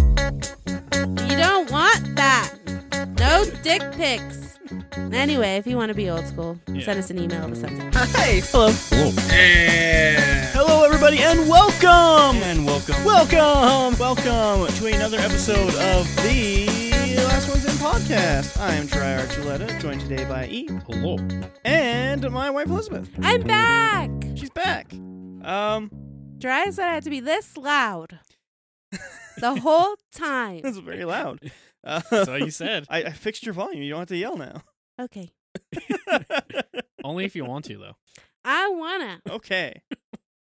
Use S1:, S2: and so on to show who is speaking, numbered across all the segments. S1: You don't want that. No dick pics. Anyway, if you want to be old school,
S2: Yeah.
S1: send us an email to something.
S3: Hey, hello.
S2: Hello, everybody, and welcome!
S3: And welcome.
S2: Welcome! Welcome to another episode of the Last Ones In podcast. I am Tri Archuleta, joined today by E
S3: Hello.
S2: and my wife Elizabeth.
S1: I'm back.
S2: She's back. Um,
S1: Dry said I had to be this loud the whole time.
S2: that's very loud. Uh,
S3: So you said
S2: I, I fixed your volume. You don't have to yell now.
S1: Okay.
S3: only if you want to though.
S1: I wanna.
S2: okay.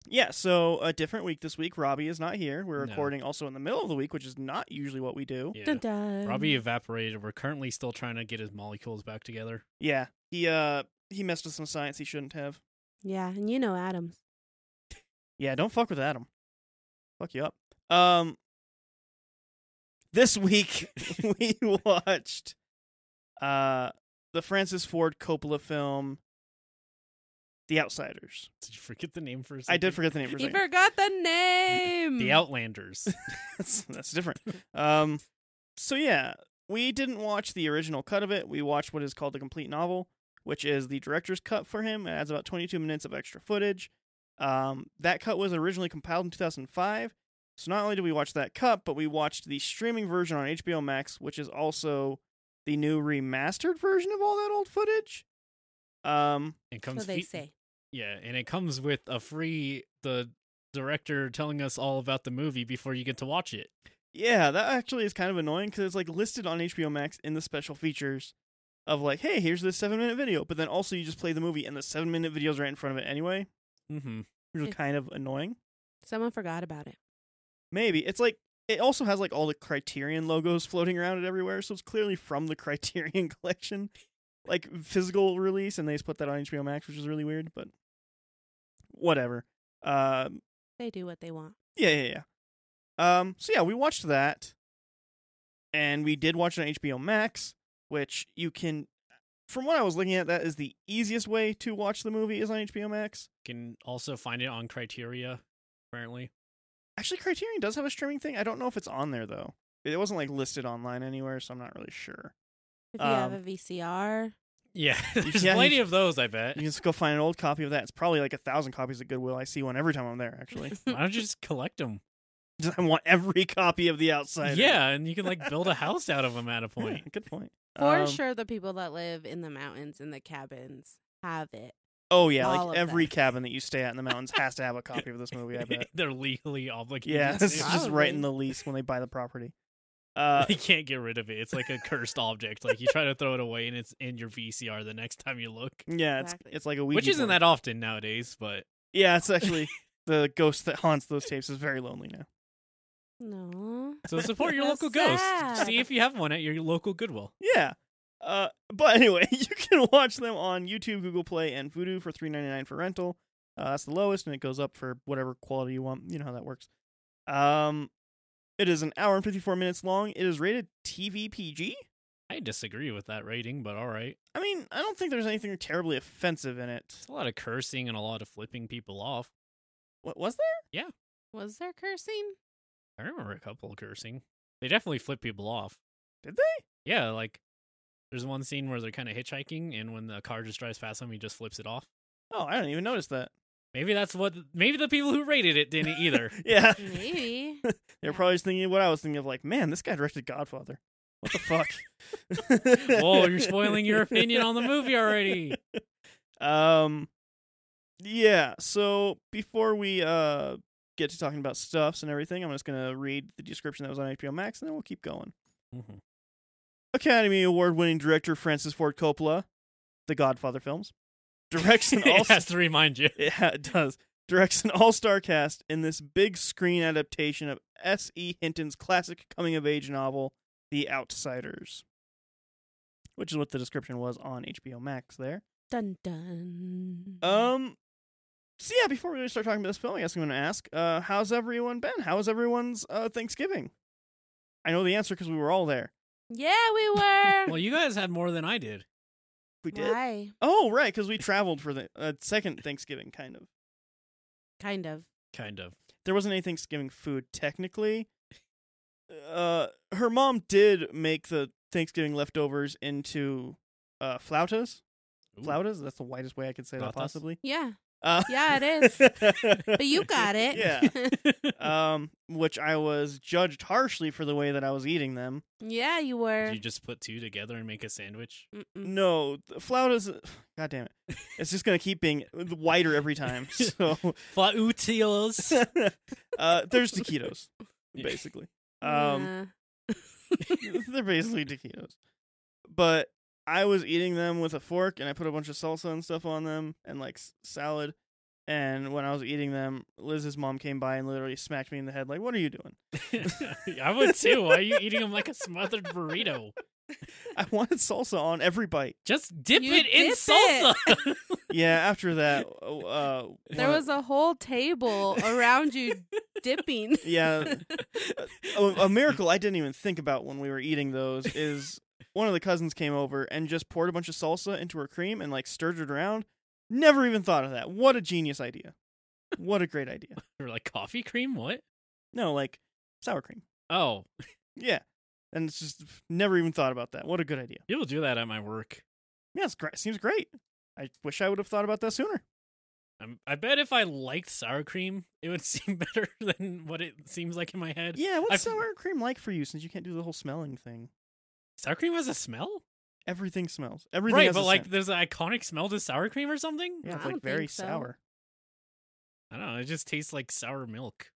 S2: Yeah, so a different week this week. Robbie is not here. We're
S3: No.
S2: recording also in the middle of the week, which is not usually what we do.
S3: Yeah.
S1: Dun dun.
S3: Robbie evaporated. We're currently still trying to get his molecules back together.
S2: Yeah, he uh he messed with some science he shouldn't have.
S1: Yeah, and you know Adams.
S2: Yeah, don't fuck with Adam. Fuck you up. Um, this week we watched uh the Francis Ford Coppola film, The Outsiders.
S3: Did you forget the name for a second?
S2: I did forget the name for a
S1: You
S2: second.
S1: forgot the name.
S3: The Outlanders.
S2: that's, that's different. Um, so yeah, we didn't watch the original cut of it. We watched what is called the complete novel, which is the director's cut for him. It adds about 22 minutes of extra footage. Um, that cut was originally compiled in 2005. So not only did we watch that cut, but we watched the streaming version on HBO Max, which is also the new remastered version of all that old footage. Um,
S3: It
S1: so
S3: comes
S1: they
S3: fe-
S1: say.
S3: Yeah, and it comes with a free the director telling us all about the movie before you get to watch it.
S2: Yeah, that actually is kind of annoying because it's like listed on HBO Max in the special features of like, hey, here's this seven minute video, but then also you just play the movie and the seven minute videos right in front of it anyway,
S3: Mm-hmm.
S2: which is
S1: Yeah.
S2: kind of annoying.
S1: Someone forgot about it.
S2: Maybe it's like it also has like all the Criterion logos floating around it everywhere, so it's clearly from the Criterion collection, like physical release, and they just put that on HBO Max, which is really weird, but whatever. Um,
S1: They do what they want.
S2: Yeah, yeah, yeah. Um, so yeah, we watched that, and we did watch it on HBO Max, which you can, from what I was looking at, that is the easiest way to watch the movie is on HBO Max.
S3: Can also find it on Criteria, apparently.
S2: Actually, Criterion does have a streaming thing. I don't know if it's on there though. It wasn't like listed online anywhere, so I'm not really sure.
S1: If you have
S2: Um,
S1: a VCR,
S3: Yeah, there's
S2: yeah, you
S3: plenty
S2: sh-
S3: of those. I bet.
S2: You can just go find an old copy of that. It's probably like a thousand copies of Goodwill. I see one every time I'm there. Actually,
S3: Why don't you just collect them?
S2: I want every copy of The Outsider.
S3: Yeah, and you can like build a house out of them at a
S2: Yeah,
S3: point.
S2: good point.
S1: for
S2: Um,
S1: sure, the people that live in the mountains in the cabins have it.
S2: Oh yeah,
S1: All of
S2: like every
S1: them.
S2: cabin that you stay at in the mountains has to have a copy of this movie. I bet.
S3: They're legally obligated.
S2: Yeah,
S3: to.
S2: it's just right
S1: Probably.
S2: in the lease when they buy the property. Uh,
S3: they can't get rid of it. It's like a cursed object. Like you try to throw it away, and it's in your VCR the next time you look,
S2: yeah, it's
S1: Exactly.
S2: it's like a Ouija
S3: which isn't
S2: board.
S3: that often nowadays. But
S2: Yeah, it's actually the ghost that haunts those tapes is very lonely now.
S1: No.
S3: so support your
S1: That's
S3: local
S1: sad.
S3: ghost. See if you have one at your local Goodwill.
S2: Yeah. Uh, but anyway, you can watch them on YouTube, Google Play, and Vudu for three ninety nine for rental. Uh, that's the lowest, and it goes up for whatever quality you want. You know how that works. Um, it is an hour and fifty four minutes long. It is rated TV PG.
S3: I disagree with that rating, but all right.
S2: I mean, I don't think there's anything terribly offensive in it.
S3: It's a lot of cursing and a lot of flipping people off.
S2: What was there?
S1: Was there cursing?
S3: I remember a couple of cursing. They definitely flip people off.
S2: Did they?
S3: Yeah, like there's one scene where they're kind of hitchhiking, and when the car just drives past them, he just flips it off.
S2: Oh, I don't even notice that.
S3: Maybe that's what. Maybe the people who rated it didn't either.
S2: Yeah.
S1: Maybe.
S2: They're probably just thinking what I was thinking of, like, man, this guy directed Godfather. What the fuck?
S3: Whoa, you're spoiling your opinion on the movie already.
S2: Um, yeah. So before we uh get to talking about stuffs and everything, I'm just gonna read the description that was on HBO Max, and then we'll keep going.
S3: Mhm.
S2: Academy Award-winning director Francis Ford Coppola, The Godfather films, directs an all
S3: it has to remind you.
S2: Yeah, it does. Directs an all star cast in this big screen adaptation of S.E. Hinton's classic coming of age novel, The Outsiders, which is what the description was on HBO Max there.
S1: Dun dun.
S2: Um, so yeah, before we really start talking about this film, I guess I'm going to ask uh, how's everyone been? How was everyone's uh, Thanksgiving? I know the answer because we were all there.
S1: Yeah, we were.
S3: Well, you guys had more than I did.
S2: We did.
S1: Why?
S2: Oh, right, because we traveled for the uh, second Thanksgiving, kind of.
S1: Kind of.
S3: Kind of.
S2: There wasn't any Thanksgiving food technically. Uh, her mom did make the Thanksgiving leftovers into uh, flautas.
S3: Ooh.
S2: Flautas. That's the whitest way I could say that
S3: Flautas?
S2: possibly.
S1: Yeah.
S2: Uh,
S1: Yeah, it is.
S2: but
S1: But you got it.
S2: Yeah. um, which I was judged harshly for the way that I was eating them.
S1: yeah, you
S3: Did
S1: were.
S3: you just put two together and make a sandwich?
S1: Mm-mm.
S2: No, the flautas. God damn it! It's just gonna keep being whiter every time. So
S3: Flautilas.
S2: uh, there's taquitos, basically. Um,
S1: Yeah.
S2: they're basically taquitos, but I was eating them with a fork, and I put a bunch of salsa and stuff on them, and like s- salad. And when I was eating them, Liz's mom came by and literally smacked me in the head, like, "What are you doing?"
S3: I would too. Why are you eating them like a smothered burrito?
S2: I wanted salsa on every bite.
S3: Just dip
S1: You
S3: it in
S1: dip
S3: salsa.
S2: Yeah, after that, uh,
S1: there
S2: one-
S1: was a whole table around you dipping.
S2: yeah, a,
S3: Oh,
S2: a
S3: um,
S2: miracle I didn't even think about when we were eating those is one of the cousins came over and just poured a bunch of salsa into her cream and like stirred it around. Never even thought of that. What a genius idea. What a great idea.
S3: Or like coffee cream? What?
S2: No, like sour cream.
S3: Oh,
S2: Yeah. And it's just never even thought about that. What a good idea.
S3: people do that at my work.
S2: Yeah, it's great. Seems great. I wish I would have thought about that sooner.
S3: I'm, Um, I bet if I liked sour cream, it would seem better than what it seems like in my head.
S2: Yeah, what's
S3: I've-
S2: sour cream like for you since you can't do the whole smelling thing?
S3: Sour cream has a smell,
S2: Everything smells. Everything
S3: right?
S2: has a
S3: But like,
S2: scent.
S3: there's an iconic smell to sour cream or something.
S2: yeah,
S1: I
S2: it's
S1: don't
S2: like very
S1: think so.
S2: sour.
S3: I don't know. It just tastes like sour milk.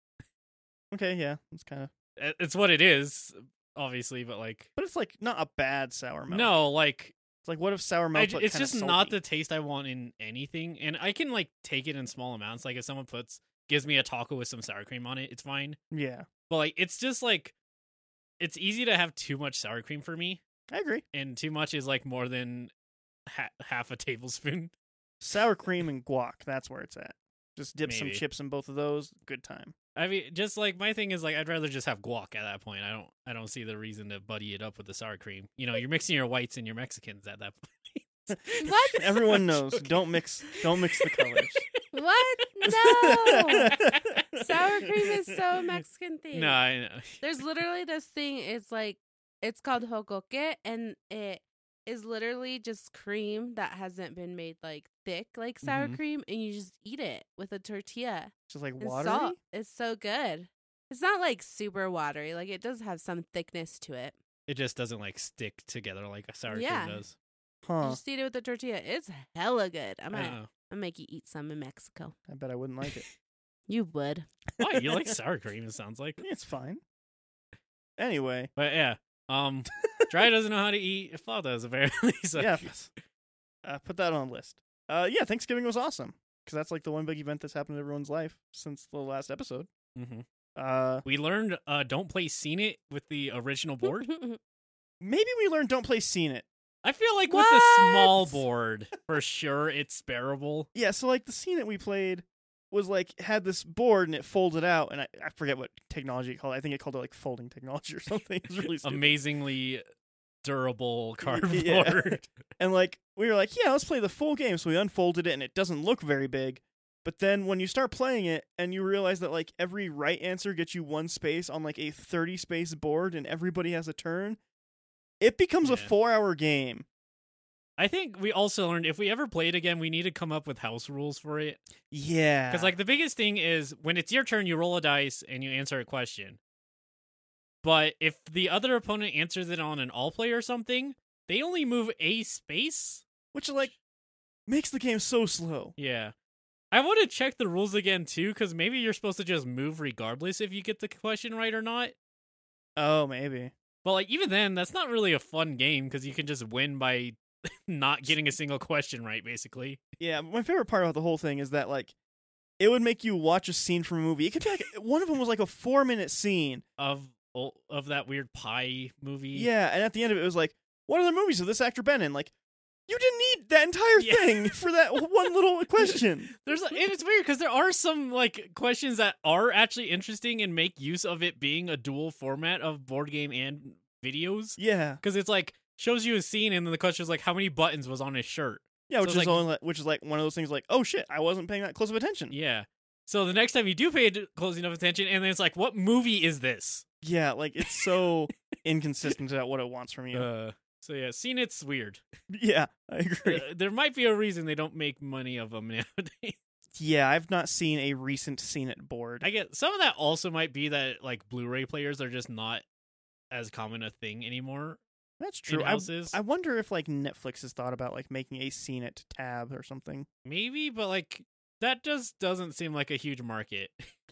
S2: Okay, yeah, it's kind of
S3: It- It's what it is, obviously. But like,
S2: But it's like not a bad sour milk.
S3: no, like
S2: it's like what if sour
S3: I
S2: milk?
S3: j-
S2: but
S3: it's
S2: kinda
S3: just not the
S2: salty?
S3: taste I want in anything, and I can like take it in small amounts. Like if someone puts gives me a taco with some sour cream on it, it's fine.
S2: Yeah,
S3: But like, it's just like it's easy to have too much sour cream for me,
S2: I agree.
S3: and too much is like more than ha- half a tablespoon.
S2: Sour cream and guac—that's where it's at. Just dip some
S3: Maybe.
S2: chips in both of those. Good time.
S3: I mean, just like my thing is like I'd rather just have guac at that point. I don't I don't see the reason to buddy it up with the sour cream. You know, you're mixing your whites and your Mexicans at that point.
S1: What?
S2: Everyone
S3: I'm
S2: knows.
S3: joking.
S2: Don't mix. Don't mix the colors.
S1: What? No. Sour cream is so a Mexican thing.
S3: No, I know.
S1: There's literally this thing. It's like it's called hokoke, and it is literally just cream that hasn't been made like thick like sour
S3: Mhm.
S1: cream, and you just eat it with a tortilla
S2: Just like
S1: and
S2: watery.
S1: salt. It's so good. It's not like super watery. Like it does have some thickness to it.
S3: It just doesn't like stick together like a sour
S1: Yeah.
S3: cream does.
S1: You
S2: Huh?
S1: just eat it with a tortilla. It's hella good. I might,
S3: Uh,
S1: I might make you eat some in Mexico.
S2: I bet I wouldn't like it.
S1: You would.
S3: why you like sour cream? It sounds like,
S2: Yeah, it's fine. Anyway,
S3: but yeah. Um, Dry doesn't know how to eat flautas apparently. So
S2: yeah, uh, put that on the list. Uh, yeah, Thanksgiving was awesome because that's like the one big event that's happened in everyone's life since the last episode.
S3: Mhm.
S2: Uh,
S3: we learned uh, don't play seen it with the original board.
S2: maybe we learned don't play seen it.
S3: I feel like with the small
S1: What?
S3: board, for sure, it's bearable.
S2: Yeah, so like the scene that we played was like had this board and it folded out, and I, I forget what technology it called. I think it called it like folding technology or something. It was really stupid.
S3: Amazingly durable cardboard.
S2: Yeah. And like we were like, yeah, let's play the full game. So we unfolded it, and it doesn't look very big. But then when you start playing it, and you realize that like every right answer gets you one space on like a thirty space board, and everybody has a turn, it becomes a
S3: Yeah.
S2: four hour game.
S3: I think we also learned if we ever play it again, we need to come up with house rules for it.
S2: Yeah,
S3: Because like the biggest thing is when it's your turn, you roll a dice and you answer a question. But if the other opponent answers it on an all play or something, they only move a space.
S2: which like makes the game so slow.
S3: Yeah. I want to check the rules again too, because maybe you're supposed to just move regardless if you get the question right or not.
S2: Oh, maybe.
S3: But like even then, that's not really a fun game because you can just win by not getting a single question right, basically.
S2: Yeah, but my favorite part about the whole thing is that like it would make you watch a scene from a movie. It could be like one of them was like a four minute scene.
S3: Of of that weird pie movie.
S2: Yeah, and at the end of it, it was like, what other movies has this actor been in? Like, you didn't need that entire
S3: Yeah.
S2: thing for that one little question.
S3: There's and it's weird because there are some like questions that are actually interesting and make use of it being a dual format of board game and videos
S2: Yeah.
S3: because it's like shows you a scene and then the question is like how many buttons was on his shirt.
S2: Yeah,
S3: So
S2: which
S3: it's
S2: is
S3: like-
S2: only, which is like one of those things like, oh shit, I wasn't paying that close of attention.
S3: Yeah. So the next time you do pay ad- close enough attention, and then it's like, what movie is this?
S2: Yeah, like it's so inconsistent about what it wants from you.
S3: Uh, so yeah, scene it's weird.
S2: yeah, I
S3: Uh,
S2: agree.
S3: there might be a reason they don't make money of them nowadays.
S2: yeah, I've not seen a recent scene it board.
S3: I get some of that also might be that like Blu-ray players are just not as common a thing anymore.
S2: That's
S3: in
S2: true. I,
S3: houses.
S2: I wonder if like Netflix has thought about like making a scene it tab or something.
S3: Maybe, but like that just doesn't seem like a huge market.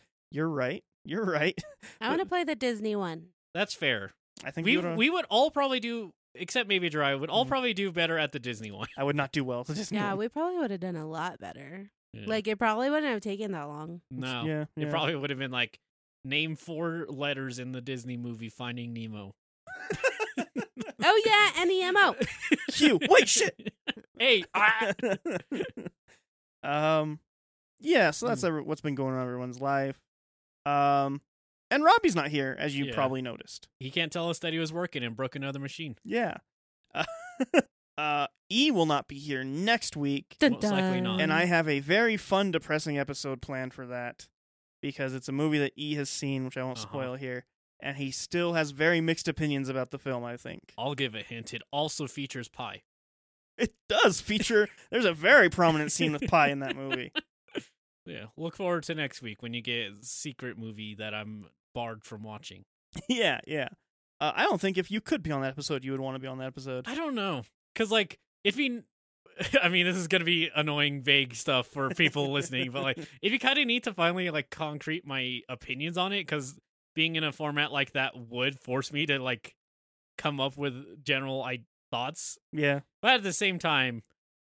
S2: You're right. You're right.
S1: I want to play the Disney one.
S3: That's fair.
S2: I think
S3: we
S2: you would-
S3: we would all probably do, except maybe Dry, would all
S2: Mhm.
S3: probably do better at the Disney one.
S2: I would not do well.
S1: Yeah, we probably would have done a lot better.
S3: Yeah.
S1: Like it probably wouldn't have taken that long.
S3: no,
S2: Yeah,
S3: it
S2: yeah.
S3: probably would have been like name four letters in the Disney movie Finding Nemo.
S1: Oh yeah, NEMO.
S2: Q. Wait, shit.
S3: Hey, ah!
S2: um, yeah. So
S3: Mm.
S2: that's every- what's been going on in everyone's life. Um, and Robbie's not here, as you
S3: Yeah.
S2: probably noticed.
S3: he can't tell us that he was working and broke another machine.
S2: Yeah. Uh, uh, E will not be here next week,
S1: Dun,
S3: Most likely not.
S2: and I have a very fun, depressing episode planned for that because it's a movie that E has seen, which I won't
S3: Uh-huh.
S2: spoil here, and he still has very mixed opinions about the film. I think
S3: I'll give a hint. It also features pie.
S2: it does feature. there's a very prominent scene with pie in that movie.
S3: Yeah, look forward to next week when you get a secret movie that I'm barred from watching.
S2: Yeah, yeah. Uh, I don't think if you could be on that episode, you would want to be on that episode.
S3: I don't know, cause like if he, I mean, this is gonna be annoying, vague stuff for people listening. But like, if you kind of need to finally like concrete my opinions on it, cause being in a format like that would force me to like come up with general I thoughts.
S2: Yeah,
S3: But at the same time,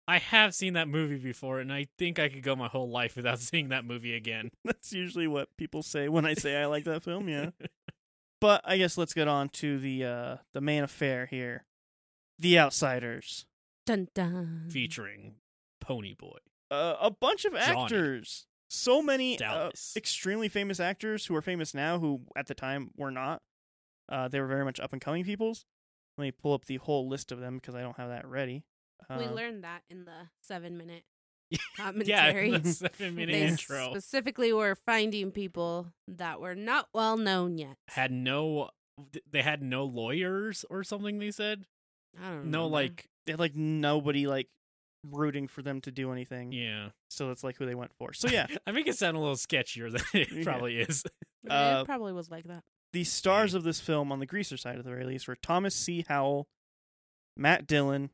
S3: I have seen that movie before, and I think I could go my whole life without seeing that movie again.
S2: that's usually what people say when I say I like that film. Yeah, but I guess let's get on to the uh, the main affair here, The Outsiders.
S1: Dun dun.
S3: featuring Pony Boy.
S2: Uh, a bunch of
S3: Johnny.
S2: actors, so many uh,
S3: Dallas.
S2: extremely famous actors who are famous now, who at the time were not. Uh, they were very much up and coming peoples. Let me pull up the whole list of them because I don't have that ready. Uh,
S1: we learned that in the seven minute
S3: Yeah, yeah,
S1: commentary.
S3: in the seven minute
S1: they
S3: intro
S1: specifically were finding people that were not well known yet.
S3: had no. They had no lawyers or something. They said
S1: I don't
S3: no,
S1: remember.
S3: like
S2: they had like nobody like rooting for them to do anything.
S3: yeah.
S2: So that's like who they went for. So yeah,
S3: I make it sound a little sketchier than
S2: Yeah.
S3: it probably is.
S2: uh,
S1: it probably was like that.
S2: the stars of this film on the greaser side at the very least were Thomas C. Howell, Matt Dillon,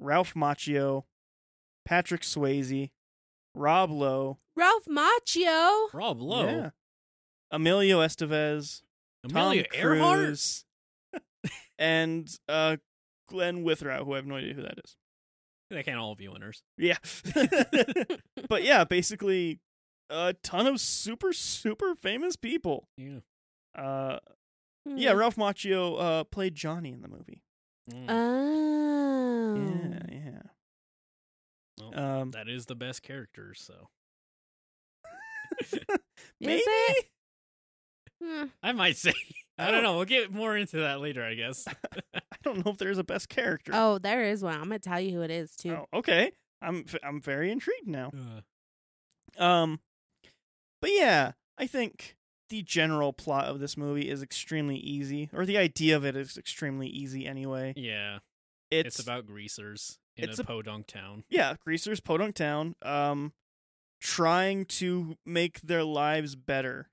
S2: Ralph Macchio, Patrick Swayze, Rob Lowe,
S1: Ralph Macchio.
S3: Rob Lowe,
S2: yeah, Emilio Estevez,
S3: Amelia
S2: Tom
S3: Earhart.
S2: Cruise, and uh, Glenn Withrow, who I have no idea who that is.
S3: They can't all be winners.
S2: Yeah, but yeah, basically a ton of super super famous people.
S3: Yeah.
S2: Uh, yeah,
S3: Mm-hmm.
S2: Ralph Macchio uh played Johnny in the movie.
S3: Mm.
S1: Hmm. Um, Oh.
S2: Yeah, yeah.
S3: Um. Well,
S2: Um,
S3: that is the best character. So
S1: Is it? Hmm.
S3: I might say I don't
S2: Oh.
S3: know. We'll get more into that later, I guess.
S2: I don't know if there's a best character.
S1: Oh, there is one. I'm gonna tell you who it is too.
S2: Oh, okay. I'm f- I'm very intrigued now.
S3: Uh,
S2: Um, but yeah, I think the general plot of this movie is extremely easy, or the idea of it is extremely easy anyway.
S3: yeah,
S2: It's,
S3: it's, about greasers in
S2: it's
S3: a
S2: a-
S3: podunk town.
S2: yeah, greasers, Podunk Town, um, trying to make their lives better,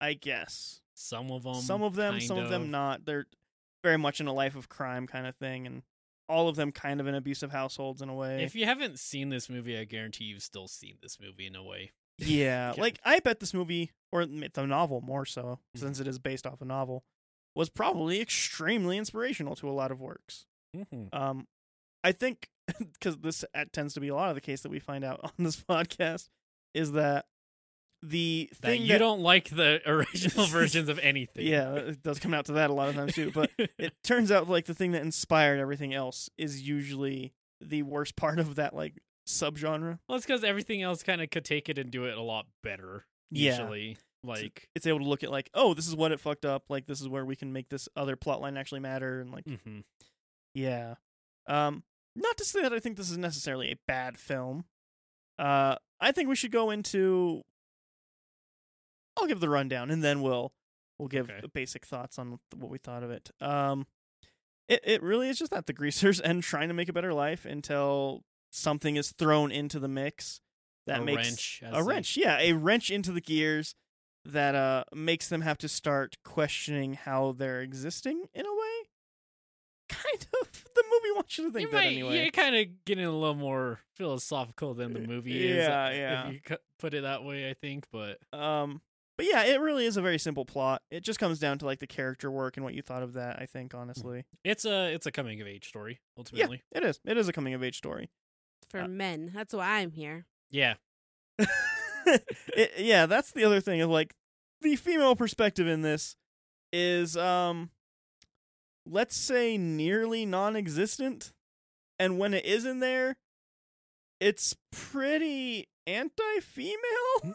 S2: I guess.
S3: Some of them,
S2: some of them, some of them not. They're very much in a life of crime kind of thing, and all of them kind of in abusive households in a way.
S3: If you haven't seen this movie, I guarantee you've still seen this movie in a way.
S2: yeah,
S3: Okay.
S2: like I bet this movie or m- the novel more so,
S3: Mm-hmm.
S2: since it is based off a novel, was probably extremely inspirational to a lot of works.
S3: Mm-hmm.
S2: Um, I think because this uh, tends to be a lot of the case that we find out on this podcast is that the
S3: That
S2: thing
S3: you don't like the original versions of anything.
S2: yeah, it does come out to that a lot of times too, but it turns out like the thing that inspired everything else is usually the worst part of that like subgenre.
S3: well, it's because everything else kind of could take it and do it a lot better.
S2: Yeah.
S3: Usually, Like,
S2: it's able to look at like, oh, this is what it fucked up. Like this is where we can make this other plot line actually matter. And like,
S3: mhm.
S2: yeah, um, not to say that I think this is necessarily a bad film. Uh, I think we should go into. I'll give the rundown and then we'll we'll give
S3: Okay.
S2: the basic thoughts on what we thought of it. Um, it it really is just that the greasers and trying to make a better life until something is thrown into the mix that
S3: a
S2: makes
S3: wrench, as
S2: a
S3: they-
S2: wrench yeah a wrench into the gears that uh makes them have to start questioning how they're existing in a way kind of the movie wants you to think
S3: you
S2: that
S3: might,
S2: anyway
S3: You're kind of getting a little more philosophical than the
S2: Uh,
S3: movie is.
S2: yeah,
S3: uh,
S2: yeah.
S3: If you cu- put it that way, I think. But
S2: um but yeah it really is a very simple plot it just comes down to like the character work and what you thought of that i think honestly
S3: it's a it's a coming of age story ultimately.
S2: yeah it is it is a coming of age story
S1: for
S2: Uh,
S1: men. That's why I'm here.
S3: Yeah.
S2: it, yeah, that's the other thing. Is like the female perspective in this is, um, let's say, nearly non-existent, and when it is in there, it's pretty anti-female.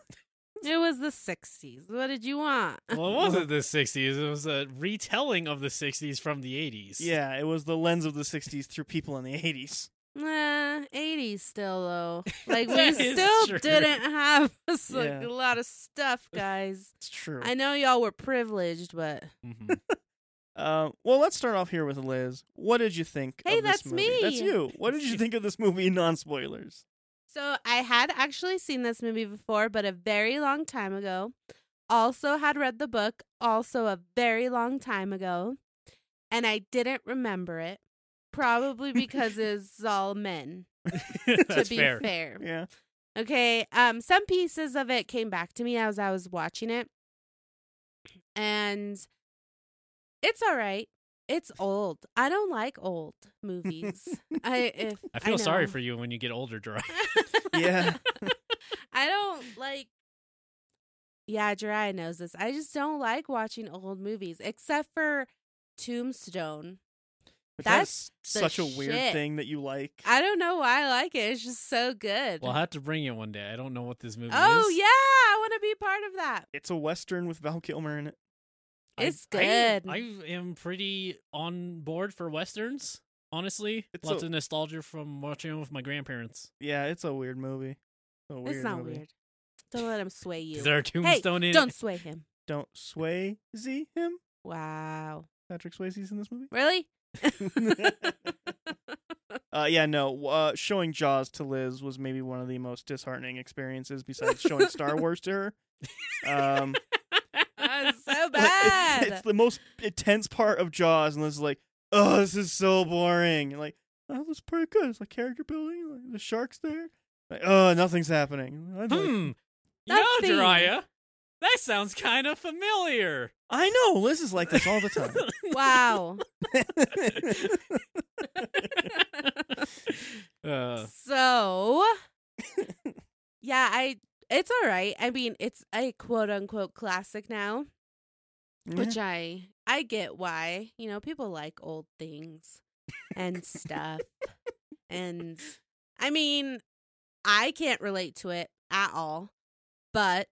S1: It was the sixties. What did you want?
S3: Well, it wasn't the '60s. It was a retelling of the '60s from the '80s.
S2: yeah, it was the lens of the '60s through people in the '80s.
S1: Nah, eighties still though. Like we
S3: That is
S1: still
S3: true.
S1: didn't have a s-
S2: Yeah.
S1: a lot of stuff, guys.
S2: It's true.
S1: I know y'all were privileged, but
S3: Mhm.
S2: Uh, well, let's start off here with Liz. What did you think?
S1: Hey,
S2: of this
S1: that's
S2: movie? That's
S1: me.
S2: you. What did you think of this movie? Non-spoilers.
S1: So I had actually seen this movie before, but a very long time ago. Also had read the book, also a very long time ago. And I didn't remember it, probably because it's all men, to
S3: That's
S1: be
S3: fair.
S2: Yeah.
S1: Okay. Um, some pieces of it came back to me as I was watching it. And it's all right. It's old. I don't like old movies. I if
S3: I feel sorry
S1: know.
S3: for you when you get older, Dry.
S2: Yeah.
S1: I don't like. Yeah, Jariah knows this. I just don't like watching old movies, except for Tombstone.
S2: Which
S1: That's
S2: is
S1: the
S2: such a weird
S1: shit.
S2: thing that you like.
S1: I don't know why I like it. It's just so good.
S3: We'll have to bring you one day. I don't know what this movie
S1: oh
S3: is.
S1: yeah, I want to be part of that.
S2: it's a western with Val Kilmer in it.
S3: I-
S1: It's
S3: I-
S1: good.
S3: I, am pretty on board for westerns. Honestly,
S2: It's
S3: lots
S2: a-
S3: of nostalgia from watching them with my grandparents.
S2: Yeah, it's a weird movie. A weird
S1: it's not
S2: movie.
S1: weird. Don't let him sway you.
S3: Is there a tombstone in?
S1: Don't sway him.
S2: Don't Swayze him.
S1: Wow.
S2: Patrick Swayze's in this movie.
S1: Really?
S2: Uh, yeah, no. Uh, showing Jaws to Liz was maybe one of the most disheartening experiences besides showing Star Wars to her. Um,
S1: That's so
S2: like, it's-
S1: bad.
S2: it's the most intense part of Jaws, and Liz is like, "Oh, this is so boring." And like, "Oh, this is pretty good. It's like character building. Like, the sharks there. Like, oh, nothing's happening." I'd like-
S3: Hmm.
S1: That
S3: yeah,
S1: thing.
S3: Jiraiya. That sounds kind of familiar.
S2: I know Liz is like this all the time.
S1: wow.
S3: uh,
S1: so yeah i it's all right i mean it's a quote unquote classic now which i i get why you know people like old things and stuff and i mean i can't relate to it at all but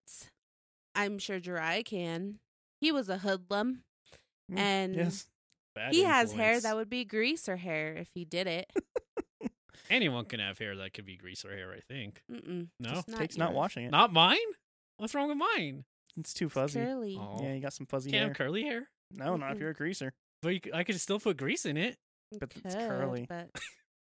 S1: i'm sure Jiraiya can he was a hoodlum
S2: Mm,
S1: and
S2: yes,
S3: bad
S1: he has hair
S3: influence.
S1: that would be greaser hair if he did it
S3: anyone can have hair that could be grease or hair. I think
S1: Mm-mm,
S3: no,
S1: just
S2: takes not
S1: yours.
S2: washing it.
S3: not mine. What's wrong with mine?
S2: it's too
S1: It's
S2: fuzzy.
S1: curly
S3: Oh,
S2: Yeah, you got some fuzzy
S3: can't
S2: hair.
S3: have curly hair.
S2: no, not if
S1: Mm-mm.
S2: you're a greaser.
S3: But you, c- I could still put grease in it.
S1: You
S2: But it's curly.
S1: But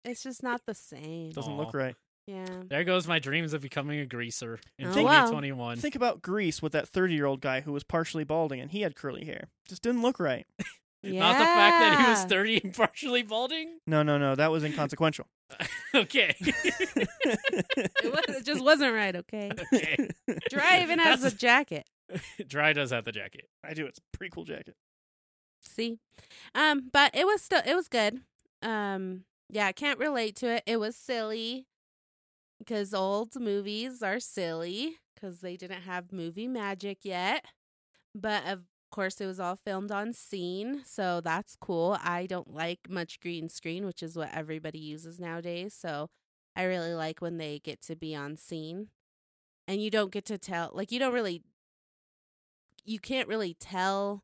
S1: it's just not the same.
S2: It doesn't look
S3: Aw.
S2: right.
S1: Yeah.
S3: There goes my dreams of becoming a greaser in
S1: Oh, wow.
S3: 2021.
S2: Think about Grease with that 30 year old guy who was partially balding and he had curly hair. Just didn't look right.
S3: Not the fact that he was
S1: Yeah.
S3: 30 and partially balding.
S2: No, no, no. That was inconsequential.
S3: Okay.
S1: It, was, it just wasn't right, okay?
S3: okay.
S1: Dry even has a
S3: That's-
S1: jacket.
S3: Dry does have the jacket.
S2: I do. It's a pretty cool jacket.
S1: See? Um, but it was still it was good. Um yeah, I can't relate to it. It was silly. Cause old movies are silly because they didn't have movie magic yet. But of course it was all filmed on scene, so that's cool. I don't like much green screen, which is what everybody uses nowadays, so I really like when they get to be on scene. And you don't get to tell like you don't really you can't really tell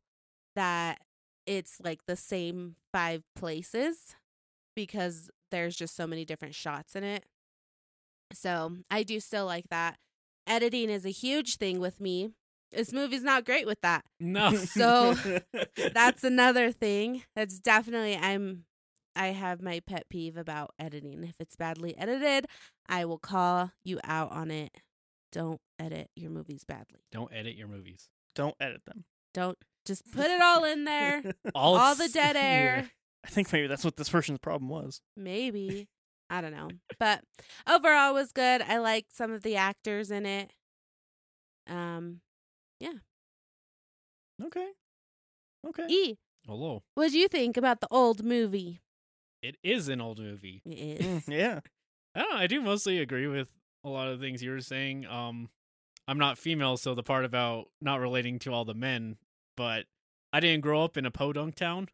S1: that it's like the same five places because there's just so many different shots in it. So I do still like that. Editing is a huge thing with me. This movie's not great with that.
S3: No.
S1: So That's another thing. That's definitely I'm I have my pet peeve about editing. If it's badly edited, I will call you out on it. Don't edit your movies badly.
S3: Don't edit your movies.
S2: don't edit them.
S1: Don't just put it all in there.
S3: All,
S1: all
S3: s-
S1: the dead air.
S2: I think maybe that's what this person's problem was.
S1: Maybe. I don't know. But overall it was good. I liked some of the actors in it. Um
S2: Okay. Okay.
S1: E,
S3: Hello.
S1: what do you think about the old movie?
S3: It is an old movie.
S1: It is.
S2: Mm,
S3: Hmm.
S2: yeah.
S3: I don't know. I do mostly agree with a lot of the things you were saying. Um, I'm not female, so the part about not relating to all the men, but I didn't grow up in a podunk town.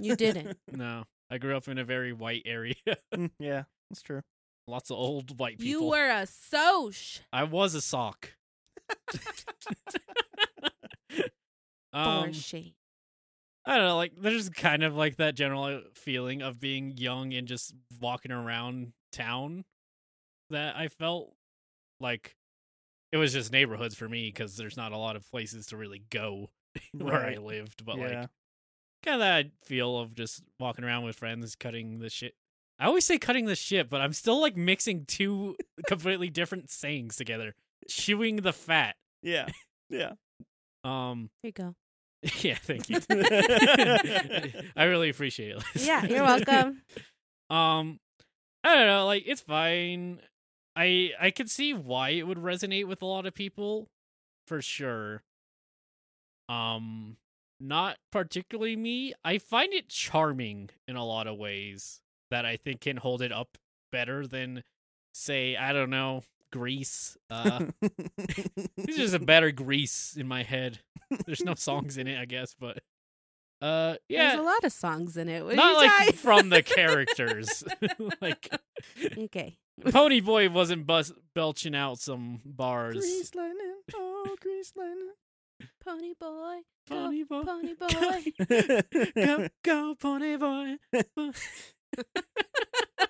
S1: You didn't.
S3: No, I grew up in a very white area.
S2: Mm, yeah, that's true.
S3: Lots of old white people.
S1: you were a soch.
S3: I was a sock.
S1: for
S3: um,
S1: shame.
S3: I don't know. Like, there's kind of like that general feeling of being young and just walking around town that I felt like it was just neighborhoods for me because there's not a lot of places to really go where
S2: Right.
S3: I lived. But
S2: Yeah.
S3: like, kind of that feel of just walking around with friends, cutting the shit. I always say cutting the shit, but I'm still like mixing two completely different sayings together. Chewing the fat.
S2: Yeah. Yeah.
S3: Um.
S1: Here you go.
S3: Yeah. Thank you. I really appreciate it. Liz.
S1: Yeah, you're welcome.
S3: Um, I don't know. Like, it's fine. I I could see why it would resonate with a lot of people, for sure. Um, not particularly me. I find it charming in a lot of ways that I think can hold it up better than, say, I don't know, Grease. Uh, this is just a better Grease in my head. There's no songs in it, I guess, but uh, yeah,
S1: There's a lot of songs in it. What
S3: not
S1: you
S3: like
S1: guys-
S3: from the characters. like
S1: okay.
S3: Pony Boy wasn't bus- belching out some bars.
S2: Grease lightning. Oh, grease lightning.
S1: Pony boy. Go,
S3: Pony Boy,
S1: pony boy.
S3: go go, Pony Boy.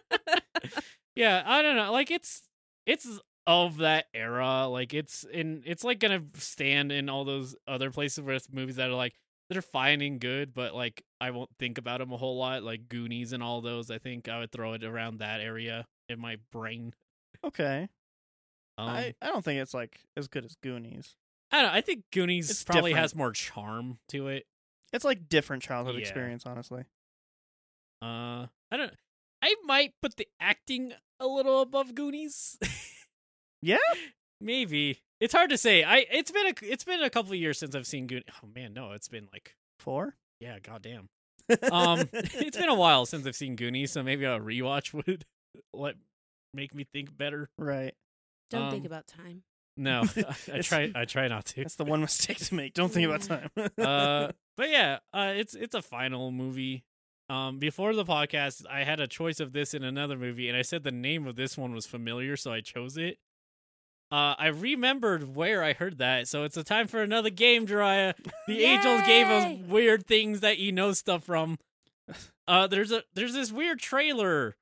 S3: yeah, I don't know. Like it's it's of that era. Like it's in it's like gonna stand in all those other places where it's movies that are like they're fine and good, but like I won't think about them a whole lot. Like Goonies and all those. I think I would throw it around that area in my brain.
S2: okay.
S3: Um,
S2: I, I don't think it's like as good as Goonies.
S3: I don't know. I think Goonies
S2: It's
S3: probably
S2: different.
S3: has more charm to it.
S2: It's like different childhood
S3: Yeah.
S2: experience, honestly.
S3: Uh, I don't. I might put the acting a little above Goonies.
S2: Yeah?
S3: maybe it's hard to say. I it's been a it's been a couple of years since I've seen Goonies. Oh man, no, it's been like
S2: Four.
S3: yeah, goddamn. Um, it's been a while since I've seen Goonies, so maybe a rewatch would let make me think better.
S2: right.
S1: Don't think
S3: Um,
S1: about time.
S3: No, I, I
S2: It's-
S3: try I try not to.
S2: That's the one mistake to make. Don't think about time.
S3: uh, but yeah, uh, it's it's a final movie. Um, before the podcast, I had a choice of this in another movie, and I said the name of this one was familiar, so I chose it. Uh, I remembered where I heard that, so it's a time for another game, Jiraiya. The angels gave us
S1: Yay!
S3: weird things that you know stuff from. Uh, there's a there's this weird trailer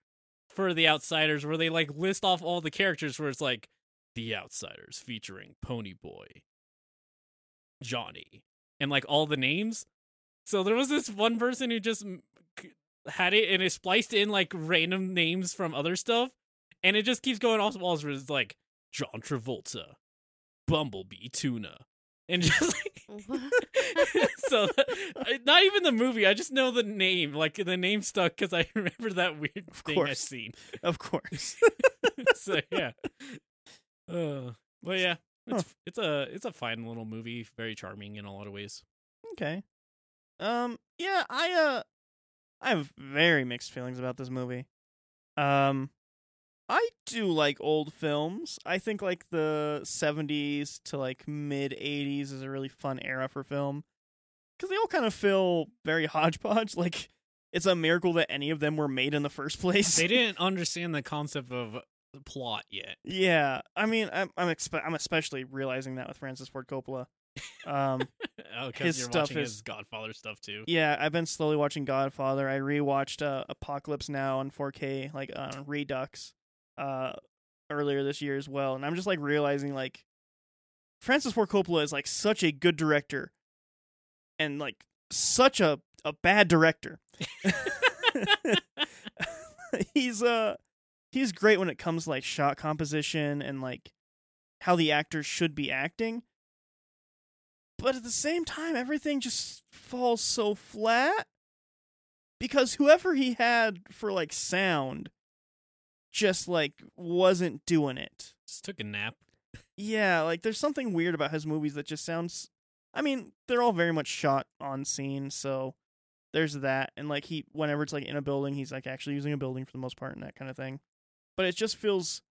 S3: for The Outsiders where they like list off all the characters where it's like The Outsiders featuring Pony Boy, Johnny, and like all the names. So there was this one person who just mm, c- had it and it spliced in like random names from other stuff, and it just keeps going off the walls. Where it's like John Travolta, Bumblebee Tuna, and just like so I- not even the movie. I just know the name. Like the name stuck because I remember that weird thing I've
S2: course.
S3: seen.
S2: of course.
S3: so yeah. Uh, but yeah, it's it's a it's a fine little movie. Very charming in a lot of ways.
S2: Okay. Um. Yeah. I uh. I have very mixed feelings about this movie. Um. I do like old films. I think like the '70s to like mid '80s is a really fun era for film because they all kind of feel very hodgepodge. Like it's a miracle that any of them were made in the first place.
S3: They didn't understand the concept of plot yet.
S2: Yeah, I mean, I'm I'm, expe- I'm especially realizing that with Francis Ford Coppola. Um,
S3: Oh,
S2: His
S3: because you're
S2: stuff
S3: watching
S2: is-
S3: his Godfather stuff too.
S2: yeah, I've been slowly watching Godfather. I rewatched uh, Apocalypse Now on 4K, like on Redux, uh, earlier this year as well, and I'm just like realizing like Francis Ford Coppola is like such a good director, and like such a a bad director. he's uh he's great when it comes to like shot composition and like how the actors should be acting. But at the same time, everything just falls so flat because whoever he had for like sound just like wasn't doing it.
S3: Just took a nap.
S2: Yeah, like there's something weird about his movies that just sounds. I mean, they're all very much shot on scene, so there's that. And like he, whenever it's like in a building, he's like actually using a building for the most part and that kind of thing. But it just feels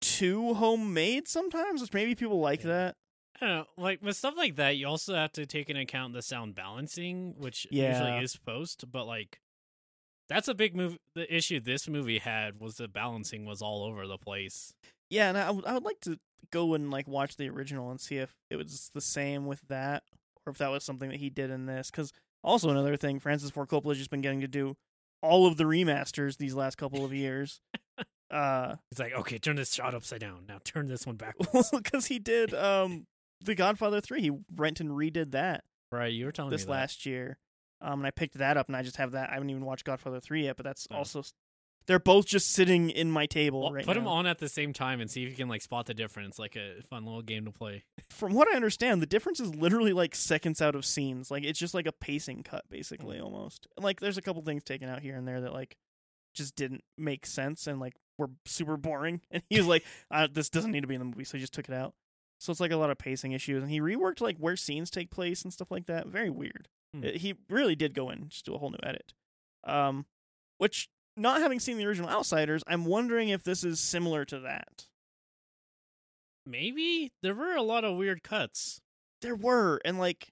S2: too homemade sometimes, which maybe people like
S3: Yeah.
S2: that.
S3: I don't know. Like with stuff like that, you also have to take into account the sound balancing, which
S2: Yeah.
S3: usually is post. But like, that's a big move. The issue this movie had was the balancing was all over the place.
S2: Yeah, and I would- I would like to go and like watch the original and see if it was the same with that, or if that was something that he did in this. Because also another thing, Francis Ford Coppola's just been getting to do all of the remasters these last couple of years. uh,
S3: It's like, okay, turn this shot upside down. Now turn this one back.
S2: because he did um the Godfather three. He rent and redid that
S3: right, you were telling me
S2: this
S3: that.
S2: last year. Um, and I picked that up, and I just have that. I haven't even watched Godfather three yet, but that's
S3: Oh.
S2: also they're both just sitting in my table
S3: Well,
S2: right
S3: put
S2: now.
S3: them on at the same time and see if you can like spot the difference. Like a fun little game to play.
S2: From what I understand, the difference is literally like seconds out of scenes. Like it's just like a pacing cut, basically almost. And, Like there's a couple things taken out here and there that like just didn't make sense and like were super boring. And he was like, uh, "This doesn't need to be in the movie," so he just took it out. So it's like a lot of pacing issues, and he reworked like where scenes take place and stuff like that. Very weird.
S3: Hmm.
S2: Uh, He really did go in and just do a whole new edit. Um, which not having seen the original Outsiders, I'm wondering if this is similar to that.
S3: Maybe there were a lot of weird cuts.
S2: there were and like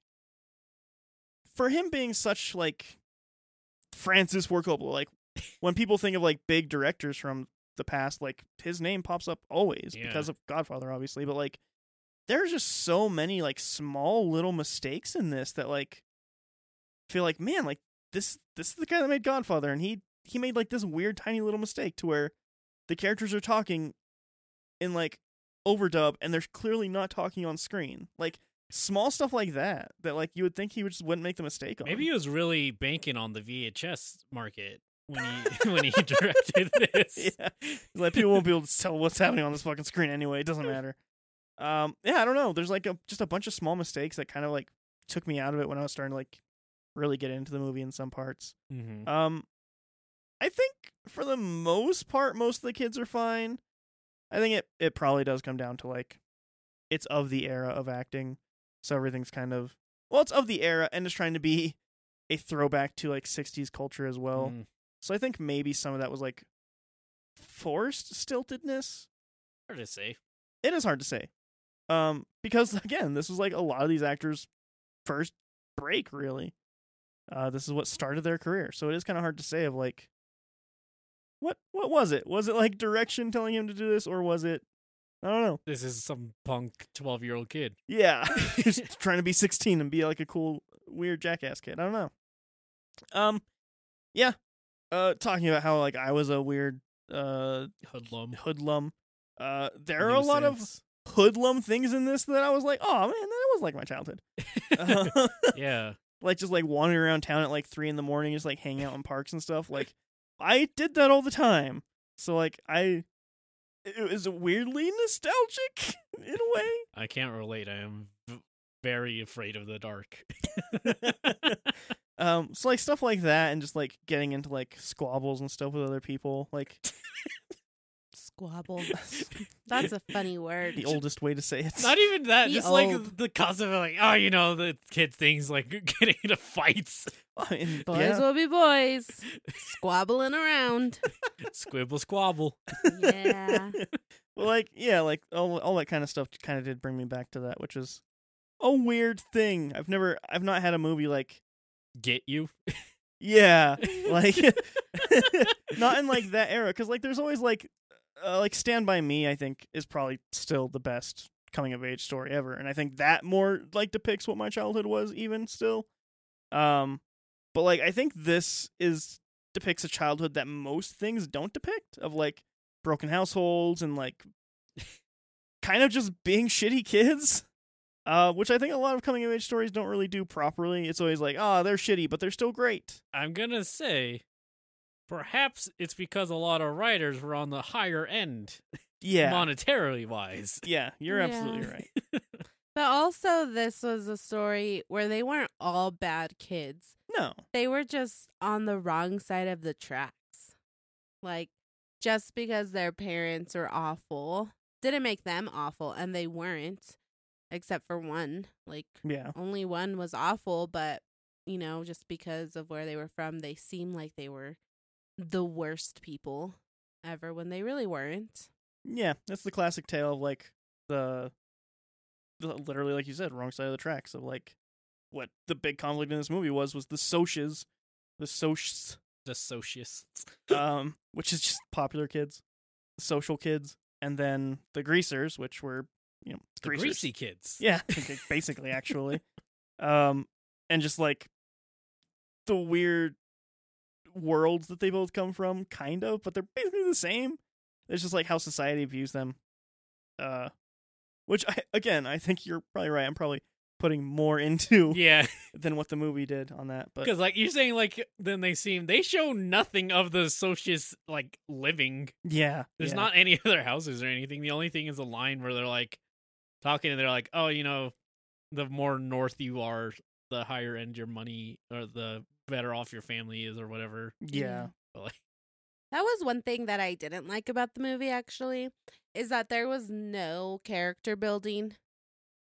S2: for him being such like Francis Ford Coppola like when people think of like big directors from the past like his name pops up always
S3: Yeah.
S2: because of Godfather obviously but like there's just so many like small little mistakes in this that like feel like man like this this is the guy that made Godfather and he he made like this weird tiny little mistake to where the characters are talking in like overdub and they're clearly not talking on screen like small stuff like that that like you would think he would just wouldn't make the mistake on
S3: Maybe he was really banking on the VHS market when he when he directed this.
S2: yeah like people won't be able to tell what's happening on this fucking screen anyway it doesn't matter um yeah i don't know there's like a, just a bunch of small mistakes that kind of like took me out of it when i was starting to like really get into the movie in some parts
S3: Mm-hmm.
S2: Um, I think for the most part, most of the kids are fine. I think it it probably does come down to like, it's of the era of acting, so everything's kind of well, it's of the era and it's trying to be a throwback to like '60s culture as well.
S3: Mm.
S2: So I think maybe some of that was like forced stiltedness.
S3: hard to say.
S2: It is hard to say, um, because again, this was like a lot of these actors' first break, really. Uh, this is what started their career, so it is kind of hard to say of like, what what was it? Was it like direction telling him to do this, or was it? I don't know.
S3: This is some punk twelve year old kid.
S2: Yeah, he's trying to be 16 and be like a cool, weird jackass kid. I don't know. Um, yeah. Uh, talking about how like I was a weird uh
S3: Hoodlum.
S2: hoodlum. Uh, there are a lot of
S3: Nuisance.
S2: hoodlum things in this that I was like, oh man, that was like my childhood. Uh,
S3: yeah.
S2: like just like wandering around town at like three in the morning, just like hanging out in parks and stuff. Like I did that all the time. So like I, it was weirdly nostalgic in a way.
S3: I can't relate. I am v- very afraid of the dark.
S2: Um, so like stuff like that, and just like getting into like squabbles and stuff with other people, like
S1: Squabble. That's a funny word.
S2: the oldest way to say it.
S3: Not e even that.
S1: Be
S3: just
S1: old.
S3: like the concept of like, oh, you know, the kid things like getting into fights,
S2: I mean,
S1: Boys
S2: yeah.
S1: will be boys. Squabbling around.
S3: squibble squabble.
S1: Yeah.
S2: Well, like yeah, like all all that kind of stuff kind of did bring me back to that, which is a weird thing. I've never, I've not had a movie like
S3: Get you?
S2: yeah, like not in like that era, because like there's always like uh, like Stand by Me. I think is probably still the best coming of age story ever, and I think that more like depicts what my childhood was even still. Um, but like I think this is depicts a childhood that most things don't depict of like broken households and like kind of just being shitty kids. Uh, which I think a lot of coming of age stories don't really do properly. It's always like, oh, they're shitty, but they're still great.
S3: I'm gonna say, perhaps it's because a lot of writers were on the higher end
S2: Yeah.
S3: monetarily wise.
S2: yeah, you're
S1: Yeah.
S2: absolutely right.
S1: But also, this was a story where they weren't all bad kids.
S2: No.
S1: They were just on the wrong side of the tracks. Like, just because their parents are awful didn't make them awful, and they weren't, except for one. Like,
S2: Yeah.
S1: only one was awful, but, you know, just because of where they were from, they seemed like they were the worst people ever when they really weren't.
S2: Yeah, that's the classic tale of like the, the literally like you said, wrong side of the tracks of like what the big conflict in this movie was was the socias, the socs,
S3: The sociists.
S2: um, which is just popular kids, social kids, and then the greasers, which were you know
S3: The
S2: greasers.
S3: greasy kids.
S2: Yeah, basically, actually, um, and just like the weird worlds that they both come from, kind of, but they're basically the same. It's just like how society views them, uh, which I again I think you're probably right. I'm probably putting more into
S3: Yeah.
S2: than what the movie did on that, but
S3: Because like you're saying, like then they seem they show nothing of the socius like living.
S2: yeah,
S3: There's
S2: yeah.
S3: not any other houses or anything. The only thing is a line where they're like talking and they're like, oh, you know, the more north you are, the higher end your money or the better off your family is or whatever.
S2: yeah,
S3: But, like,
S1: That was one thing that I didn't like about the movie actually, is that there was no character building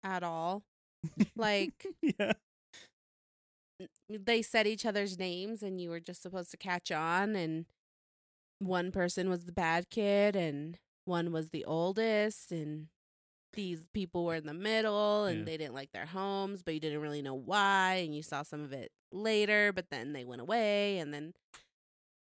S1: at all. like
S2: yeah,
S1: they said each other's names and you were just supposed to catch on and one person was the bad kid and one was the oldest and these people were in the middle and
S3: Yeah.
S1: they didn't like their homes but you didn't really know why and you saw some of it later but then they went away and then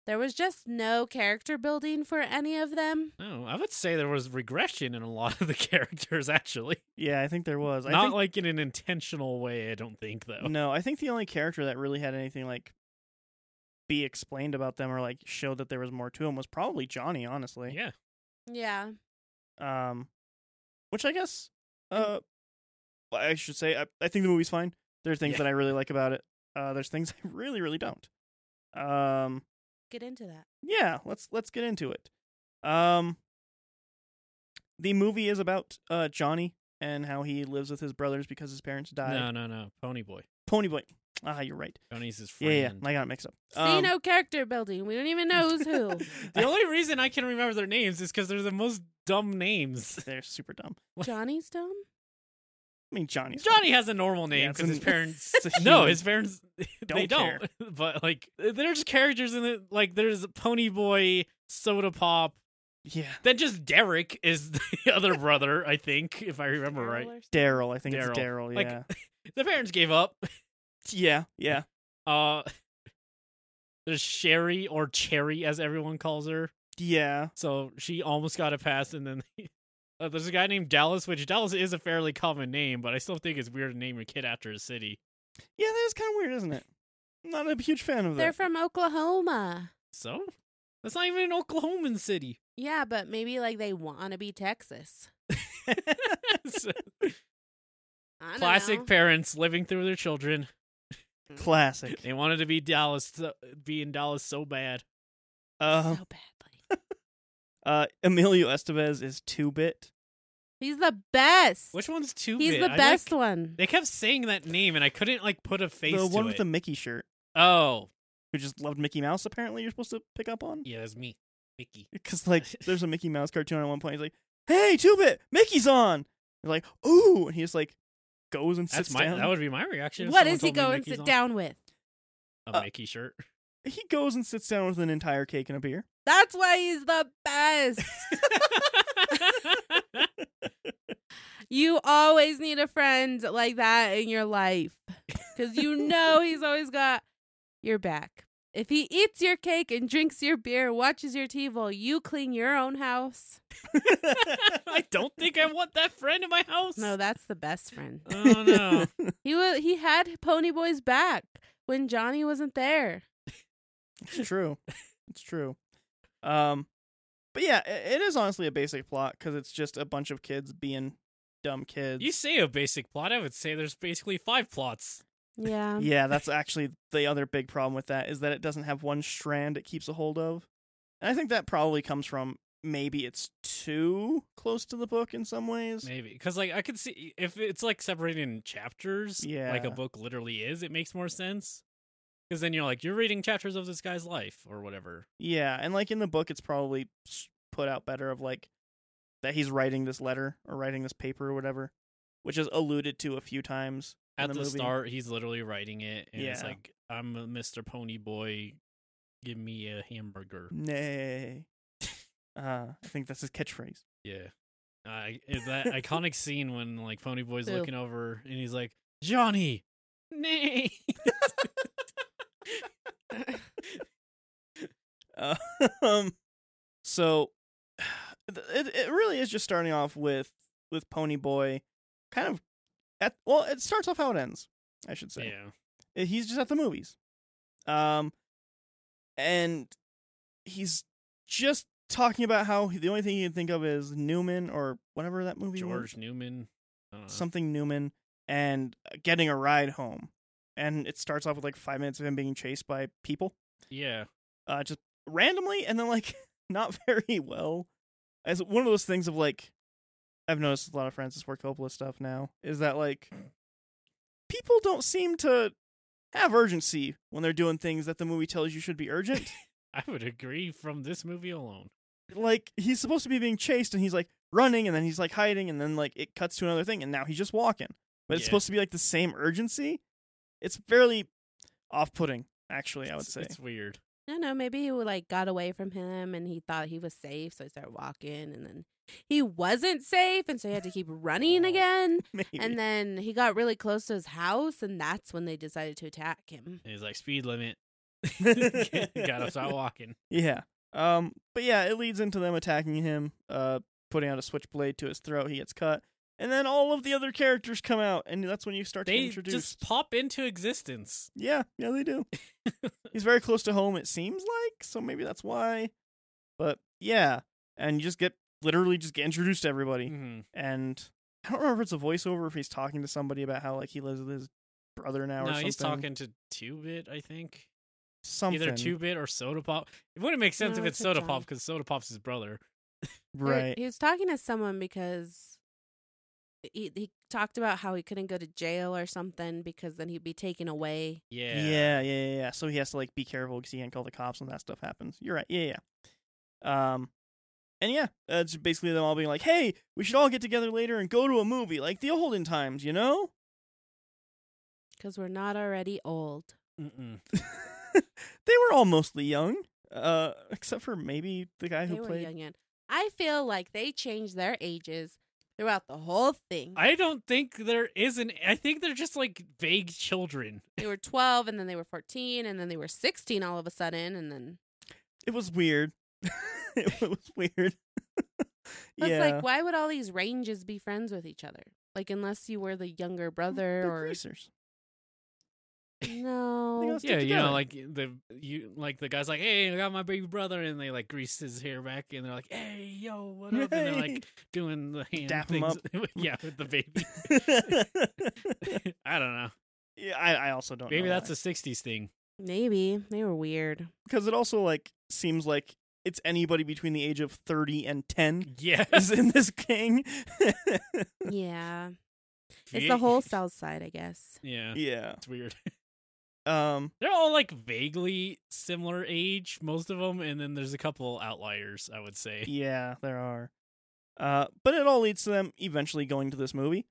S1: there was just no character building for any of them
S3: no, Oh, I would say there was regression in a lot of the characters actually.
S2: yeah. I think there was I
S3: Not
S2: think-
S3: like in an intentional way, I don't think though.
S2: No, I think the only character that really had anything like be explained about them or like showed that there was more to him was probably Johnny, honestly.
S3: Yeah.
S1: yeah
S2: Um, which I guess, uh, I should say I, I think the movie's fine. There's things
S3: Yeah.
S2: that I really like about it. Uh, there's things I really really don't. Um,
S1: get into that
S2: yeah, let's let's get into it. Um, the movie is about uh Johnny and how he lives with his brothers because his parents died.
S3: No, no, no. Pony boy.
S2: Pony Boy. Ah, you're right.
S3: Pony's his
S2: Yeah,
S3: friend.
S2: yeah, I got it mixed up.
S1: see
S2: Um,
S1: no character building we don't even know who's who
S3: The only reason I can remember their names is because they're the most dumb names.
S2: They're super dumb.
S1: johnny's dumb
S2: I mean, Johnny's
S3: Johnny has a normal
S2: Yeah,
S3: name
S2: it's
S3: because
S2: an-
S3: his parents.
S2: it's a
S3: no,
S2: human.
S3: his parents. they
S2: Don't care.
S3: don't. But like, there's characters in it. Like, there's Pony Boy, Soda Pop.
S2: Yeah.
S3: Then just Derek is the other brother, I think, if I remember right.
S1: Daryl or something.
S2: Daryl, I think it's
S3: Daryl.
S2: Daryl.
S3: Like-
S2: Yeah.
S3: The parents gave up.
S2: yeah. Yeah.
S3: Uh, there's Sherry or Cherry, as everyone calls her.
S2: Yeah.
S3: So she almost got a pass, and then uh, there's a guy named Dallas, which Dallas is a fairly common name, but I still think it's weird to name your kid after a city.
S2: Yeah. That is kind of weird, isn't it? I'm not a huge fan of
S1: they're
S2: that.
S1: from oklahoma
S3: So that's not even an Oklahoman city.
S1: Yeah, but maybe like they want to be Texas.
S3: So,
S1: I don't
S3: classic
S1: know.
S3: parents living through their children.
S2: Classic.
S3: They wanted to be Dallas, so, be in Dallas so bad.
S2: Uh,
S1: so badly.
S2: uh, Emilio Estevez is two bit.
S1: He's the best.
S3: Which one's two?
S1: He's
S3: bit?
S1: the
S3: I, like-
S1: best one.
S3: they kept saying that name, and I couldn't like put a face.
S2: The
S3: to
S2: one
S3: it.
S2: with the Mickey shirt,
S3: oh
S2: who just loved Mickey Mouse. Apparently, you're supposed to pick up on
S3: yeah, that's me, Mickey.
S2: because like there's a Mickey Mouse cartoon at one point. He's like, "Hey, two bit, Mickey's on." You're like, "Ooh!" And he just like goes and sits
S3: That's my.
S2: down.
S3: That would be my reaction. if
S1: What
S3: someone
S1: does he
S3: told me
S1: go and
S3: Mickey's
S1: sit
S3: on
S1: down with?
S3: A
S2: Uh,
S3: Mickey shirt.
S2: He goes and sits down with an entire cake and a beer.
S1: That's why he's the best. you always need a friend like that in your life because you know he's always got your back. If he eats your cake and drinks your beer, watches your TV while you clean your own house.
S3: I don't think I want that friend in my house.
S1: No, that's the best friend.
S3: Oh no.
S1: He was he had Ponyboy's back when Johnny wasn't there.
S2: It's true. It's true. Um, but yeah, i it is honestly a basic plot because it's just a bunch of kids being dumb kids.
S3: You say a basic plot, I would say there's basically five plots.
S1: Yeah.
S2: yeah, that's actually the other big problem with that is that it doesn't have one strand it keeps a hold of, and I think that probably comes from maybe it's too close to the book in some ways.
S3: Maybe because like I could see if it's like separated in chapters, like
S2: Yeah.
S3: a book literally is, it makes more sense. Because then you're like you're reading chapters of this guy's life or whatever.
S2: Yeah, and like in the book, it's probably s- put out better of like that he's writing this letter or writing this paper or whatever, which is alluded to a few times in
S3: At the,
S2: movie.
S3: start, he's literally writing it, and it's
S2: Yeah.
S3: like I'm a Mr. Pony Boy, give me a hamburger.
S2: Nay, uh, I think that's his catchphrase.
S3: Yeah, I is that iconic scene when like Pony Boy's
S1: Ew.
S3: looking over and he's like Johnny, nay.
S2: Uh, um, so th- it it really is just starting off with with Pony Boy, kind of at well, it starts off how it ends, I should say.
S3: yeah,
S2: Uh, He's just at the movies. Um and he's just talking about how the only thing he can think of is Newman or whatever that movie
S3: George uh-huh. Newman. Uh, I don't know.
S2: was. Something Newman and uh, getting a ride home. And it starts off with like 5 minutes of him being chased by people
S3: yeah,
S2: uh just randomly and then like not very well. It's one of those things of like I've noticed with a lot of Francis Ford Coppola stuff now is that like people don't seem to have urgency when they're doing things that the movie tells you should be urgent.
S3: I would agree from this movie alone.
S2: like he's supposed to be being chased and he's like running and then he's like hiding and then like it cuts to another thing and now he's just walking. But it's
S3: Yeah.
S2: supposed to be like the same urgency. It's fairly off-putting actually, I would
S3: It's-
S2: say.
S3: it's weird.
S1: No, no, maybe he would, like got away from him and he thought he was safe, so he started walking and then he wasn't safe and so he had to keep running
S3: Oh.
S1: again.
S2: Maybe.
S1: And then he got really close to his house and that's when they decided to attack him.
S3: And he's like speed limit. Gotta start walking.
S2: Yeah. Um. But yeah, it leads into them attacking him, uh, putting out a switchblade to his throat. He gets cut, and then all of the other characters come out, and that's when you start to
S3: They
S2: introduce.
S3: just pop into existence.
S2: Yeah, yeah, they do. He's very close to home. It seems like so. Maybe that's why. But yeah, and you just get literally just get introduced to everybody,
S3: hmm
S2: and I don't remember if it's a voiceover if he's talking to somebody about how like he lives with his brother now
S3: No,
S2: or something.
S3: he's talking to Two Bit, I think.
S2: something
S3: Either Two Bit or Soda Pop. It wouldn't make sense
S1: No,
S3: if it's
S1: it's a
S3: Soda
S1: John.
S3: Pop because Soda Pop's his brother.
S1: Or
S2: right.
S1: He was talking to someone because he he talked about how he couldn't go to jail or something because then he'd be taken away.
S3: Yeah.
S2: Yeah, yeah, yeah, yeah. So he has to like be careful because he can't call the cops when that stuff happens. You're right. Yeah, yeah. Um, and yeah, uh, it's basically them all being like, "Hey, we should all get together later and go to a movie like the olden times," you know?
S1: Because we're not already old.
S3: Mm-mm.
S2: they were all mostly young, uh, except for maybe the guy
S1: They
S2: who
S1: were
S2: played.
S1: young and I feel like they changed their ages throughout the whole thing.
S3: I don't think there is an. I think they're just like vague children.
S1: they were 12 and then they were 14 and then they were 16 all of a sudden and then
S2: It was weird. it was weird.
S1: I was
S2: yeah,
S1: like why would all these ranges be friends with each other? Like unless you were the younger brother
S2: They're
S1: or
S2: greasers.
S1: no.
S2: Stick
S3: Yeah, you know,
S2: together.
S3: like the you like the guy's like, "Hey, I got my baby brother," and they like grease his hair back, and they're like, "Hey, yo, what up?" And they're like doing the hand
S2: Dap 'em
S3: things. yeah, with the baby. I don't know.
S2: yeah, I, I also don't.
S3: Maybe
S2: know
S3: that's
S2: why.
S3: a '60s thing.
S1: Maybe they were weird.
S2: because it also like seems like it's anybody between the age of 30 and 10
S3: Yeah,
S2: is in this gang
S1: yeah. It's the whole south side, I guess.
S3: Yeah,
S2: yeah
S3: it's weird.
S2: um
S3: They're all like vaguely similar age, most of them, and then there's a couple outliers. I would say.
S2: yeah there are uh but it all leads to them eventually going to this movie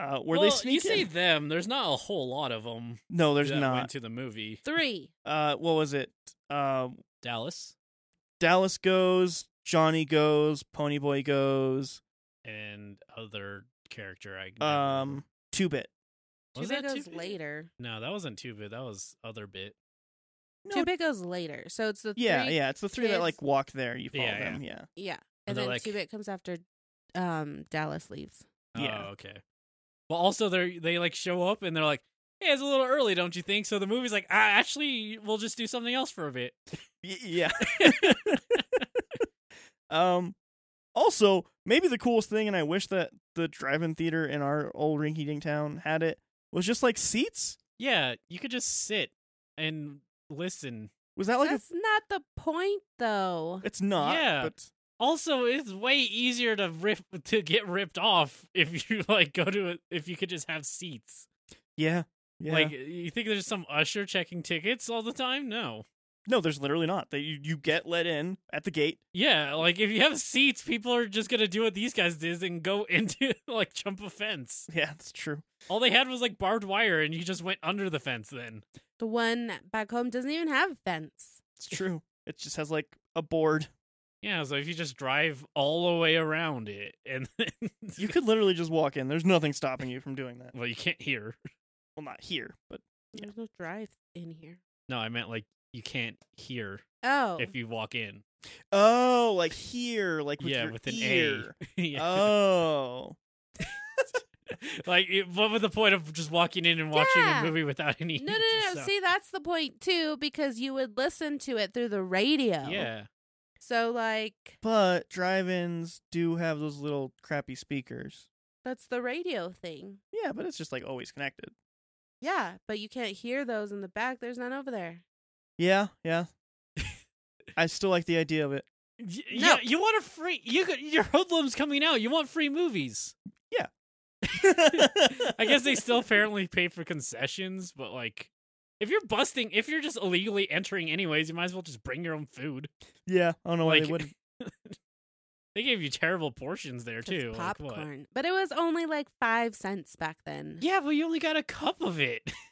S2: uh where
S3: well,
S2: they sneak
S3: you say
S2: in.
S3: them. There's not a whole lot of them.
S2: no there's
S3: that
S2: not
S3: went to the movie.
S1: Three.
S2: uh what was it uh
S3: Dallas
S2: dallas goes johnny goes ponyboy goes
S3: and other character. I never
S2: um two bit
S1: Two
S3: Was
S1: Bit
S3: that
S1: goes
S3: Two Bit?
S1: later.
S3: No, that wasn't two bit. That was other bit.
S2: No.
S1: Two-Bit goes later, so it's the
S2: yeah,
S1: three-
S2: yeah. It's the three that
S1: kids.
S2: like walk there. You follow
S3: Yeah,
S2: them. Yeah.
S1: yeah.
S3: And
S1: And
S3: they're
S1: then
S3: like-
S1: Two-Bit comes after um Dallas leaves.
S2: Yeah.
S3: Oh, okay. But also they they like show up and they're like, "Hey, it's a little early, don't you think?" So the movie's like, ah, "Actually, we'll just do something else for a bit."
S2: Y- yeah. Um. Also, maybe the coolest thing, and I wish that the drive-in theater in our old rinky-dink town had it, was just like seats.
S3: yeah, you could just sit and listen.
S2: Was that like? A,
S1: That's not the point, though.
S2: it's not.
S3: Yeah.
S2: But
S3: Also, it's way easier to rip to get ripped off if you like go to a, if you could just have seats.
S2: yeah. Yeah.
S3: Like, you think there's some usher checking tickets all the time? No.
S2: no, there's literally not. That you, you get let in at the gate.
S3: Yeah, like if you have seats, people are just gonna do what these guys did and go into like jump a fence.
S2: Yeah, that's true.
S3: All they had was like barbed wire, and you just went under the fence. Then
S1: The one back home doesn't even have a fence.
S2: It's true. it just has like a board.
S3: yeah, so if you just drive all the way around it, and then
S2: You could literally just walk in. There's nothing stopping you from doing that.
S3: well, you can't hear.
S2: Well, not here, but Yeah.
S1: There's no drive in here.
S3: No, I meant like you can't hear
S1: Oh,
S3: if you walk in.
S2: oh, like here, like with
S3: yeah,
S2: your
S3: with an
S2: ear.
S3: A. yeah.
S2: Oh,
S3: like it- what was the point of just walking in and watching
S1: Oh. Yeah.
S3: a movie without any?
S1: no, no, no.
S3: sound?
S1: See, that's the point too, because you would listen to it through the radio.
S3: yeah,
S1: So, like,
S2: but drive-ins do have those little crappy speakers.
S1: that's the radio thing.
S2: Yeah, but it's just like always connected.
S1: Yeah, but you can't hear those in the back. There's none over there.
S2: Yeah, yeah. I still like the idea of it.
S3: Y-
S1: No.
S3: yeah. You want a free? You could, your hoodlum's coming out. You want free movies? I guess they still apparently pay for concessions, but like if you're busting, if you're just illegally entering anyways, you might as well just bring your own food.
S2: Yeah, I don't know why
S3: Like,
S2: they wouldn't.
S3: They gave you terrible portions there
S1: 'Cause
S3: too. like, what?
S1: popcorn, but it was only like five cents back then.
S3: Yeah, but you only got a cup of it.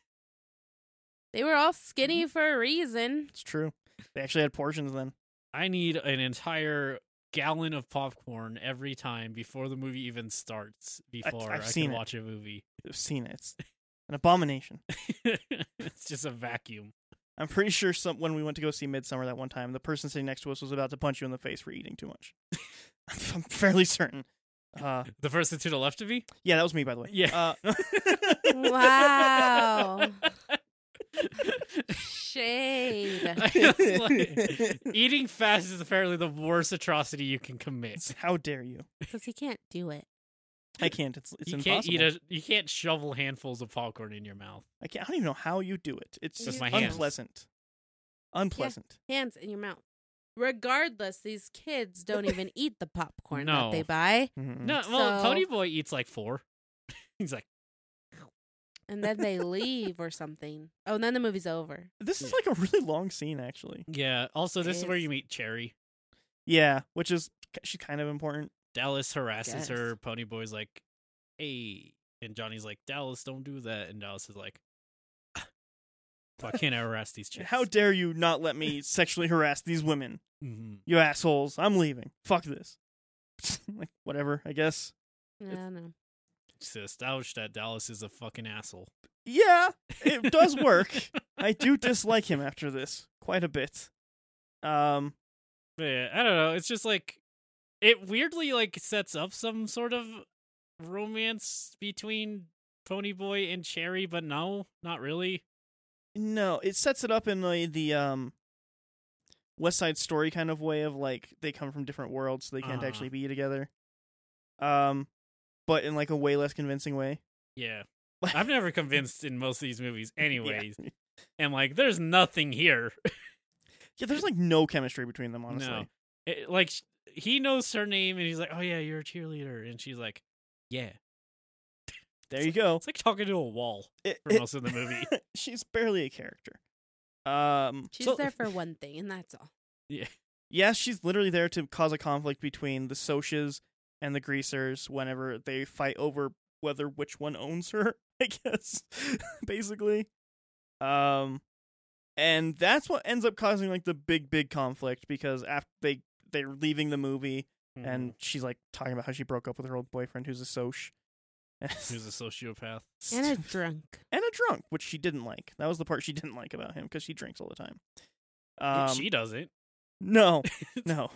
S1: They were all
S3: Mm-hmm.
S1: skinny for a reason.
S2: It's true. They actually had portions then.
S3: I need an entire gallon of popcorn every time before the movie even starts before I,
S2: I've
S3: can
S2: seen it.
S3: watch a movie.
S2: I've seen it. It's an abomination.
S3: it's just a vacuum.
S2: I'm pretty sure some when we went to go see Midsummer that one time, the person sitting next to us was about to punch you in the face for eating too much. I'm, I'm fairly certain. Uh,
S3: The person to the left of me?
S2: yeah, that was me, by the way.
S3: Yeah.
S2: Uh,
S1: Wow. Shade.
S3: I was like, eating fast is apparently the worst atrocity you can commit.
S2: how dare you?
S1: Because he can't do it.
S2: I can't. It's it's
S3: you
S2: impossible.
S3: can't eat a you can't shovel handfuls of popcorn in your mouth.
S2: I can't. I don't even know how you do it. It's
S1: Just
S3: my hands.
S2: unpleasant. Unpleasant.
S1: Hands in your mouth. Regardless, these kids don't even eat the popcorn
S3: No.
S1: that they buy.
S2: Mhm.
S3: No, well,
S1: So-
S3: Pony Boy eats like four. He's like,
S1: And then they leave or something. Oh, and then the movie's over.
S2: This
S3: Hmm.
S2: is like a really long scene, actually.
S3: yeah. Also, this is where
S1: Is-
S3: you meet Cherry.
S2: Yeah, which is she's kind of important.
S3: Dallas harasses
S1: Yes.
S3: her. Pony Boy's like, "Hey," and Johnny's like, "Dallas, don't do that." And Dallas is like, "Ah, "Why can't I harass these chicks?"
S2: How dare you not let me sexually harass these women?
S3: Mhm.
S2: You assholes! I'm leaving. Fuck this. like whatever, I guess.
S1: I don't know.
S3: Just to establish that Dallas is a fucking asshole.
S2: Yeah, it does work. I do dislike him after this quite a bit. Um,
S3: But yeah, I don't know. It's just like it weirdly like sets up some sort of romance between Pony Boy and Cherry, but no, not really.
S2: no, it sets it up in like, the um West Side Story kind of way of like they come from different worlds, so they can't
S3: Uh-huh.
S2: actually be together. Um, but in like a way less convincing way.
S3: Yeah. I'm never convinced in most of these movies anyways.
S2: yeah.
S3: And like there's nothing here.
S2: Yeah, there's like no chemistry between them, honestly.
S3: No. It- like sh- he knows her name and he's like, "Oh yeah, you're a cheerleader." And she's like, "Yeah."
S2: There you go.
S3: It's like talking to a wall
S2: It-
S3: for
S2: it-
S3: most of the movie.
S2: she's barely a character. Um,
S1: She's
S3: So-
S1: there for one thing, and that's all.
S2: Yes, she's literally there to cause a conflict between the Soshas and the Greasers whenever they fight over whether which one owns her, I guess, basically. Um and that's what ends up causing like the big big conflict because after they
S3: Mm-hmm.
S2: they're leaving the movie and she's like talking about how she broke up with her old boyfriend who's a Sosh
S3: He was a sociopath.
S1: and a drunk.
S2: and a drunk, which she didn't like. That was the part she didn't like about him because she drinks all the time. Um,
S3: she doesn't.
S2: no, no.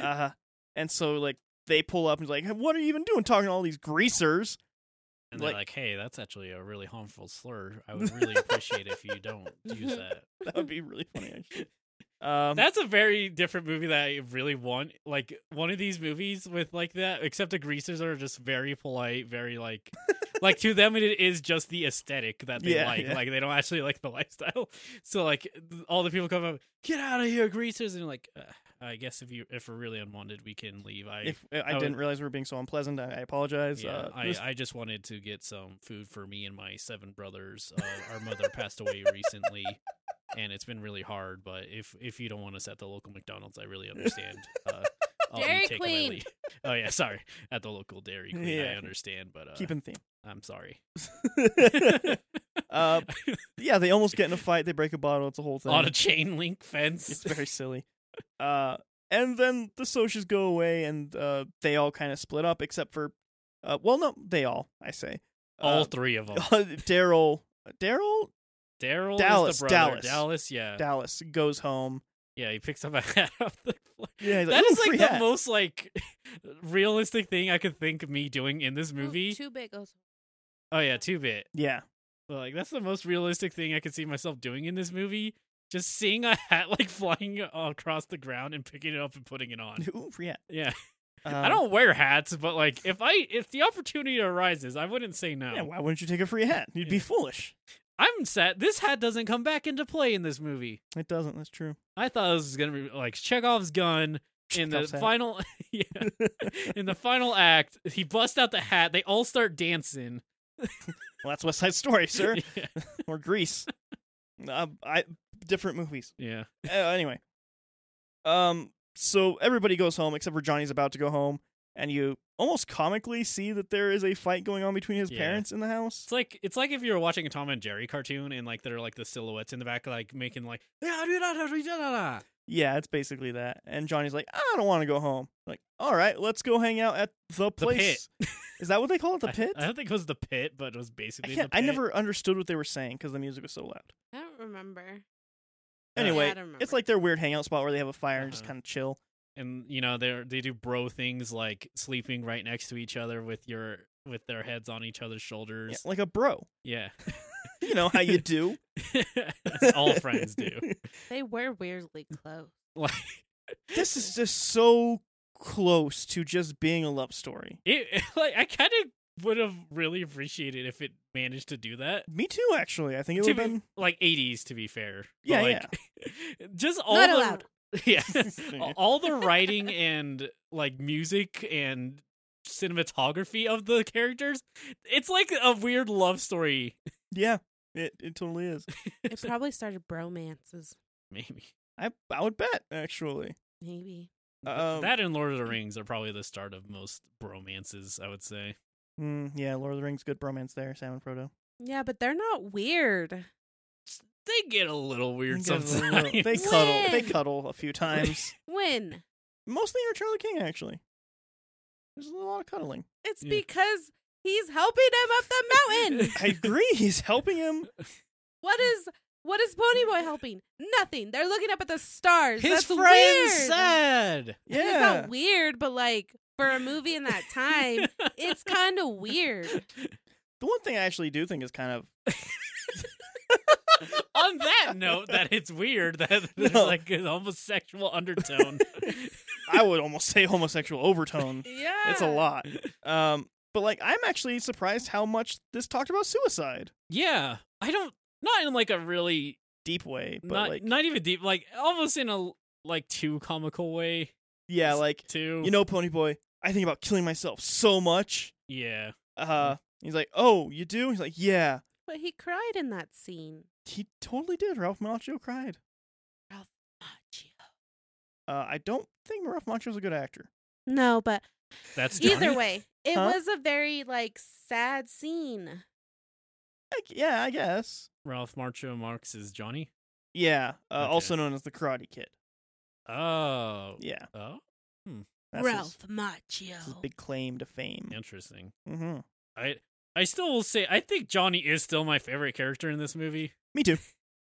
S2: Uh, and so like they pull up and he's like, "Hey, "What are you even doing, talking to all these greasers?"
S3: And they're
S2: like-
S3: like, "Hey, that's actually a really harmful slur. I would really appreciate if you don't use that."
S2: That would be really funny. Actually. Um,
S3: That's a very different movie that I really want. Like one of these movies with like that, except the greasers are just very polite, very like, like to them it is just the aesthetic that they
S2: Yeah,
S3: like.
S2: yeah.
S3: Like they don't actually like the lifestyle. So like th- all the people come up, get out of here, greasers, and like, uh, I guess if you if we're really unwanted, we can leave. I
S2: if I,
S3: would-
S2: didn't realize we were being so unpleasant, I, I apologize.
S3: Yeah,
S2: uh,
S3: I,
S2: this-
S3: I just wanted to get some food for me and my seven brothers. Uh, our mother passed away recently, and it's been really hard. But if if you don't want us at the local McDonald's, I really understand. Uh, I'll be
S1: Dairy
S3: taking my
S1: Queen.
S3: leave. Oh yeah, sorry. At the local Dairy Queen, I
S2: Yeah.
S3: understand, but uh,
S2: keep in theme.
S3: I'm sorry.
S2: uh, yeah, they almost get in a fight. They break a bottle. It's a whole thing.
S3: On a chain link
S2: It's
S3: fence.
S2: very silly. Uh, and then the socias go away, and uh, they all kind of split up, except for, uh, well, no, they all, I say,
S3: All
S2: uh,
S3: three of them.
S2: Daryl, Daryl,
S3: Daryl, is
S2: Dallas,
S3: the brother.
S2: Dallas.
S3: yeah,
S2: Dallas goes home.
S3: yeah. He picks up a hat off the floor.
S2: Yeah, he's
S3: That
S2: "Ooh,
S3: is like
S2: free
S3: the
S2: hat."
S3: most like realistic thing I could think of me doing in this movie.
S1: Two bagels.
S3: Oh yeah, two bit.
S2: Yeah,
S3: Like that's the most realistic thing I could see myself doing in this movie. Just seeing a hat like flying across the ground and picking it up and putting it on.
S2: Ooh, free hat.
S3: Yeah,
S2: Um,
S3: I don't wear hats, but like if I if the opportunity arises, I wouldn't say no.
S2: Yeah, why wouldn't you take a free hat? You'd be
S3: Yeah.
S2: foolish.
S3: I'm sad. This hat doesn't come back into play in this movie.
S2: It doesn't. That's true.
S3: I thought this was gonna be like Chekhov's gun in the
S2: Chekhov's hat.
S3: final. yeah, in the final act, he busts out the hat. They all start dancing.
S2: Well, that's West Side Story, sir,
S3: Yeah.
S2: or Grease. Uh, I different movies.
S3: yeah.
S2: uh, anyway, um, so everybody goes home except for Johnny's about to go home, and you almost comically see that there is a fight going on between his
S3: Yeah.
S2: parents in the house.
S3: It's like it's like if you were watching a Tom and Jerry cartoon and like they're like the silhouettes in the back like making like "Yeah, do da, da, do da, da, da."
S2: Yeah, it's basically that. And Johnny's like, I don't want to go home. Like, all right, let's go hang out at the place. is that what they call it? The
S3: I-
S2: pit?
S3: I, don't think it was the pit, but it was basically
S2: I
S3: the
S2: can't-
S3: pit. Oh,
S2: I never understood what they were saying because the music was so loud.
S1: I don't remember. Yeah,
S2: Anyway,
S1: I don't remember.
S2: it's like their weird hangout spot where they have a fire and just
S3: Uh-huh.
S2: kind of chill.
S3: and you know they are they do bro things like sleeping right next to each other with your with their heads on each other's
S2: Yeah,
S3: shoulders.
S2: like a bro.
S3: Yeah.
S2: You know how you do.
S3: That's all friends do.
S1: they were weirdly close.
S3: Like
S2: this is just so close to just being a love story.
S3: it like I kind of would have really appreciated if it managed to do that.
S2: Me too, actually. I think it
S3: To
S2: would
S3: be,
S2: have been.
S3: like 80s to be fair. But,
S2: Yeah,
S3: like, yeah. just all
S1: Not
S3: the-
S1: allowed.
S3: yeah A- all the writing and like music and cinematography of the characters it's like a weird love story
S2: Yeah, it, it totally is.
S1: It probably started bromances,
S3: maybe
S2: I I would bet actually.
S1: maybe.
S2: Um,
S3: that and lord of the rings are probably the start of most bromances i would say
S2: Mm, yeah, Lord of the Rings, good bromance there, Sam and Frodo.
S1: Yeah, but they're not weird.
S3: they get a little weird
S2: They get a
S3: sometimes
S2: little- They cuddle. They
S1: When?
S2: cuddle a few times.
S1: When?
S2: Mostly in Charlie King, actually. There's a lot of cuddling.
S1: It's
S3: Yeah.
S1: because he's helping him up the mountain.
S2: I agree. He's helping him.
S1: what is what is Ponyboy helping? Nothing. They're looking up at the stars.
S3: his
S1: That's
S3: friend's
S1: weird.
S3: sad
S1: I mean, It's
S2: Yeah,
S1: not weird, but like for a movie in that time, it's kind of weird.
S2: the one thing I actually do think is kind of
S3: on that note that it's weird that there's
S2: No.
S3: like an homosexual undertone
S2: I would almost say homosexual overtone.
S1: Yeah,
S2: It's a lot. Um, but like I'm actually surprised how much this talked about suicide.
S3: yeah i don't not in like a really
S2: Deep way, but
S3: not
S2: like
S3: not even deep, like almost in a like too comical way
S2: yeah, like
S3: too.
S2: you know, Pony Boy, I think about killing myself so much.
S3: yeah,
S2: Uh,
S3: Mm.
S2: he's like, oh, you do? He's like, yeah.
S1: But he cried in that scene.
S2: He totally did. Ralph Macchio cried.
S1: Ah,
S2: Uh, I don't think Ralph Macchio's a good actor.
S1: No, but
S3: that's
S1: either way, it
S2: Huh?
S1: was a very like sad scene.
S2: Like, yeah, I guess.
S3: Ralph Marcho Marx is Johnny.
S2: Yeah, uh,
S3: Okay.
S2: also known as the Karate Kid.
S3: Oh,
S2: Yeah,
S3: oh,
S2: that's his-
S1: Ralph
S2: that's His,
S1: Macchio.
S2: big claim to fame.
S3: interesting.
S2: Mm-hmm.
S3: I I still will say I think Johnny is still my favorite character in this movie.
S2: Me too.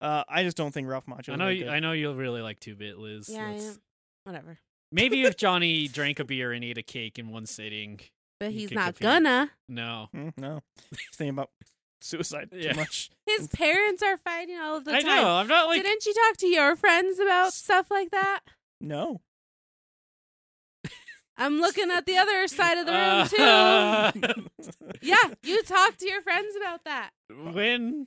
S2: Uh, I just don't think Ralph Macchio.
S3: I
S2: is
S3: know
S2: very
S3: you,
S2: good.
S3: I know you'll really like Two Bit Liz.
S1: Yeah, I
S3: That's-
S1: am. Whatever.
S3: Maybe if Johnny drank a beer and ate a cake in one sitting.
S1: But
S3: You
S1: he's
S3: could
S1: not
S3: compete.
S1: gonna.
S3: No.
S2: Mm, no, Just thinking about suicide
S3: Yeah.
S2: too much.
S1: His parents are fighting all the
S3: I
S1: time.
S3: know. I'm not like
S1: Didn't you talk to your friends about stuff like that?
S2: No,
S1: I'm looking at the other side of the room too.
S3: Uh,
S1: yeah, you talk to your friends about that.
S3: when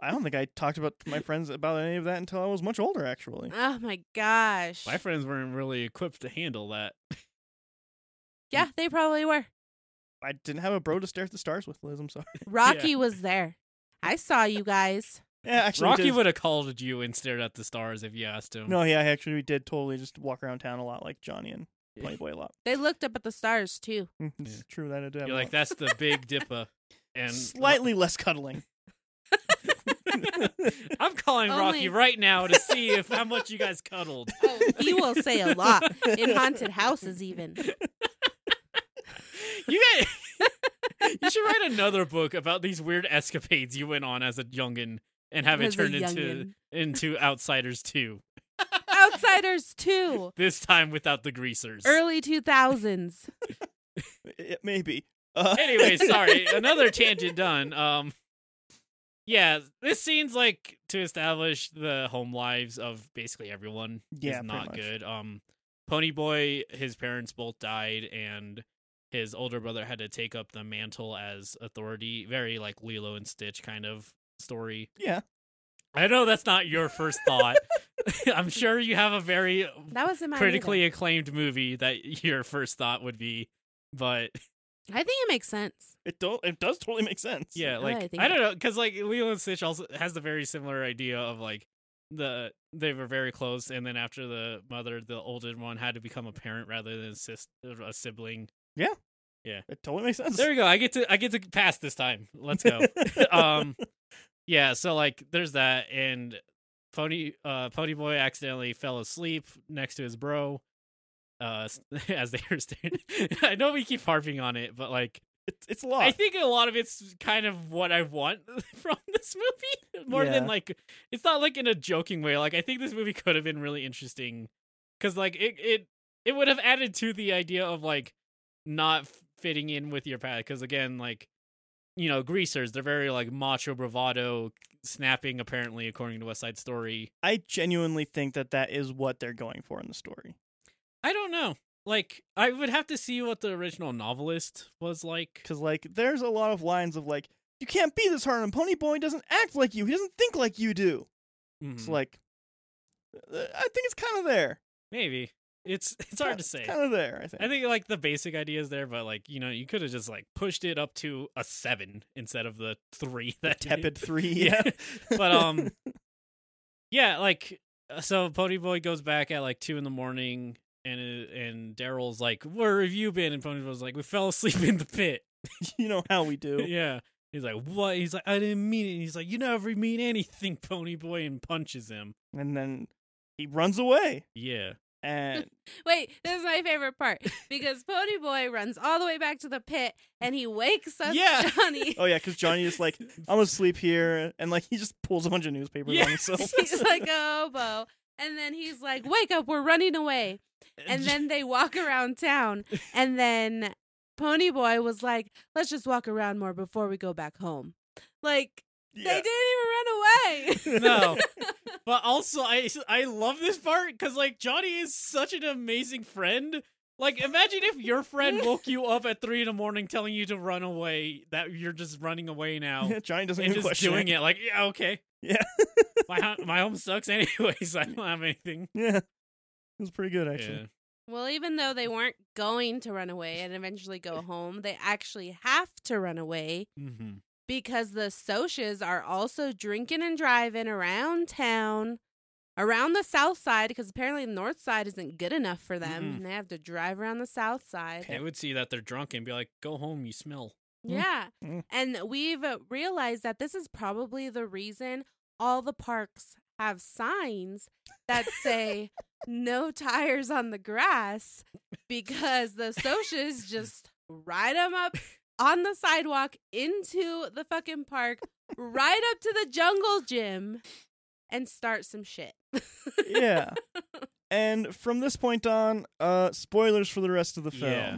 S2: I don't think I talked about my friends about any of that until I was much older. Actually,
S1: Oh my gosh.
S3: my friends weren't really equipped to handle that.
S1: yeah, they probably were.
S2: I didn't have a bro to stare at the stars with. Liz, I'm sorry.
S1: Rocky was there. I saw you guys.
S2: Yeah, actually, we
S3: Rocky
S2: did-
S3: would have called you and stared at the stars if you asked him.
S2: No, yeah, actually, we did totally just walk around town a lot, like Johnny and Playboy a lot.
S1: They looked up at the stars too.
S2: Mm, It's
S3: Yeah.
S2: true that I did. have
S3: You're
S2: a
S3: like
S2: lot.
S3: that's the Big Dipper, and
S2: Slightly less cuddling.
S3: I'm calling
S1: Only-
S3: Rocky right now to see if how much you guys cuddled.
S1: Oh, he will say a lot in haunted houses even.
S3: You guys, you should write another book about these weird escapades you went on as a youngin and have it
S1: As a
S3: turned into
S1: youngin'.
S3: into Outsiders Two.
S1: Outsiders too.
S3: This time without the greasers.
S1: Early 2000s.
S2: It may be. Uh,
S3: anyway, sorry, another tangent done. Um, yeah, this seems like to establish the home lives of basically everyone
S2: Yeah,
S3: is
S2: pretty
S3: not
S2: much.
S3: good. Um, Pony Boy, his parents both died, and his older brother had to take up the mantle as authority. Very like Lilo and Stitch kind of story.
S2: Yeah.
S3: I know that's not your first thought. I'm sure you have a very
S1: That was in my
S3: critically acclaimed movie that your first thought would be, but
S1: I think it makes sense.
S2: It do- It does totally make sense.
S3: Yeah,
S1: now that
S3: like
S1: I
S3: I,
S1: think
S3: don't know, because like Lilo and Stitch also has the very similar idea of like the they were very close, and then after the mother, the older one had to become a parent rather than a, sis- a sibling.
S2: It totally makes sense.
S3: There we go. I get to I get to pass this time. Let's go. um, yeah. So like, there's that, and Pony uh Pony Boy accidentally fell asleep next to his bro. Uh, s- as they were staring, I know we keep harping on it, but like
S2: It's, it's a lot.
S3: I think a lot of it's kind of what I want from this movie more
S2: Yeah.
S3: than like it's not like in a joking way. Like I think this movie could have been really interesting cuz like it it it would have added to the idea of like not fitting in with your path cuz again like you know greasers they're very like macho bravado snapping apparently according to West Side Story.
S2: I genuinely think that that is what they're going for in the story.
S3: I don't know. Like I would have to see what the original novelist was like.
S2: Because, like, there's a lot of lines of, like, you can't be this hard on Pony Boy. He doesn't act like you. He doesn't think like you do. It's
S3: Mhm.
S2: like, uh, I think it's kind of there.
S3: Maybe. It's it's hard to say.
S2: Kind of there, I think.
S3: I think like the basic idea is there, but like you know, you could have just like pushed it up to a seven instead of the three that
S2: Tepid three.
S3: Yeah. but um, yeah, like uh, so, Pony Boy goes back at like two in the morning, and uh, and Daryl's like, "Where have you been?" And Pony Boy's like, "We fell asleep in the pit."
S2: you know how we do.
S3: yeah, he's like, "What?" He's like, "I didn't mean it." And he's like, "You never mean anything, Pony Boy," and punches him.
S2: And then he runs away.
S3: Yeah,
S2: And
S1: Wait, this is my favorite part because Pony Boy runs all the way back to the pit and he wakes up
S3: Yeah.
S1: Johnny.
S2: oh yeah, because Johnny is like, I'm gonna sleep here, and like he just pulls a bunch of newspapers
S3: Yeah.
S2: on himself.
S1: He's like a hobo. And then he's like, wake up, we're running away. And then they walk around town. And then Pony Boy was like, let's just walk around more before we go back home. Like,
S2: Yeah.
S1: they didn't even run away.
S3: No. But also, I I love this part because like Johnny is such an amazing friend. Like, imagine if your friend woke you up at three in the morning telling you to run away. That you're just running away now
S2: Yeah, Johnny doesn't
S3: and
S2: even
S3: just
S2: question
S3: doing it. Like, yeah, okay.
S2: Yeah.
S3: my ho- my home sucks anyways. I don't have anything.
S2: Yeah, it was pretty good
S3: Yeah.
S2: actually.
S1: well, even though they weren't going to run away and eventually go home, they actually have to run away
S3: Mm-hmm.
S1: because the socias are also drinking and driving around town around the south side because apparently the north side isn't good enough for them
S3: Mm-mm.
S1: and they have to drive around the south side
S3: They would see that they're drunk and be like, "Go home, you smell."
S2: Mm.
S1: yeah
S2: Mm.
S1: and we've uh, realized that this is probably the reason all the parks have signs that say no tires on the grass because the socias just ride them up on the sidewalk into the fucking park, right up to the jungle gym, and start some shit.
S2: yeah. And from this point on, uh, spoilers for the rest of the film.
S3: Yeah.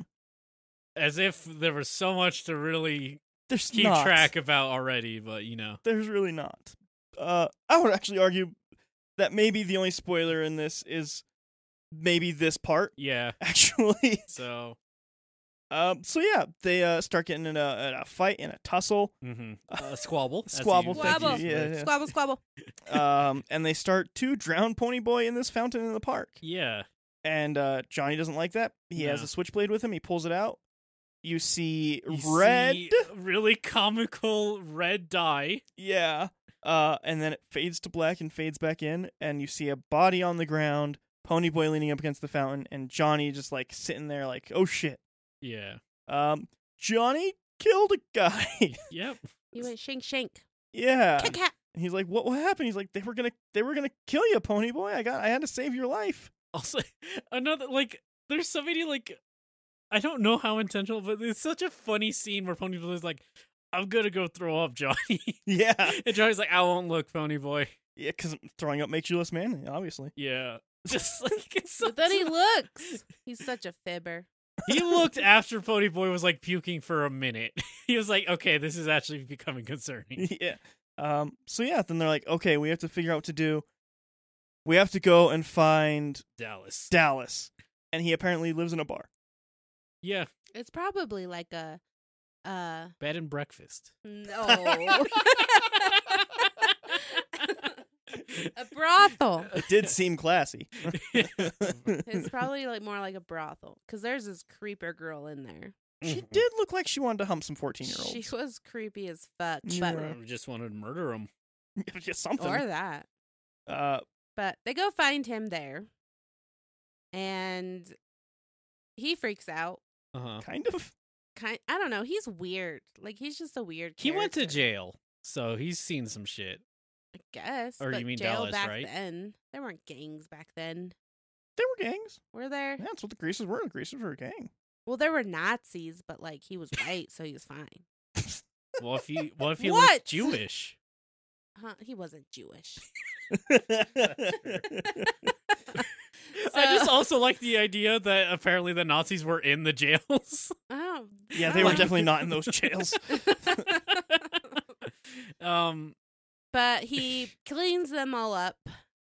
S3: As if there was so much to really
S2: There's
S3: keep
S2: not.
S3: track about already, but you know.
S2: There's really not. Uh, I would actually argue that maybe the only spoiler in this is maybe this part.
S3: Yeah.
S2: Actually,
S3: So
S2: um, so yeah, they uh, start getting in a, in a fight in a tussle,
S3: mhm. uh, squabble. as
S2: Squabble,
S3: you-
S1: thank you.
S3: as you
S2: Yeah,
S3: would.
S2: yeah.
S1: Squabble, squabble.
S2: um, and they start to drown Pony Boy in this fountain in the park.
S3: Yeah.
S2: And uh, Johnny doesn't like that. He has
S3: No.
S2: a switchblade with him. He pulls it out. You see
S3: You
S2: red.
S3: see really comical red dye.
S2: Yeah. Uh, and then it fades to black and fades back in, and you see a body on the ground, Ponyboy leaning up against the fountain, and Johnny just like sitting there, like, oh shit.
S3: Yeah.
S2: Um, Johnny killed a guy.
S3: Yep.
S1: You went shank shank.
S2: yeah.
S1: Cat cat.
S2: And he's like, what, what happened? He's like, they were gonna, they were gonna kill you, Ponyboy. I got, I had to save your life.
S3: Also, another like, there's so many like, I don't know how intentional, but it's such a funny scene where Pony Boy is like, "I'm gonna go throw up, Johnny,"
S2: Yeah.
S3: and Johnny's like, "I won't look, Pony Boy."
S2: Yeah, because throwing up makes you less manly, obviously.
S3: Yeah, just like it's so.
S1: But then he looks. He's such a fibber.
S3: he looked after Pony Boy was like puking for a minute. He was like, "Okay, this is actually becoming concerning."
S2: yeah. Um. So yeah, then they're like, okay, we have to figure out what to do. We have to go and find
S3: Dallas.
S2: Dallas, and he apparently lives in a bar.
S3: Yeah,
S1: It's probably like a uh
S3: bed and breakfast.
S1: no. a brothel.
S2: It did seem classy.
S1: It's probably like more like a brothel because there's this creeper girl in there.
S2: she did look like she wanted to hump some
S1: Mm-hmm. She
S2: fourteen-year-olds.
S1: was creepy as fuck,
S2: Yeah.
S1: but
S3: I just wanted to murder him.
S1: or
S2: something.
S1: that.
S2: Uh,
S1: But they go find him there, and he freaks out.
S3: Uh huh.
S2: kind of.
S1: Kind, I don't know. He's weird. Like he's just a weird.
S3: He went to
S1: character,
S3: jail, so he's seen some shit.
S1: I guess.
S3: or you
S1: but
S3: mean
S1: jail
S3: Dallas,
S1: back
S3: right?
S1: Then there weren't gangs back then.
S2: They were gangs.
S1: Were there?
S2: Yeah, that's what the Greasers were. The Greasers were a gang.
S1: Well, there were Nazis, but like he was white, so he was fine.
S3: Well, if he, well, if he
S1: What?
S3: looked Jewish,
S1: Huh? He wasn't Jewish.
S3: I just
S1: So-
S3: also like the idea that apparently the Nazis were in the jails.
S1: oh,
S2: yeah, they were
S1: wow.
S2: definitely not in those jails.
S3: um,
S1: but he cleans them all up,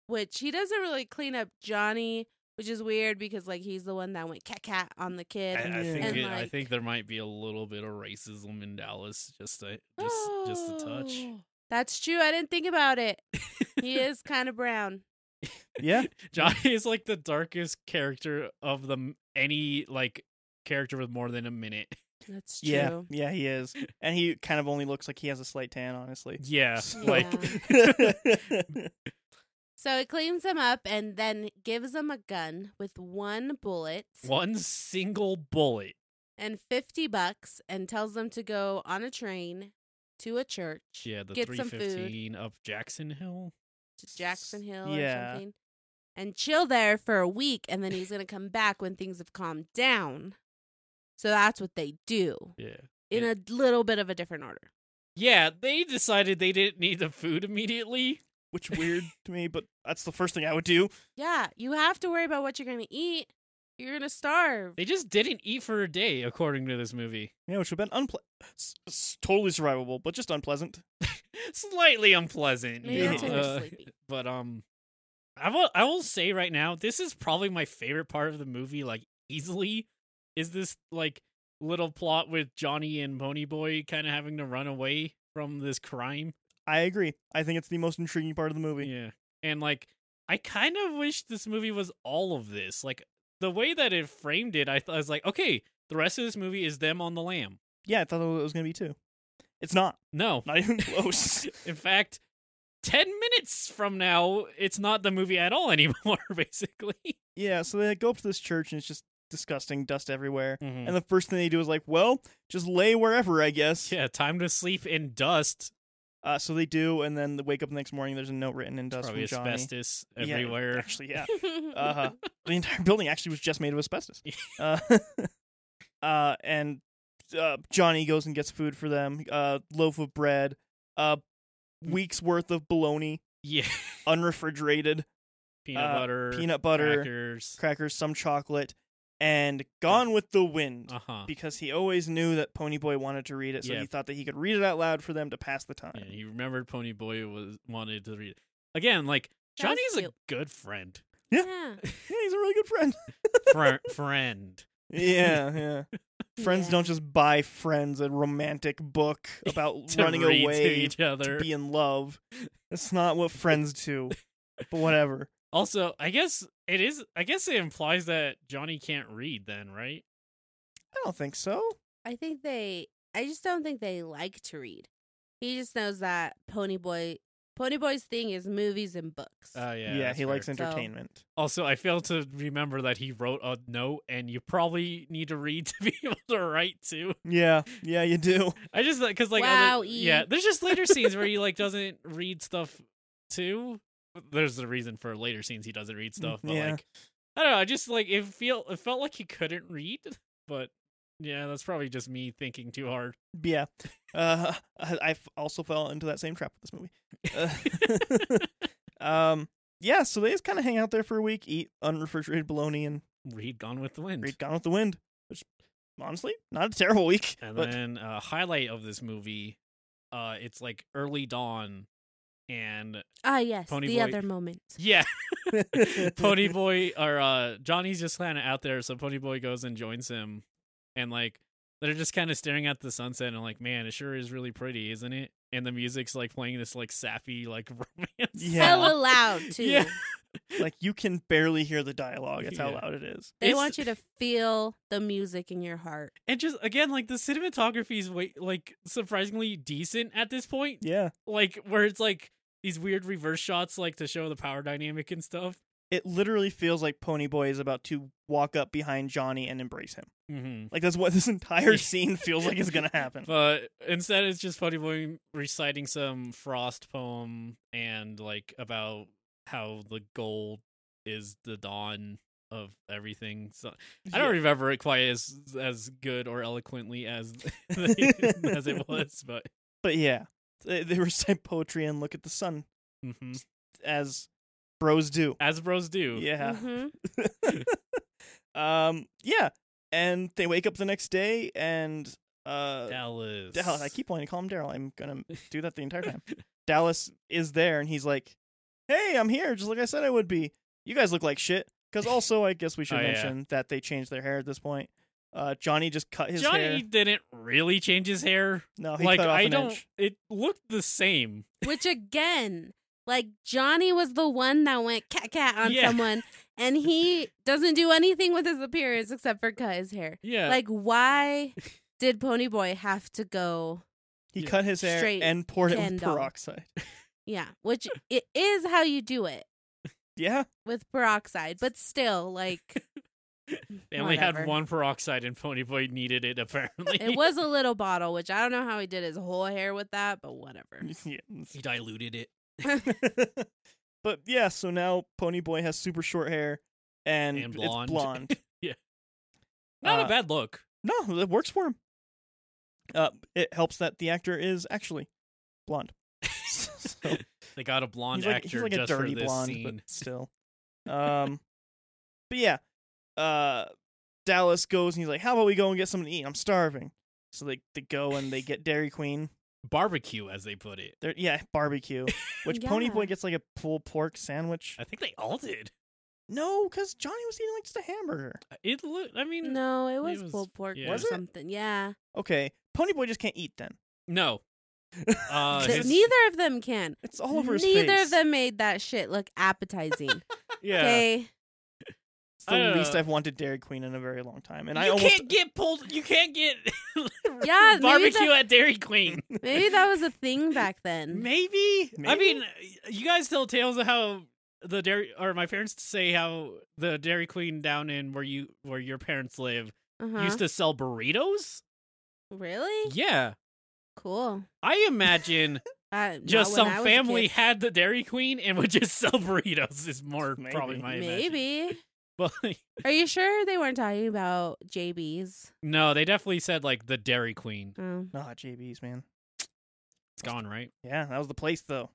S1: which he doesn't really clean up Johnny, which is weird because like he's the one that went cat cat on the
S3: I,
S1: kid.
S3: I
S2: Yeah.
S3: think
S1: And,
S3: it, I
S1: like-
S3: think there might be a little bit of racism in Dallas, just a, just just a touch.
S1: Oh, That's true. I didn't think about it. Oh, He is kind of brown.
S2: yeah,
S3: Johnny is like the darkest character of the any like character with more than a minute.
S1: That's true.
S2: yeah, yeah. He is, and he kind of only looks like he has a slight tan, honestly.
S3: Yeah,
S2: So-
S3: like
S1: So he cleans them up and then gives them a gun with one bullet
S3: one single bullet.
S1: and 50 bucks and tells them to go on a train to a church
S3: Yeah, the
S1: Get
S3: three
S1: some food.
S3: fifteen up Jackson Hill.
S1: to Jackson Hill
S2: Yeah.
S1: or something and chill there for a week and then he's going to come back when things have calmed down. So that's what they do
S3: Yeah.
S1: in a little bit of a different order.
S3: Yeah, they decided they didn't need the food immediately.
S2: Which weird to me, but that's the first thing I would do.
S1: Yeah, you have to worry about what you're going to eat. You're going to starve.
S3: They just didn't eat for a day, according to this movie.
S2: Yeah, which would have been unple- s- s- totally survivable, but just unpleasant.
S3: Slightly unpleasant.
S1: Maybe
S3: you
S1: that's
S3: know,
S1: why
S3: uh,
S1: they're sleepy.
S3: but um I will I will say right now, this is probably my favorite part of the movie, like easily, is this like little plot with Johnny and Ponyboy kind of having to run away from this crime.
S2: I agree. I think it's the most intriguing part of the movie.
S3: Yeah. And like I kind of wish this movie was all of this. Like the way that it framed it, I, th- I was like, okay, the rest of this movie is them on the lam.
S2: Yeah, I thought it was going to be two. It's not.
S3: No.
S2: Not even close.
S3: In fact, 10 minutes from now, it's not the movie at all anymore, basically.
S2: yeah, so they go up to this church and it's just disgusting, dust everywhere.
S3: Mm.
S2: And the first thing they do is like, well, just lay wherever, I guess.
S3: Yeah, time to sleep in dust.
S2: Uh, so they do, and then they wake up the next morning. There's a note written in dust
S3: Probably
S2: from Johnny.
S3: asbestos
S2: Yeah,
S3: everywhere.
S2: actually, yeah. Uh huh. the entire building actually was just made of asbestos. Uh, uh, and uh, Johnny goes and gets food for them, uh, loaf of bread, uh,
S3: Mm.
S2: week's worth of bologna,
S3: Yeah.
S2: unrefrigerated
S3: Peanut
S2: Uh,
S3: butter.
S2: peanut butter,
S3: Crackers.
S2: crackers, some chocolate, and Gone with the Wind.
S3: Uh huh.
S2: Because he always knew that Pony Boy wanted to read it, so
S3: Yeah.
S2: he thought that he could read it out loud for them to pass the
S3: Yeah,
S2: time.
S3: he remembered Pony Boy was wanted to read it. Again, like
S1: That was
S3: Johnny's a
S1: cute.
S3: good friend.
S1: Yeah.
S2: Yeah, he's a really good friend.
S3: Fr- friend.
S2: yeah, yeah. Friends
S1: Yeah.
S2: don't just buy friends a romantic book about
S3: To
S2: running
S3: read to
S2: away
S3: each other.
S2: to be in love. That's not what friends do. But whatever.
S3: also, I guess it is. I guess it implies that Johnny can't read. Then, right?
S2: I don't think so.
S1: I think they. I just don't think they like to read. He just knows that Pony Boy. Pony Boy's thing is movies and books.
S3: Oh yeah.
S2: Yeah,
S3: that's
S2: he
S3: fair.
S2: likes entertainment.
S3: Also, I fail to remember that he wrote a note, and you probably need to read to be able to write too.
S2: Yeah, yeah, you do.
S3: I just because like
S1: Wow,
S3: other-
S1: E.
S3: yeah, there's just later scenes where he like doesn't read stuff too. There's a reason for later scenes he doesn't read stuff, but
S2: Mm, yeah.
S3: like I don't know. I just like it feel it felt like he couldn't read, but yeah, that's probably just me thinking too hard.
S2: Yeah. Uh, I, I f- also fell into that same trap with this movie. Uh, um, yeah, so they just kind of hang out there for a week, eat unrefrigerated bologna, and
S3: Read Gone with the Wind,
S2: read Gone with the Wind, which, honestly, not a terrible week.
S3: and
S2: but
S3: then uh, highlight of this movie, uh, it's like early dawn, and
S1: Ah, yes.
S3: Pony
S1: the
S3: Boy-
S1: other moment.
S3: yeah, Pony Boy or uh Johnny's just kind of out there, so Pony Boy goes and joins him, and like they're just kind of staring at the sunset and like, man, it sure is really pretty, isn't it? And the music's like playing this like sappy like romance.
S2: Yeah.
S1: Hella loud, too.
S3: Yeah.
S2: like you can barely hear the dialogue. That's how
S3: Yeah.
S2: loud it is.
S1: They
S3: It's-
S1: want you to feel the music in your heart.
S3: and just again, like the cinematography is way, like surprisingly decent at this point.
S2: Yeah,
S3: Like where it's like these weird reverse shots, like to show the power dynamic and stuff.
S2: it literally feels like Pony Boy is about to walk up behind Johnny and embrace him.
S3: Mm-hmm.
S2: Like that's what this entire scene feels like is gonna happen.
S3: But instead, it's just Funny Boy reciting some Frost poem and like about how the gold is the dawn of everything. So I don't remember it quite as as good or eloquently as as it was, but
S2: But yeah, they, they recite poetry and look at the sun
S3: mhm.
S2: as bros do.
S3: as bros do.
S2: Yeah.
S1: hmm
S2: Um. Yeah. And they wake up the next day and uh.
S3: Dallas.
S2: Dallas. I keep wanting to call him Daryl. I'm gonna do that the entire time. Dallas is there, and he's like, "Hey, I'm here, just like I said I would be. You guys look like shit." Because also, I guess we should
S3: Oh, yeah.
S2: mention that they changed their hair at this point. Uh, Johnny just cut his
S3: Johnny
S2: hair.
S3: didn't really change his hair.
S2: No, he
S3: like
S2: cut off
S3: I
S2: an
S3: don't.
S2: inch.
S3: It looked the same.
S1: Which, again, like Johnny was the one that went cat cat on
S3: Yeah.
S1: someone, and he doesn't do anything with his appearance except for cut his hair.
S3: Yeah.
S1: Like, why did Pony Boy have to go?
S2: He
S3: Yeah.
S2: cut his hair
S1: Straight
S2: and poured it with
S1: Ken doll.
S2: peroxide.
S1: Yeah, which it is how you do it
S2: Yeah,
S1: with peroxide, but still, like,
S3: they only had
S1: whatever.
S3: one peroxide, and Pony Boy needed it apparently.
S1: it was a little bottle, which I don't know how he did his whole hair with that, but whatever.
S2: yeah.
S3: He diluted it.
S2: but yeah, so now Pony Boy has super short hair and,
S3: And blonde.
S2: it's blonde.
S3: Not
S2: Uh,
S3: a bad look.
S2: no, it works for him. Uh, it helps that the actor is actually blonde. So-
S3: They got a blonde
S2: he's like,
S3: actor
S2: he's like a
S3: just
S2: dirty
S3: for this
S2: blonde,
S3: scene.
S2: but still. Um, but yeah, uh, Dallas goes and he's like, "How about we go and get something to eat? I'm starving." So they they go and they get Dairy Queen.
S3: Barbecue, as they put it.
S2: They're, yeah, barbecue. Which Pony
S1: Yeah.
S2: Boy gets like a pulled pork sandwich.
S3: I think they all did.
S2: No, because Johnny was eating like just a hamburger.
S3: It. Lo- I mean, no.
S1: No, it was,
S3: was-
S1: pulled pork
S3: yeah.
S1: or
S2: Was it?
S1: something. Yeah.
S2: Okay, Pony Boy just can't eat then.
S3: Uh,
S1: Th-
S3: his-
S1: neither of them can.
S2: It's all over his
S1: neither
S2: face.
S1: of them made that shit look appetizing.
S3: yeah.
S1: Okay.
S2: It's the
S3: I don't
S2: least
S3: know.
S2: I've wanted Dairy Queen in a very long time, and I
S3: you
S2: almost
S3: can't get pulled. You can't get.
S1: maybe
S3: barbecue
S1: that-
S3: at Dairy Queen.
S1: Maybe that was a thing back then.
S3: Maybe. I
S2: Maybe.
S3: mean, you guys tell tales of how the dairy, or my parents say how the Dairy Queen down in where you where your parents live
S1: Uh-huh.
S3: used to sell burritos.
S1: really?
S3: Yeah.
S1: Cool.
S3: I imagine
S1: Uh, not
S3: just
S1: when
S3: some
S1: I was a
S3: family
S1: kid.
S3: had the Dairy Queen and would just sell burritos is more
S2: Maybe.
S3: probably my imagine.
S1: Maybe.
S3: But like,
S1: Are you sure they weren't talking about JB's?
S3: no, they definitely said like the Dairy Queen.
S1: Oh.
S2: Nah, JB's, man.
S3: It's gone, right?
S2: Yeah, that was the place, though.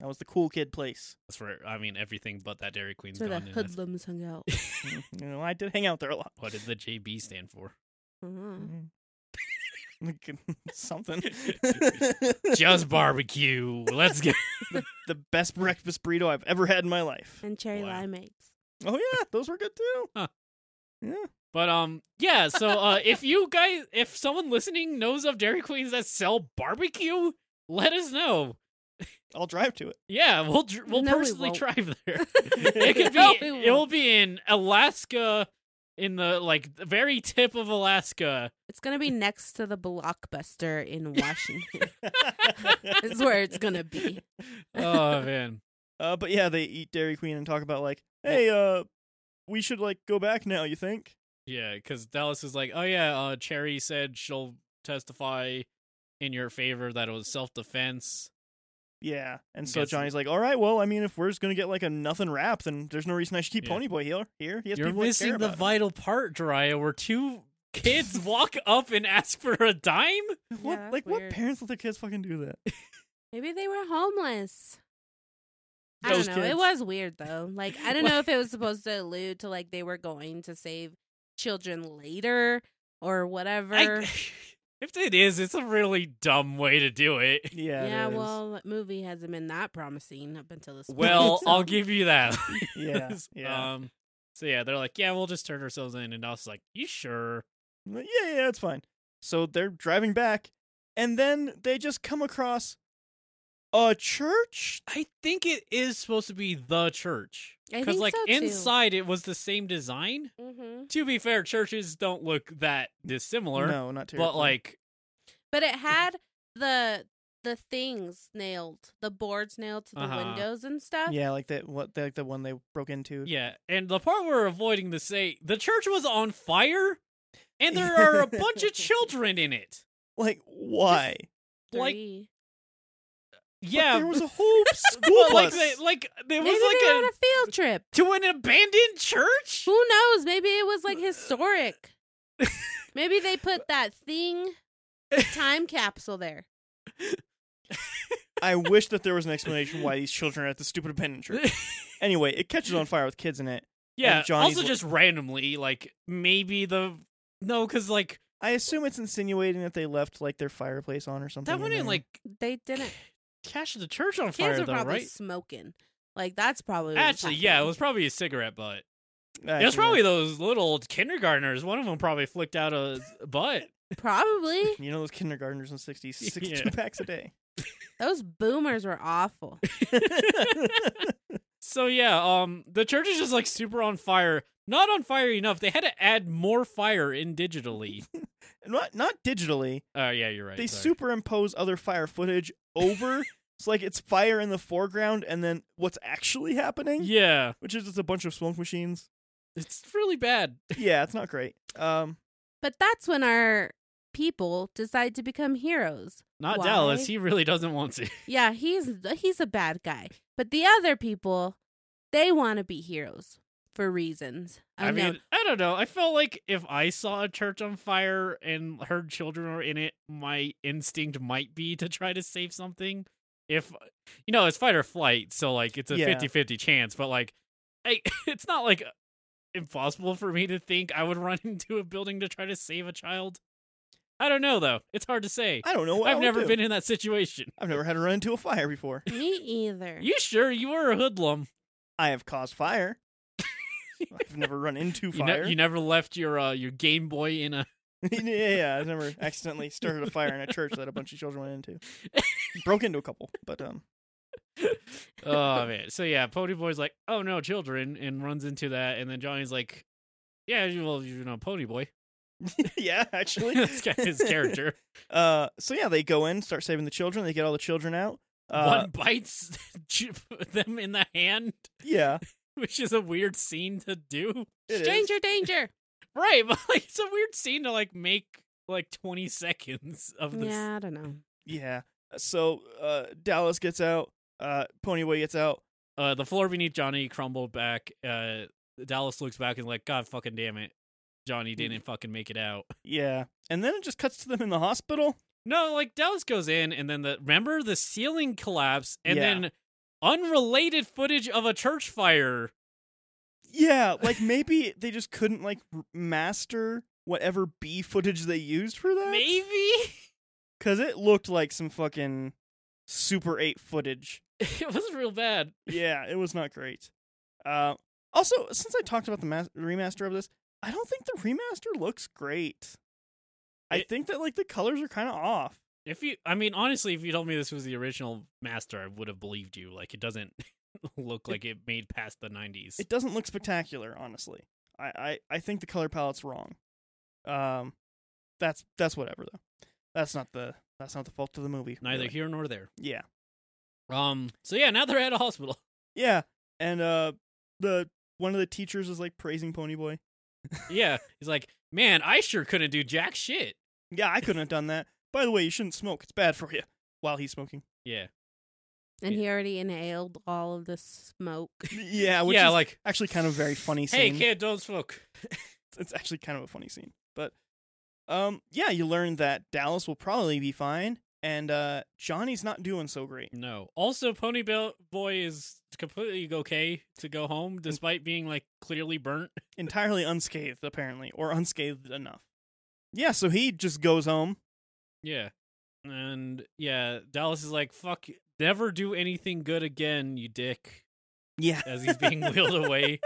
S2: That was the cool kid place.
S3: That's where I mean everything but that Dairy Queen's
S1: That's where the
S3: gone. and
S1: hoodlums
S3: that's-
S1: hung out.
S2: Mm, you know, I did hang out there a lot.
S3: what did the JB stand for?
S1: Mhm.
S2: Mm. Something.
S3: Just barbecue. Let's get.
S2: the best breakfast burrito I've ever had in my life.
S1: And cherry
S3: Wow.
S1: limeades.
S2: Oh yeah, those were good too.
S3: Huh.
S2: Yeah,
S3: But um, yeah. So uh, if you guys, if someone listening knows of Dairy Queens that sell barbecue, let us know.
S2: I'll drive to it.
S3: Yeah, we'll dr- we'll
S1: No, we
S3: personally
S1: won't.
S3: drive there. it could be.
S1: No, we
S3: it will
S1: won't.
S3: be in Alaska, in the like the very tip of Alaska.
S1: It's gonna be next to the blockbuster in Washington. is where it's gonna be.
S3: Oh man.
S2: Uh, but yeah, they eat Dairy Queen and talk about like, hey, uh, we should like go back now. You think?
S3: Yeah, because Dallas is like, oh yeah, uh, Cherry said she'll testify in your favor that it was self defense.
S2: Yeah. And so
S3: Guess-
S2: Johnny's like, all right, well, I mean, if we're just gonna get like a nothing wrap, then there's no reason I should keep
S3: Yeah.
S2: Pony Boy here. Here, he has
S3: You're
S2: people that care
S3: missing the
S2: about him.
S3: vital part, Jiraiya, where two kids walk up and ask for a dime.
S2: What?
S1: Yeah, that's
S2: like, what
S1: weird.
S2: parents let their kids fucking do that?
S1: Maybe they were homeless. I
S2: Those
S1: don't know. It
S2: kids.
S1: was weird though. Like I don't know if it was supposed to allude to like they were going to save children later or whatever.
S3: I, if it is, it's a really dumb way to do it.
S2: Yeah.
S1: yeah,
S2: it is.
S1: well, that movie hasn't been that promising up until this point,
S3: Well, oh,
S1: so-
S3: I'll give you that.
S2: Yeah. Yeah.
S3: Um, so yeah, they're like, yeah, we'll just turn ourselves in, and I was like, you sure?
S2: I'm like, yeah, yeah, it's fine. So they're driving back, and then they just come across a church.
S3: I think it is supposed to be the church
S1: I
S3: because
S1: think
S3: like
S1: so, too.
S3: inside it was the same design.
S1: Mhm.
S3: To be fair, churches don't look that dissimilar,
S2: No, not terrible.
S3: but like
S1: But it had the the things nailed, the boards nailed to the
S3: Uh-huh.
S1: windows and stuff.
S2: yeah, like that. What the, the one they broke into?
S3: Yeah, and the part we're avoiding to say the church was on fire, and there are a bunch of children in it.
S2: Like why?
S3: Like-
S1: Three.
S2: But
S3: Yeah,
S2: there was a whole school
S3: but like
S2: bus.
S3: they, like there
S1: Maybe
S3: was
S1: they
S3: like
S1: on
S3: a,
S1: a field trip.
S3: to an abandoned church.
S1: Who knows? Maybe it was like historic. Maybe they put that thing time capsule there.
S2: I wish that there was an explanation why these children are at the stupid abandoned church. Anyway, it catches on fire with kids in it.
S3: yeah,
S2: And Johnny's
S3: also
S2: li-
S3: just randomly like maybe the no because like
S2: I assume it's insinuating that they left like their fireplace on or something.
S3: that
S2: in
S3: wouldn't
S2: there.
S3: like
S1: They didn't.
S3: catch the church on
S1: Kids
S3: fire
S1: were
S3: though,
S1: probably
S3: right?
S1: smoking. Like that's probably what was
S3: Actually, yeah, it
S1: happening.
S3: was probably a cigarette butt.
S2: Actually,
S3: It was probably those little kindergartners. One of them probably flicked out a butt.
S1: probably
S2: You know those kindergartners in the 60s, six
S3: Yeah.
S2: two packs a day.
S1: those boomers were awful.
S3: So yeah, um, the church is just like super on fire. Not on fire enough. They had to add more fire in digitally.
S2: not not digitally.
S3: Oh yeah, you're right.
S2: they
S3: sorry.
S2: superimpose other fire footage over. it's like it's fire in the foreground and then what's actually happening,
S3: Yeah,
S2: which is just a bunch of smoke machines.
S3: it's really bad.
S2: Yeah, it's not great. Um,
S1: But that's when our people decide to become heroes.
S3: Not
S1: Why?
S3: Dallas. He really doesn't want to.
S1: Yeah, he's he's a bad guy. But the other people, they want to be heroes for reasons.
S3: I
S1: unknown.
S3: mean, I don't know. I felt like if I saw a church on fire and heard children were in it, my instinct might be to try to save something. If you know, it's fight or flight, so like it's a
S2: Yeah.
S3: 50-50 chance, but like I, it's not like impossible for me to think I would run into a building to try to save a child. I don't know though. It's hard to say.
S2: I don't know. What I
S3: I've
S2: would
S3: never
S2: do.
S3: been in that situation.
S2: I've never had to run into a fire before.
S1: me either.
S3: You sure you were a hoodlum?
S2: I have caused fire. I've never run into
S3: You, ne-
S2: fire.
S3: you never left your uh, your Game Boy in a
S2: yeah, yeah, I've never accidentally started a fire in a church that a bunch of children went into. Broke into a couple, but um,
S3: oh man. So yeah, Pony Boy's like, oh no, children, and runs into that, and then Johnny's like, yeah, you- well, you know, Pony Boy.
S2: yeah, actually,
S3: That's kind of his character.
S2: Uh, so yeah, they go in, start saving the children. They get all the children out. Uh,
S3: One bites ch- them in the hand,
S2: yeah,
S3: which is a weird scene to do.
S2: it is.
S1: Stranger danger.
S3: Right, but like it's a weird scene to like make like twenty seconds of this.
S1: yeah, I don't know.
S2: Yeah. So uh, Dallas gets out. Uh, Ponyboy gets out.
S3: Uh, the floor beneath Johnny crumbled back. Uh, Dallas looks back and like, God fucking damn it, Johnny didn't fucking make it out.
S2: Yeah. And then it just cuts to them in the hospital.
S3: No, like Dallas goes in and then the remember the ceiling collapse and
S2: Yeah.
S3: then unrelated footage of a church fire.
S2: Yeah, like maybe they just couldn't like r- master whatever B footage they used for that.
S3: Maybe
S2: Cuz it looked like some fucking Super 8 footage.
S3: it was real bad.
S2: Yeah, it was not great. Uh, also, since I talked about the mas- remaster of this, I don't think the remaster looks great. I
S3: It-
S2: think that like the colors are kind of off.
S3: If you, I mean, honestly, if you told me this was the original master, I would have believed you. Like it doesn't look like it made past the nineties.
S2: It doesn't look spectacular, honestly. I, I, I think the color palette's wrong. Um, that's that's whatever though. That's not the that's not the fault of the movie.
S3: Neither
S2: really.
S3: here nor there.
S2: Yeah,
S3: Um. So yeah, now they're at a hospital.
S2: yeah. And uh, the one of the teachers is like praising Ponyboy.
S3: yeah, he's like, man, I sure couldn't do jack shit.
S2: Yeah, I couldn't have done that. By the way, you shouldn't smoke. It's bad for you. While he's smoking.
S3: Yeah.
S1: And he already inhaled all of the smoke.
S2: Yeah, Uh, which
S3: yeah,
S2: is
S3: like,
S2: actually kind of a very funny
S3: hey
S2: scene.
S3: kid, don't smoke.
S2: It's actually kind of a funny scene. But um yeah, you learn that Dallas will probably be fine and uh Johnny's not doing so great.
S3: No. Also, Pony Bill Boy is completely okay to go home, despite being like clearly burnt.
S2: Entirely unscathed apparently or unscathed enough. Yeah, so he just goes home.
S3: Yeah. And yeah, Dallas is like, fuck, never do anything good again, you dick,
S2: Yeah.
S3: as he's being wheeled away.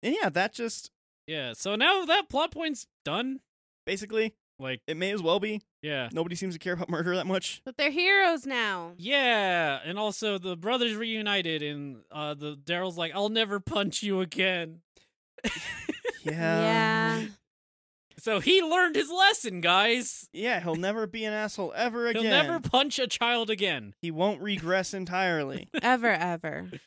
S2: And yeah, that just
S3: Yeah. So now that plot point's done.
S2: basically
S3: Like,
S2: it may as well be.
S3: yeah.
S2: Nobody seems to care about murder that much.
S1: But they're heroes now.
S3: Yeah, and also the brothers reunited, and uh, the Daryl's like, "I'll never punch you again."
S2: Yeah.
S1: Yeah.
S3: So he learned his lesson, guys.
S2: Yeah, he'll never be an asshole ever again.
S3: He'll never punch a child again.
S2: He won't regress entirely.
S1: ever, ever.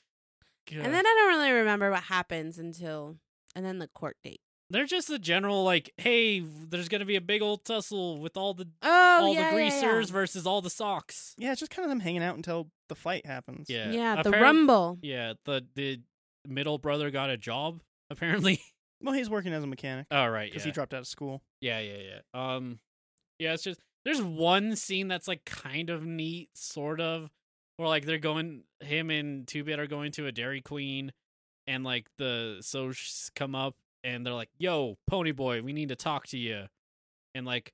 S1: And then I don't really remember what happens until and then the court date.
S3: They're just the general like, "Hey, there's gonna be a big old tussle with all the
S1: Oh,
S3: all
S1: yeah,
S3: the
S1: yeah, yeah.
S3: greasers versus all the socks."
S2: yeah, it's just kind of them hanging out until the fight happens.
S1: Yeah,
S3: Yeah,
S1: the
S3: Apparent-
S1: rumble.
S3: Yeah, the the middle brother got a job apparently.
S2: Well, he's working as a mechanic
S3: All right,
S2: because
S3: yeah.
S2: he dropped out of school.
S3: Yeah, yeah, yeah. Um yeah, it's just there's one scene that's like kind of neat, sort of, where like they're going him and Two Bit are going to a Dairy Queen and like the Sochs come up and they're like, Yo, Pony Boy, we need to talk to you and like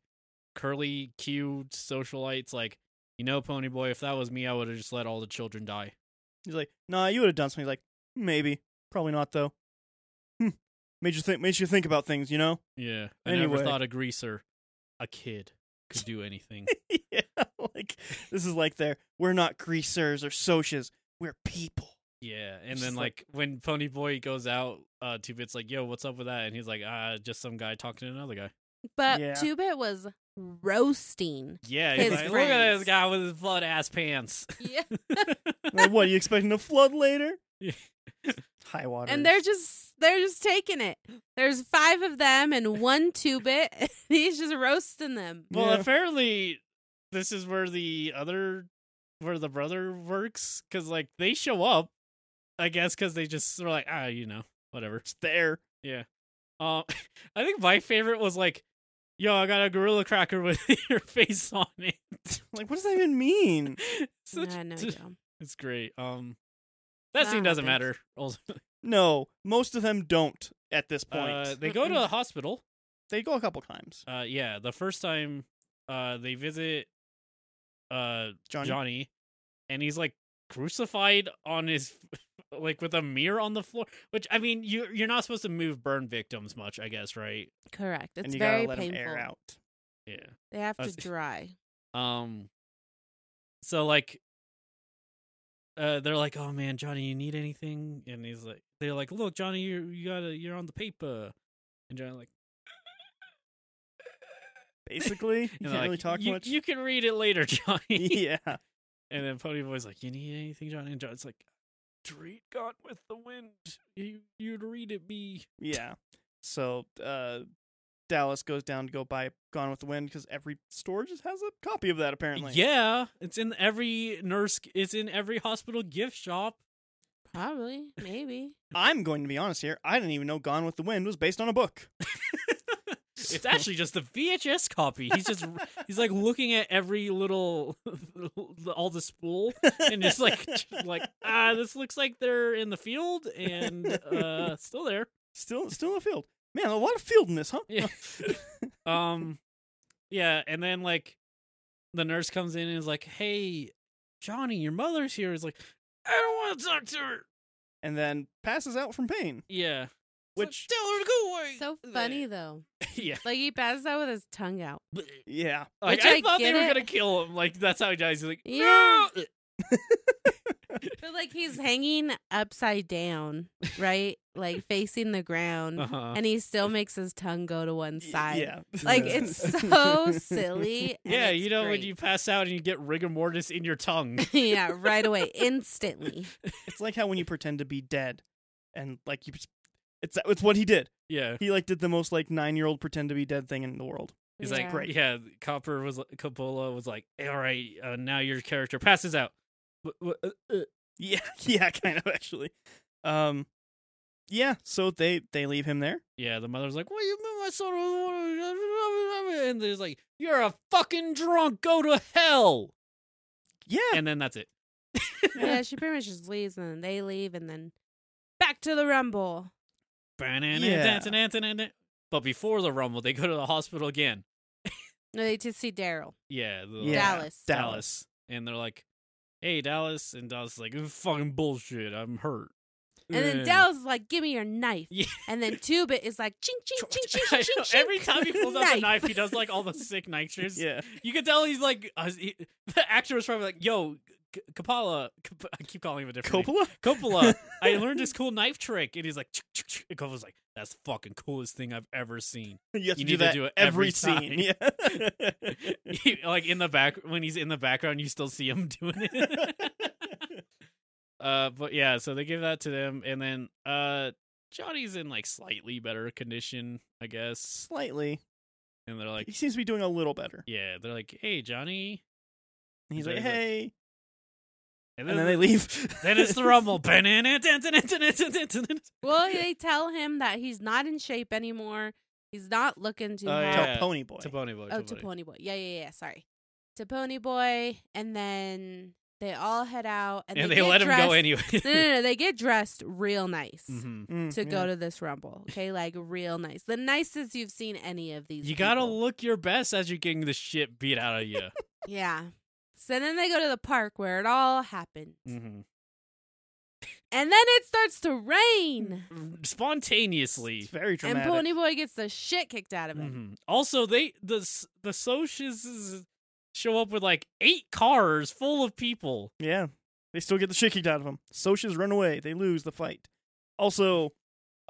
S3: curly cued socialites like, you know, Pony Boy, if that was me, I would have just let all the children die.
S2: He's like, "Nah, you would have done something." He's like, "Maybe, probably not though." Hmm. Made you think. Made you think about things, you know?
S3: Yeah. I
S2: Anyway.
S3: never thought a greaser, a kid, could do anything.
S2: yeah. Like this is like their. We're not greasers or socias. We're people.
S3: Yeah, and
S2: It's
S3: then
S2: just like-
S3: like, when Pony Boy goes out, uh, Two Bit's like, "Yo, what's up with that?" And he's like, "Ah, just some guy talking to another guy."
S1: But
S2: Yeah.
S1: Two Bit was roasting.
S3: Yeah,
S1: His
S3: he's like, "Look at
S1: friends.
S3: this guy with his blood ass pants."
S1: Yeah.
S2: like, what? You expecting a flood later?
S3: Yeah.
S2: High water.
S1: and they're just they're just taking it. There's five of them and one Two Bit. and He's just roasting them.
S2: Well,
S3: well,
S2: Yeah.
S3: apparently, this is where the other, where the brother works, because like they show up, I guess, because they just are like, ah, you know, whatever.
S2: It's there.
S3: Um, I think my favorite was like, "Yo, I got a gorilla cracker with your face on it."
S2: Like, what does that even mean?
S3: Such-
S1: I know
S3: such-
S1: you
S3: It's great. Um, that
S1: That
S3: scene doesn't
S1: happens.
S3: matter. ultimately.
S2: No, most of them don't at this point.
S3: Uh, they go to
S1: Mm-mm.
S3: a hospital.
S2: they go a couple times.
S3: Uh, yeah, the first time, uh, they visit, uh,
S2: Johnny.
S3: Johnny, and he's like crucified on his, like with a mirror on the floor. Which I mean, you you're not supposed to move burn victims much, I guess, right?
S1: Correct. It's
S2: and you
S1: very
S2: gotta let
S1: painful.
S2: them air out.
S3: Yeah.
S1: They have to
S3: That's-
S1: dry.
S3: Um. So like, uh, they're like, "Oh man, Johnny, you need anything?" And he's like, "They're like, look, Johnny, you you gotta you're on the paper," and Johnny like.
S2: Basically, you
S3: And
S2: can't
S3: they're
S2: really
S3: like,
S2: talk
S3: you,
S2: much.
S3: You can read it later, Johnny.
S2: yeah.
S3: And then Pony Boy's like, "You need anything, Johnny?" And Johnny's like, "Dread gone with the wind. You you'd read it me."
S2: Yeah. So uh, Dallas goes down to go buy Gone with the Wind because every store just has a copy of that apparently.
S3: Yeah, it's in every nurse. It's in every hospital gift shop.
S1: Probably, maybe.
S2: I'm going to be honest here. I didn't even know Gone with the Wind was based on a book.
S3: It's actually just the VHS copy. He's just he's like looking at every little all the spool and just like like ah this looks like they're in the field and uh still there.
S2: still still in the field. Man, a lot of field in this, huh?
S3: Yeah. um yeah, and then like the nurse comes in and is like, "Hey, Johnny, your mother's here." He's like, "I don't want to talk to her."
S2: And then passes out from pain,
S3: Yeah.
S2: which
S3: tell her to go away.
S1: So funny though.
S3: yeah.
S1: Like he passes out with his tongue out.
S2: yeah.
S3: Like,
S1: Which
S3: I,
S1: I
S3: thought they
S1: get
S3: were
S1: it.
S3: gonna kill him. Like that's how he dies. He's like,
S1: Yeah.
S3: "No!"
S1: But like he's hanging upside down, right? Like facing the ground,
S3: Uh-huh.
S1: and he still makes his tongue go to one side.
S2: Yeah.
S1: Like it's so silly. and
S3: Yeah,
S1: it's
S3: you know when
S1: great.
S3: you pass out and you get rigor mortis in your tongue.
S1: yeah, right away, instantly.
S2: It's like how when you pretend to be dead, and like you, it's it's what he did.
S3: Yeah,
S2: He like did the most like nine year old pretend to be dead thing in the world.
S3: he's
S1: Yeah.
S3: like, great. Yeah, Copper was Coppola was like, all right, uh, now your character passes out. But- but, uh, uh,
S2: Yeah, yeah, kind of actually. Um, yeah. So they they leave him there.
S3: Yeah, the mother's like, "What you mean my son?" was-" And there's like, "You're a fucking drunk. Go to hell."
S2: Yeah,
S3: And then that's it.
S1: Yeah, she pretty much just leaves, and then they leave, and then back to the rumble.
S3: Yeah. But before the rumble, they go to the hospital again.
S1: No, they just see Daryl,
S3: Yeah, the,
S2: Yeah.
S1: Dallas.
S3: Dallas, and they're like, "Hey, Dallas," and Dallas is like, "This is "Fucking bullshit. I'm hurt."
S1: and then
S3: Ugh.
S1: Dallas is like, "Give me your knife,"
S3: Yeah.
S1: and then Tubit is like, "Ching ching ching ching
S3: I
S1: ching."
S3: know,
S1: ching,
S3: Every time he pulls out the
S1: Knife.
S3: knife, he does like all the sick nitros.
S2: Yeah,
S3: You can tell he's like uh, he, the actor was probably like, "Yo, K- Coppola, Cop- I keep calling him a different name.
S2: Coppola.
S3: Coppola, I learned this cool knife trick," and he's like, "Chick, chick, chick," and Coppola's like, "That's the fucking coolest thing I've ever seen."
S2: You have to do
S3: You need to
S2: that
S3: do it every
S2: every,
S3: time.
S2: scene. Yeah.
S3: like in the back when he's in the background, you still see him doing it. uh, but yeah, so they give that to them, and then uh, Johnny's in like slightly better condition, I guess,
S2: Slightly.
S3: and they're
S2: he
S3: like.
S2: seems to be doing a little better.
S3: Yeah, they're like, "Hey, Johnny,"
S2: And he's
S3: So
S2: like,
S3: he's like-
S2: hey, and then they leave.
S3: Then it's the rumble. Tell
S1: Well, they tell him that he's not in shape anymore. He's not looking too
S3: Oh,
S1: hot.
S2: Tell
S3: yeah.
S2: Pony Boy.
S3: Pony Boy.
S1: Oh, to Pony Boy. Yeah, yeah, yeah. Sorry, to Pony Boy, and then they all head out, and,
S3: And
S1: they,
S3: they
S1: get
S3: let him go
S1: dressed-
S3: anyway.
S1: No, no, no. They get dressed real nice
S3: Mhm.
S2: Mm,
S1: to
S2: yeah.
S1: go to this rumble. Okay, like real nice. The nicest you've seen any of these.
S3: You gotta
S1: people.
S3: look your best as you're getting the shit beat out of you.
S1: yeah. So then they go to the park where it all happened,
S3: mm-hmm.
S1: and then it starts to rain,
S2: It's
S3: Mm-hmm. Spontaneously.
S2: very dramatic.
S1: and Pony Boy gets the shit kicked out of him.
S3: Mhm. Also, they the s- the socias show up with like eight cars full of people.
S2: Yeah. They still get the shit kicked out of them. Socias run away. They lose the fight. Also,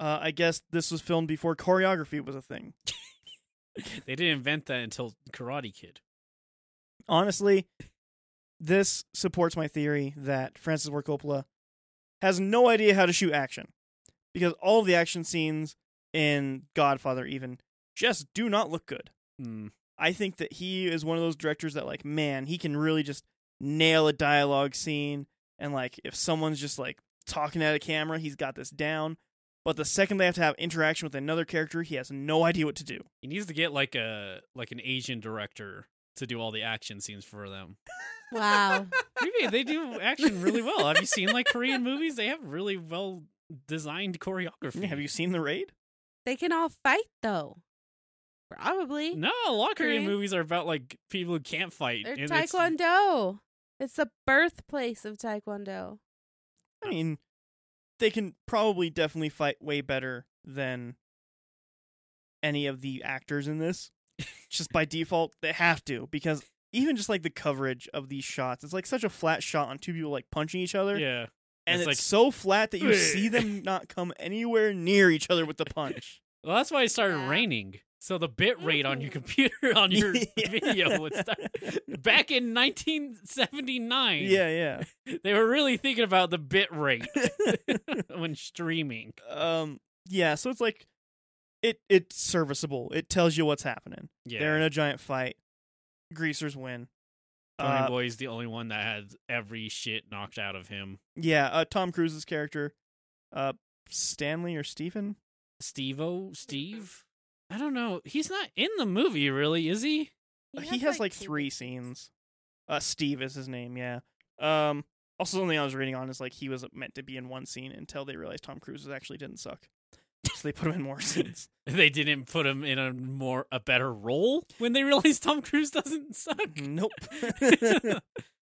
S2: uh, I guess this was filmed before choreography was a thing.
S3: They didn't invent that until Karate Kid.
S2: Honestly, this supports my theory that Francis Ford Coppola has no idea how to shoot action because all of the action scenes in Godfather even just do not look good.
S3: Mm.
S2: I think that he is one of those directors that like, man, he can really just nail a dialogue scene and like if someone's just like talking at a camera, he's got this down. But the second they have to have interaction with another character, he has no idea what to do.
S3: He needs to get like a like an Asian director to do all the action scenes for them. Mm-hmm.
S1: Wow.
S3: Maybe they do action really well. Have you seen like Korean movies? They have really well designed choreography.
S2: Have you seen the raid?
S1: They can all fight though. Probably.
S3: No, a lot of Korean
S1: Korean?
S3: movies are about like people who can't fight.
S1: They're
S3: and it's-
S1: Taekwondo. It's the birthplace of Taekwondo.
S2: I mean, they can probably definitely fight way better than any of the actors in this. just by default, they have to because even just like the coverage of these shots, it's like such a flat shot on two people like punching each other.
S3: Yeah.
S2: and
S3: It's
S2: it's,
S3: like-
S2: so flat that you see them not come anywhere near each other with the punch.
S3: Well, that's why it started
S1: Yeah.
S3: raining. So the bit rate on your
S1: Mm.
S3: computer on your
S2: Mm-hmm. Yeah.
S3: video would start back in 1979.
S2: yeah,
S3: They were really thinking about the bit rate when streaming.
S2: yeah. Um, yeah. So it's like it it's serviceable. It tells you what's happening.
S3: Yeah.
S2: They're in a giant fight. Greasers win.
S3: Tony
S2: Uh,
S3: Boy's the only one that had every shit knocked out of him.
S2: yeah, uh, Tom Cruise's character, uh, Stanley or Stephen?
S3: Steve O Steve? I don't know. He's not in the movie really, is he?
S2: Uh, He has, like,
S1: two
S2: three
S1: big-
S2: scenes. Uh, Steve is his name. Yeah. Um. Also, something I was reading on is like he was meant to be in one scene until they realized Tom Cruise actually didn't suck, so they put him in more scenes.
S3: They didn't put him in a more a better role when they realized Tom Cruise doesn't suck.
S2: nope. Mm.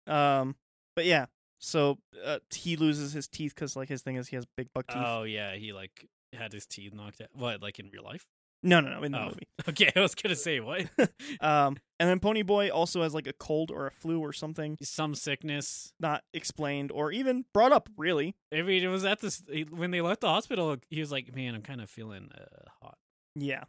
S2: um. But yeah. So uh, he loses his teeth because like his thing is he has big buck teeth.
S3: oh yeah, he like had his teeth knocked out. What, like in real life?
S2: no, no, no, in the
S3: Oh.
S2: movie.
S3: Okay, I was gonna say what?
S2: Um. And then Pony Boy also has like a cold or a flu or something
S3: Some sickness.
S2: not explained or even brought up really.
S3: I mean, it was at this when they left the hospital. He was like, "Man, I'm kind of feeling uh, hot."
S2: Yeah.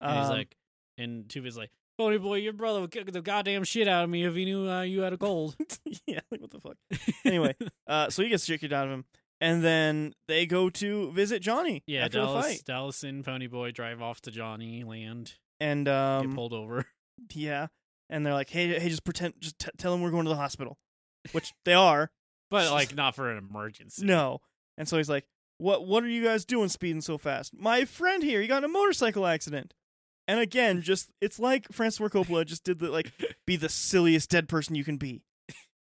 S3: And he's
S2: Um,
S3: like, and Tuba's like, "Pony boy, your brother would kick the goddamn shit out of me if he knew uh, you had a cold."
S2: yeah, like what the fuck. Anyway, uh, so he gets shit kicked out of him, and then they go to visit Johnny.
S3: yeah,
S2: after the
S3: Dallas,
S2: fight,
S3: Dallas and Pony boy drive off to Johnny Land,
S2: and
S3: get
S2: um,
S3: pulled over.
S2: yeah, and they're like, hey, hey, just pretend, just t- tell him we're going to the hospital, which they are.
S3: But like, not for an emergency.
S2: No, and so he's like, what, what are you guys doing, speeding so fast? My friend here, he got in a motorcycle accident. And again, just it's like Francis Ford Coppola just did the like be the silliest dead person you can be.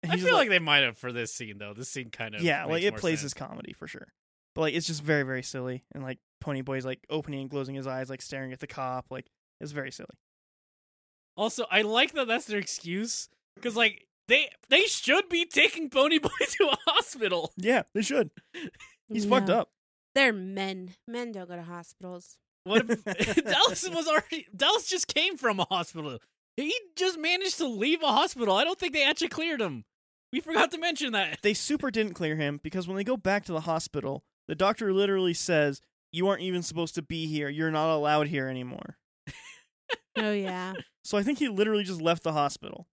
S2: And
S3: I
S2: he's
S3: feel like, they might have for this scene though. This scene kind of
S2: yeah, like
S3: makes
S2: it
S3: more
S2: plays as
S3: sense.
S2: comedy for sure. But like it's just very very silly and like Pony Boy's like opening and closing his eyes like staring at the cop like it's very silly.
S3: Also, I like that that's their excuse because like they they should be taking Pony boy to a hospital.
S2: Yeah, they should. He's fucked
S1: Yeah.
S2: up.
S1: They're men. Men don't go to hospitals.
S3: What if Dallas was already Dallas just came from a hospital. He just managed to leave a hospital. I don't think they actually cleared him. We forgot to mention that.
S2: They super didn't clear him because when they go back to the hospital, the doctor literally says, "You aren't even supposed to be here. You're not allowed here anymore."
S1: Oh yeah.
S2: So I think he literally just left the hospital.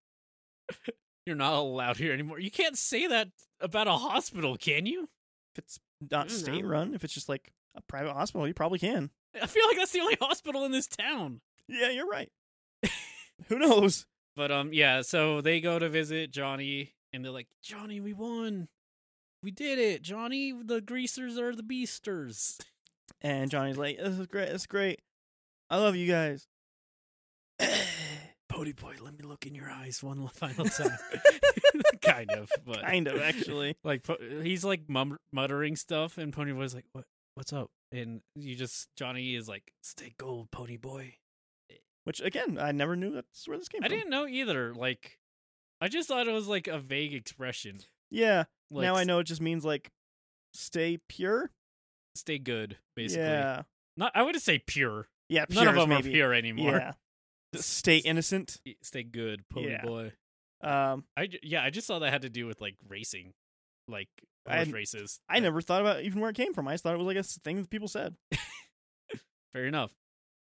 S3: You're not allowed here anymore. You can't say that about a hospital, can you?
S2: If it's not
S3: Hmm,
S1: I don't know.
S2: state run, if it's just like a private hospital, you probably can.
S3: I feel like that's the only hospital in this town.
S2: Yeah, you're right. Who knows?
S3: But um yeah, so they go to visit Johnny and they're like, "Johnny, we won. We did it. Johnny, the greasers are the beasters."
S2: And Johnny's like, "This is great. This is great. I love you guys."
S3: Bodie boy, let me look in your eyes one final time. kind of, but
S2: kind of actually.
S3: like po- he's like mum- muttering stuff and pony boy's like what what's up and you just johnny is like stay gold pony boy
S2: Which again, I never knew that's where this came
S3: i
S2: from.
S3: didn't know either like i just thought it was like a vague expression
S2: Yeah,
S3: like
S2: now I know it just means like stay pure.
S3: s- stay good basically
S2: Yeah,
S3: not i would say pure
S2: yeah.
S3: none of
S2: pure is
S3: them
S2: maybe-
S3: are pure anymore
S2: Yeah, stay innocent.
S3: Y- stay good pony
S2: Yeah.
S3: boy
S2: Um,
S3: i ju- yeah i just saw that had to do with like racing like
S2: I
S3: horse
S2: hadn't-
S3: races
S2: I
S3: Like,
S2: never thought about even where it came from. I just thought it was like a s- thing that people said.
S3: fair enough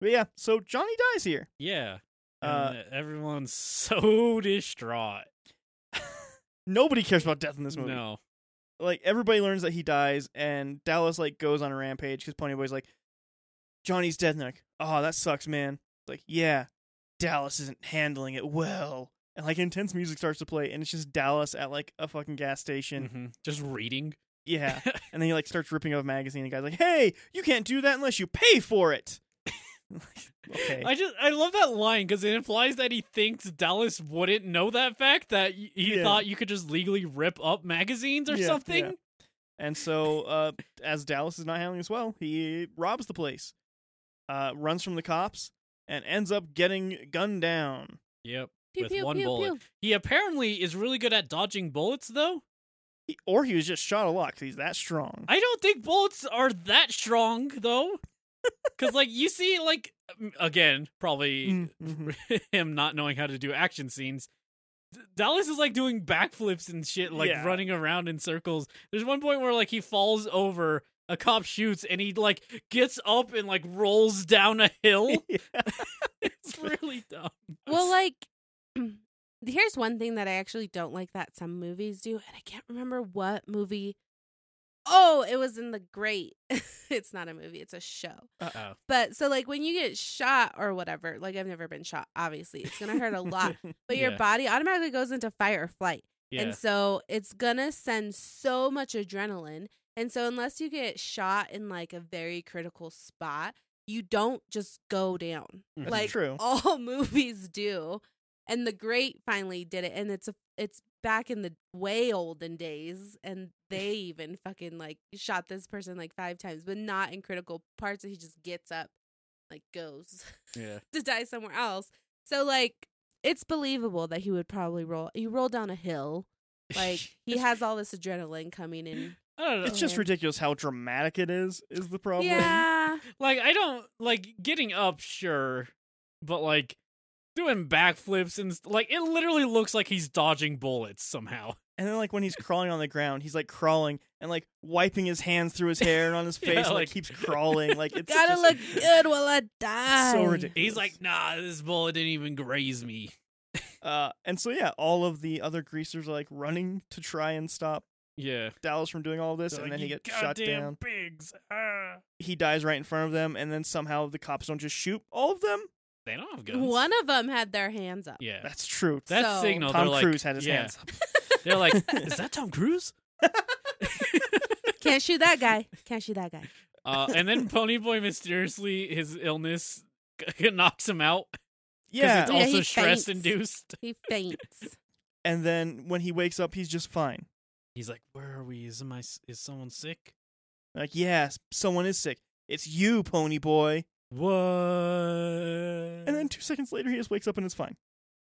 S2: But yeah, so Johnny dies here.
S3: yeah
S2: Uh,
S3: And everyone's so distraught
S2: Nobody cares about death in this movie.
S3: no
S2: Like everybody learns that he dies, and Dallas like goes on a rampage because Ponyboy's like, Johnny's dead. And they're like, oh, that sucks, man. It's like, yeah, Dallas isn't handling it well. And like intense music starts to play, and it's just Dallas at like a fucking gas station.
S3: Mhm. just reading
S2: Yeah. And then he like starts ripping off a magazine. and The guy's like, "Hey, you can't do that unless you pay for it." okay.
S3: I just I love that line because it implies that he thinks Dallas wouldn't know that fact that y- he
S2: Yeah.
S3: thought you could just legally rip up magazines or
S2: Yeah,
S3: something.
S2: yeah. and so, uh, as Dallas is not handling this well, he robs the place, uh, runs from the cops, and ends up getting gunned down.
S3: Yep.
S1: Pew,
S3: With
S1: pew,
S3: one
S1: pew,
S3: bullet.
S1: pew.
S3: He apparently is really good at dodging bullets though.
S2: He, or he was just shot a lot because he's that strong.
S3: I don't think bullets are that strong though. Cuz like you see like m- again, probably
S2: Mm,
S1: Mm-hmm.
S3: uh,
S2: mhm.
S3: him not knowing how to do action scenes. D- Dallas is like doing backflips and shit, like
S2: Yeah.
S3: running around in circles. There's one point where like he falls over, a cop shoots, and he like gets up and like rolls down a hill.
S2: Yeah.
S3: it's really dumb.
S1: Well, like here's one thing that I actually don't like that some movies do, and I can't remember what movie oh, it was in The Great. it's not a movie, it's a show.
S3: Uh-oh.
S1: But so, like, when you get shot or whatever, like, I've never been shot, obviously, it's going to hurt a lot, but your
S3: Yeah.
S1: body automatically goes into fight or flight.
S3: Yeah.
S1: And so it's gonna send so much adrenaline. And so unless you get shot in like a very critical spot, you don't just go down.
S3: Mhm.
S1: like oh,
S2: true.
S1: all movies do. And The Great finally did it and it's a, it's back in the way olden days and they even fucking like shot this person like five times, but not in critical parts. He just gets up, like goes
S3: yeah.
S1: to die somewhere else. So like it's believable that he would probably roll you roll down a hill. Like he has all this adrenaline coming in.
S3: I don't know.
S2: It's just
S1: man.
S2: ridiculous how dramatic it is. Is the problem?
S1: Yeah.
S3: like I don't like getting up, sure, but like doing backflips and st- like it literally looks like he's dodging bullets somehow.
S2: And then like when he's crawling on the ground, he's like crawling and like wiping his hands through his hair and on his face,
S3: Yeah,
S2: and, like
S3: like-
S2: keeps crawling. Like it's
S1: Gotta
S2: just-
S1: look uh, good while I die.
S2: ridiculous.
S3: He's like, nah, this bullet didn't even graze me.
S2: Uh, and so yeah, all of the other greasers are like running to try and stop
S3: Yeah,
S2: Dallas from doing all of this,
S3: They're
S2: and
S3: like,
S2: then he
S3: "You
S2: gets shot
S3: goddamn
S2: down.
S3: Pigs. ah."
S2: He dies right in front of them, and then somehow the cops don't just shoot all of them.
S3: They don't have guns.
S1: One of them had their hands up.
S3: Yeah,
S2: That's true.
S3: that's
S1: So-
S3: signal.
S2: Tom
S3: They're like-
S2: Cruise had his
S3: yeah.
S2: hands up.
S3: They're like, is that Tom Cruise?
S1: Can't shoot that guy. Can't shoot that guy.
S3: Uh, and then Ponyboy mysteriously his illness knocks him out because
S2: Yeah,
S3: it's
S1: Yeah, he
S3: also stress
S1: faints.
S3: induced.
S1: He faints.
S2: and then when he wakes up, he's just fine.
S3: He's like, where are we? Is my s- is someone sick?
S2: Like, yes, someone is sick. It's you, Pony Boy.
S3: What?
S2: And then two seconds later, he just wakes up and it's fine.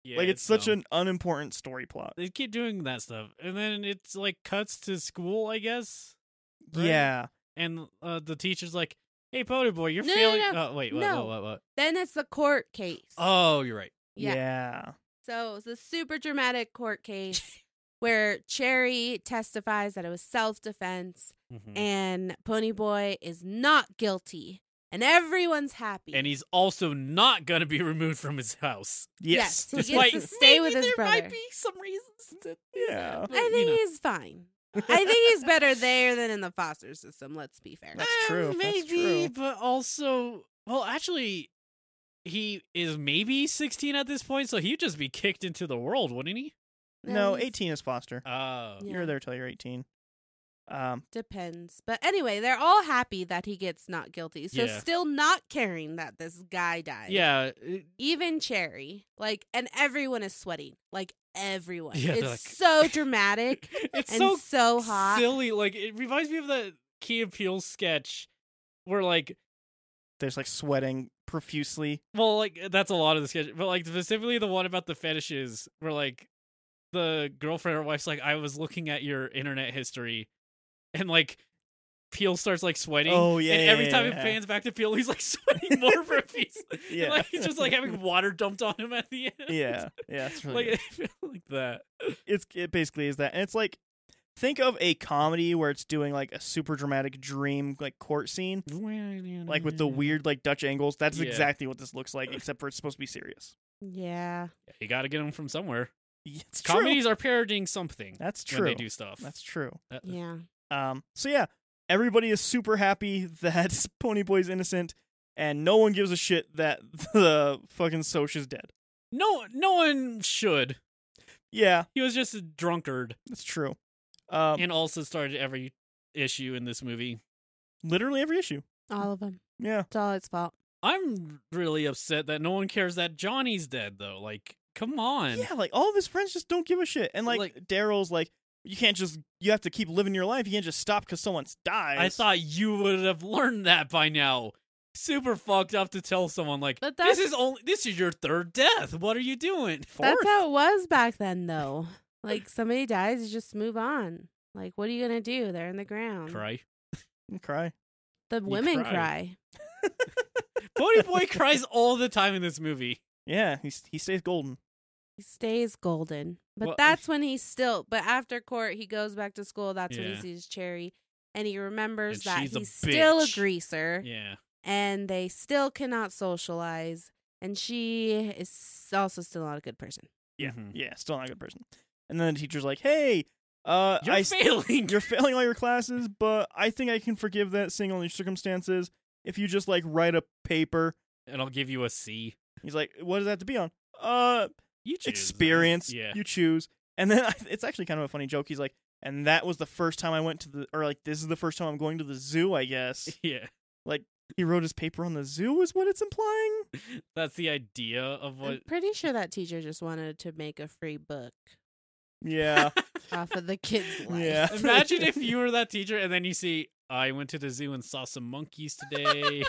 S3: Yeah,
S2: like, it's, such
S3: dumb.
S2: an unimportant story plot.
S3: They keep doing that stuff, and then it's like cuts to school, I guess. Right.
S2: Yeah,
S3: And uh, the teacher's like, "Hey, Pony Boy, you're
S1: No, no,
S3: failing."
S1: no.
S3: Oh wait, what,
S1: No.
S3: what, what, what?
S1: then it's the court case.
S3: Oh, you're right.
S2: yeah,
S1: yeah. So it's a super dramatic court case where Cherry testifies that it was self defense
S3: Mhm.
S1: and Ponyboy is not guilty, and everyone's happy.
S3: And he's also not gonna be removed from his house.
S2: Yes.
S1: Yes. He gets
S3: Despite-
S1: to stay
S3: Maybe
S1: with his
S3: there
S1: brother.
S3: might be some reasons to
S2: Yeah.
S3: but,
S1: I
S3: you
S1: think
S3: know.
S1: he's fine. I think he's better there than in the foster system. Let's be fair.
S2: That's
S3: Eh,
S2: true, that's
S3: Maybe,
S2: true.
S3: but also, well, actually, he is maybe 16 at this point, so he'd just be kicked into the world, wouldn't he?
S2: No,
S1: He's-
S2: 18 is Foster.
S3: Oh,
S1: Yeah.
S2: You're there till you're 18. Um,
S1: Depends. But anyway, they're all happy that he gets not guilty. So
S3: Yeah.
S1: still not caring that this guy died.
S3: yeah, it-
S1: Even Cherry. Like and everyone is sweating. Like everyone.
S3: Yeah,
S1: it's
S3: they're like-
S1: so dramatic
S3: it's
S1: and
S3: so
S1: so hot.
S3: silly. Like it reminds me of that Key Appeal sketch where like
S2: there's like sweating profusely.
S3: well like uh, that's a lot of the sketch but like specifically the one about the fetishes where like the girlfriend or wife's like i was looking at your internet history and like peel starts like sweating
S2: Oh, yeah,
S3: and every
S2: yeah,
S3: time
S2: yeah.
S3: it pans back to peel he's like sweating more profusely
S2: Yeah.
S3: yeah like he's just like having water dumped on him at the end
S2: Yeah, yeah. It's really
S3: like
S2: good.
S3: I feel like that
S2: it's it basically is that, and it's like think of a comedy where it's doing like a super dramatic dream like court scene, like with the weird like Dutch angles. That's
S3: Mm. Yeah.
S2: exactly what this looks like, except for it's supposed to be serious.
S1: yeah.
S3: you gotta get them from somewhere
S2: Yeah, It's
S3: comedies are parodying something
S2: True. That's
S3: when
S2: true.
S3: they do stuff Uh,
S2: That's true.
S3: That-
S1: Yeah.
S2: Um. So yeah, everybody is super happy that Pony Boy's innocent, and no one gives a shit that the fucking Soch is dead.
S3: no no one should
S2: Yeah,
S3: he was just a drunkard
S2: that's true. Um,
S3: and also started every issue in this movie.
S2: literally every issue.
S1: All of them.
S2: Yeah.
S1: It's all its fault.
S3: I'm really upset that no one cares that Johnny's dead though. Like, come on.
S2: Yeah, like all of his friends just don't give a shit. And like,
S3: Like-
S2: Daryl's like, you can't just you have to keep living your life. You can't just stop because someone's dies.
S3: I thought you would have learned that by now. Super fucked up to tell someone like
S1: But
S3: this
S1: that's-
S3: is only this is your third death. What are you doing?
S1: That's how it was back then, though. Like somebody dies, you just move on. Like, what are you gonna do? They're in the ground.
S3: Cry.
S2: And cry.
S1: The women
S3: cry.
S1: cry.
S3: Pony Boy cries all the time in this movie.
S2: Yeah, he he stays golden.
S1: He stays golden, but
S3: Well-
S1: that's when he's still. But after court, he goes back to school. That's when
S3: Yeah.
S1: he sees Cherry, and he remembers
S3: And
S1: that
S3: she's a
S1: he's still a
S3: bitch.
S1: greaser,
S3: Yeah.
S1: and they still cannot socialize. And she is also still not a good person.
S2: Yeah,
S3: Mhm.
S2: yeah, still not a good person. And then the teacher's like, hey, Uh,
S3: You're
S2: I s-
S3: failing.
S2: you're failing all your classes, but I think I can forgive that seeing all your circumstances if you just like write a paper.
S3: and I'll give you a C.
S2: He's like, what does that have to be on? Uh,
S3: You choose, though.
S2: experience.
S3: Yeah.
S2: You choose. And then I, it's actually kind of a funny joke. He's like, and that was the first time I went to the, or like, this is the first time I'm going to the zoo, I guess.
S3: yeah.
S2: he wrote his paper on the zoo, is what it's implying.
S3: That's the idea
S1: I'm
S3: of what
S1: pretty sure that teacher just wanted to make a free book
S2: Yeah.
S1: off of the kids' life.
S2: yeah.
S3: Imagine if you were that teacher and then you see, I went to the zoo and saw some monkeys today.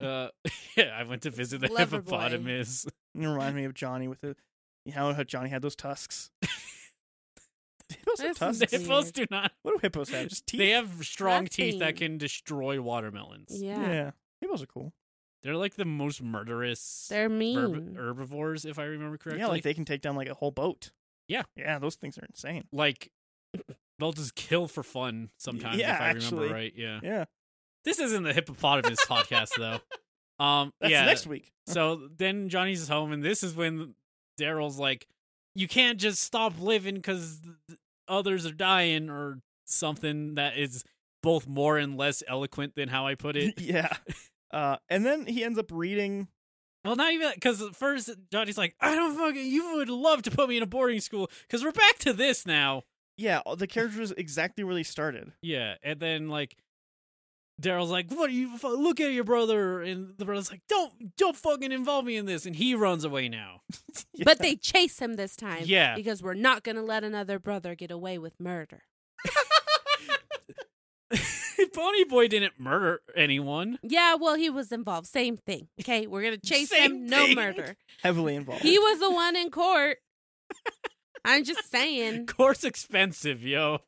S3: uh, yeah, I went to visit the
S1: Lover boy.
S3: hippopotamus.
S2: It reminded me of Johnny with the, you know how Johnny had those tusks. hippos have
S1: That's
S2: tusks.
S1: That's
S3: Hippos
S1: weird.
S3: do not.
S2: What do hippos have? Just teeth.
S3: They have strong teeth that
S1: Nothing.
S3: can destroy watermelons.
S1: Yeah.
S2: yeah. Hippos are cool.
S3: They're like the most murderous
S1: They're mean.
S3: herb- herbivores, if I remember correctly.
S2: Yeah, like they can take down like a whole boat.
S3: Yeah.
S2: Yeah, those things are insane.
S3: Like, they'll just kill for fun sometimes,
S2: Yeah,
S3: if I
S2: actually.
S3: remember right. Yeah.
S2: Yeah.
S3: This isn't the hippopotamus podcast, though. Um,
S2: That's
S3: yeah.
S2: next week.
S3: So then Johnny's home, and this is when Daryl's like, "You can't just stop living because others are dying," or something that is both more and less eloquent than how I put it.
S2: yeah. Uh, and then he ends up reading.
S3: well, not even because first Johnny's like, "I don't fucking. You would love to put me in a boarding school because we're back to this now."
S2: Yeah, all- the character is exactly where they started.
S3: Yeah, and then like. Daryl's like, "What are you? fu- Look at your brother!" And the brother's like, "Don't, don't fucking involve me in this!" And he runs away now.
S1: But they chase him this time.
S3: Yeah.
S1: Because we're not going to let another brother get away with murder.
S3: Pony Boy didn't murder anyone.
S1: Yeah, well, he was involved. Same thing. Okay, we're going to chase
S3: Same
S1: him. No
S3: thing.
S1: murder.
S2: Heavily involved.
S1: He was the one in court. I'm just saying.
S3: Court's expensive, yo.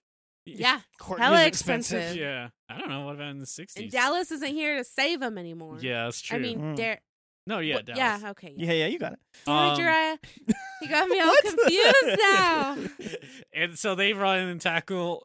S1: Yeah.
S2: Court
S1: hella
S2: is
S1: expensive.
S3: Yeah. I don't know what about in the
S1: And
S3: sixties.
S1: Dallas isn't here to save him anymore.
S3: yeah, that's true.
S1: I mean,
S2: Mm.
S1: Dar-
S3: no, yeah,
S1: well,
S3: Dallas.
S1: yeah, okay. Yeah.
S2: Yeah, yeah, you got it.
S1: Damn
S3: Um,
S1: it, Jiraiya. You got me all
S2: What?
S1: confused now.
S3: and so they run and tackle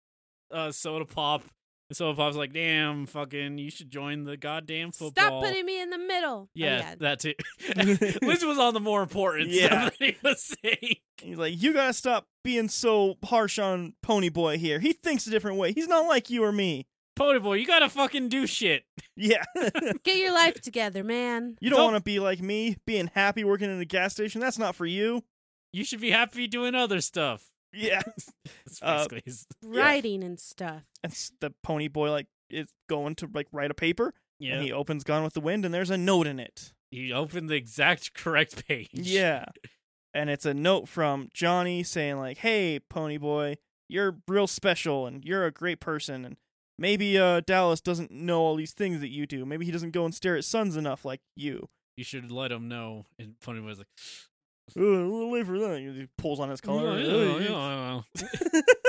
S3: uh Soda Pop. And Soda Pop's like, damn, fucking, you should join the goddamn football.
S1: Stop putting me in the middle. Oh,
S3: yeah, that too. Liz was on the more important
S2: Yeah.
S3: stuff that he was saying.
S2: He's like, you gotta stop being so harsh on Pony Boy here. He thinks a different way. He's not like you or me.
S3: Pony Boy, you gotta fucking do shit.
S2: Yeah,
S1: Get your life together, man.
S2: you don't
S3: Don't-
S2: want to be like me, being happy working in a gas station. That's not for you.
S3: You should be happy doing other stuff.
S2: Yeah,
S3: That's
S2: Uh,
S3: basically his
S2: Yeah.
S1: Writing and stuff.
S2: and s- the Pony Boy like is going to like write a paper,
S3: yeah.
S2: and he opens Gone with the Wind, and there's a note in it.
S3: He opened the exact correct page.
S2: Yeah. And it's a note from Johnny saying like, "Hey, Pony Boy, you're real special and you're a great person and maybe uh Dallas doesn't know all these things that you do. Maybe he doesn't go and stare at suns enough like you."
S3: You should let him know. And Pony was like,
S2: Uh, we'll wait for that. He pulls on his collar.
S3: "Yeah, yeah, yeah."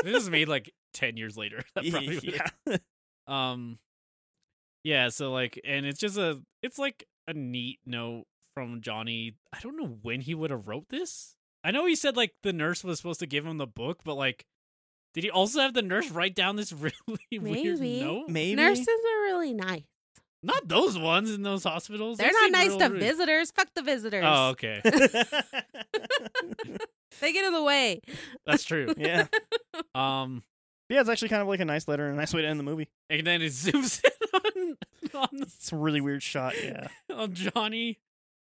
S3: this is made like 10 years later. That probably would've-
S2: yeah.
S3: Um, yeah, so like, and it's just a, it's like a neat note from Johnny. I don't know when he would have wrote this. I know he said like the nurse was supposed to give him the book, but like, did he also have the nurse write down this really weird
S1: Maybe.
S3: note?
S2: Maybe
S1: Nurses are really nice.
S3: Not those ones in those hospitals.
S1: They're
S3: They
S1: not
S3: seem
S1: nice
S3: real
S1: to
S3: rude.
S1: visitors. Fuck the visitors.
S3: Oh, okay.
S1: They get in the way.
S3: That's true.
S2: yeah.
S3: Um,
S2: Yeah, it's actually kind of like a nice letter and a nice way to end the movie.
S3: and then it zooms in on on,
S2: It's a really weird shot, yeah.
S3: on Johnny.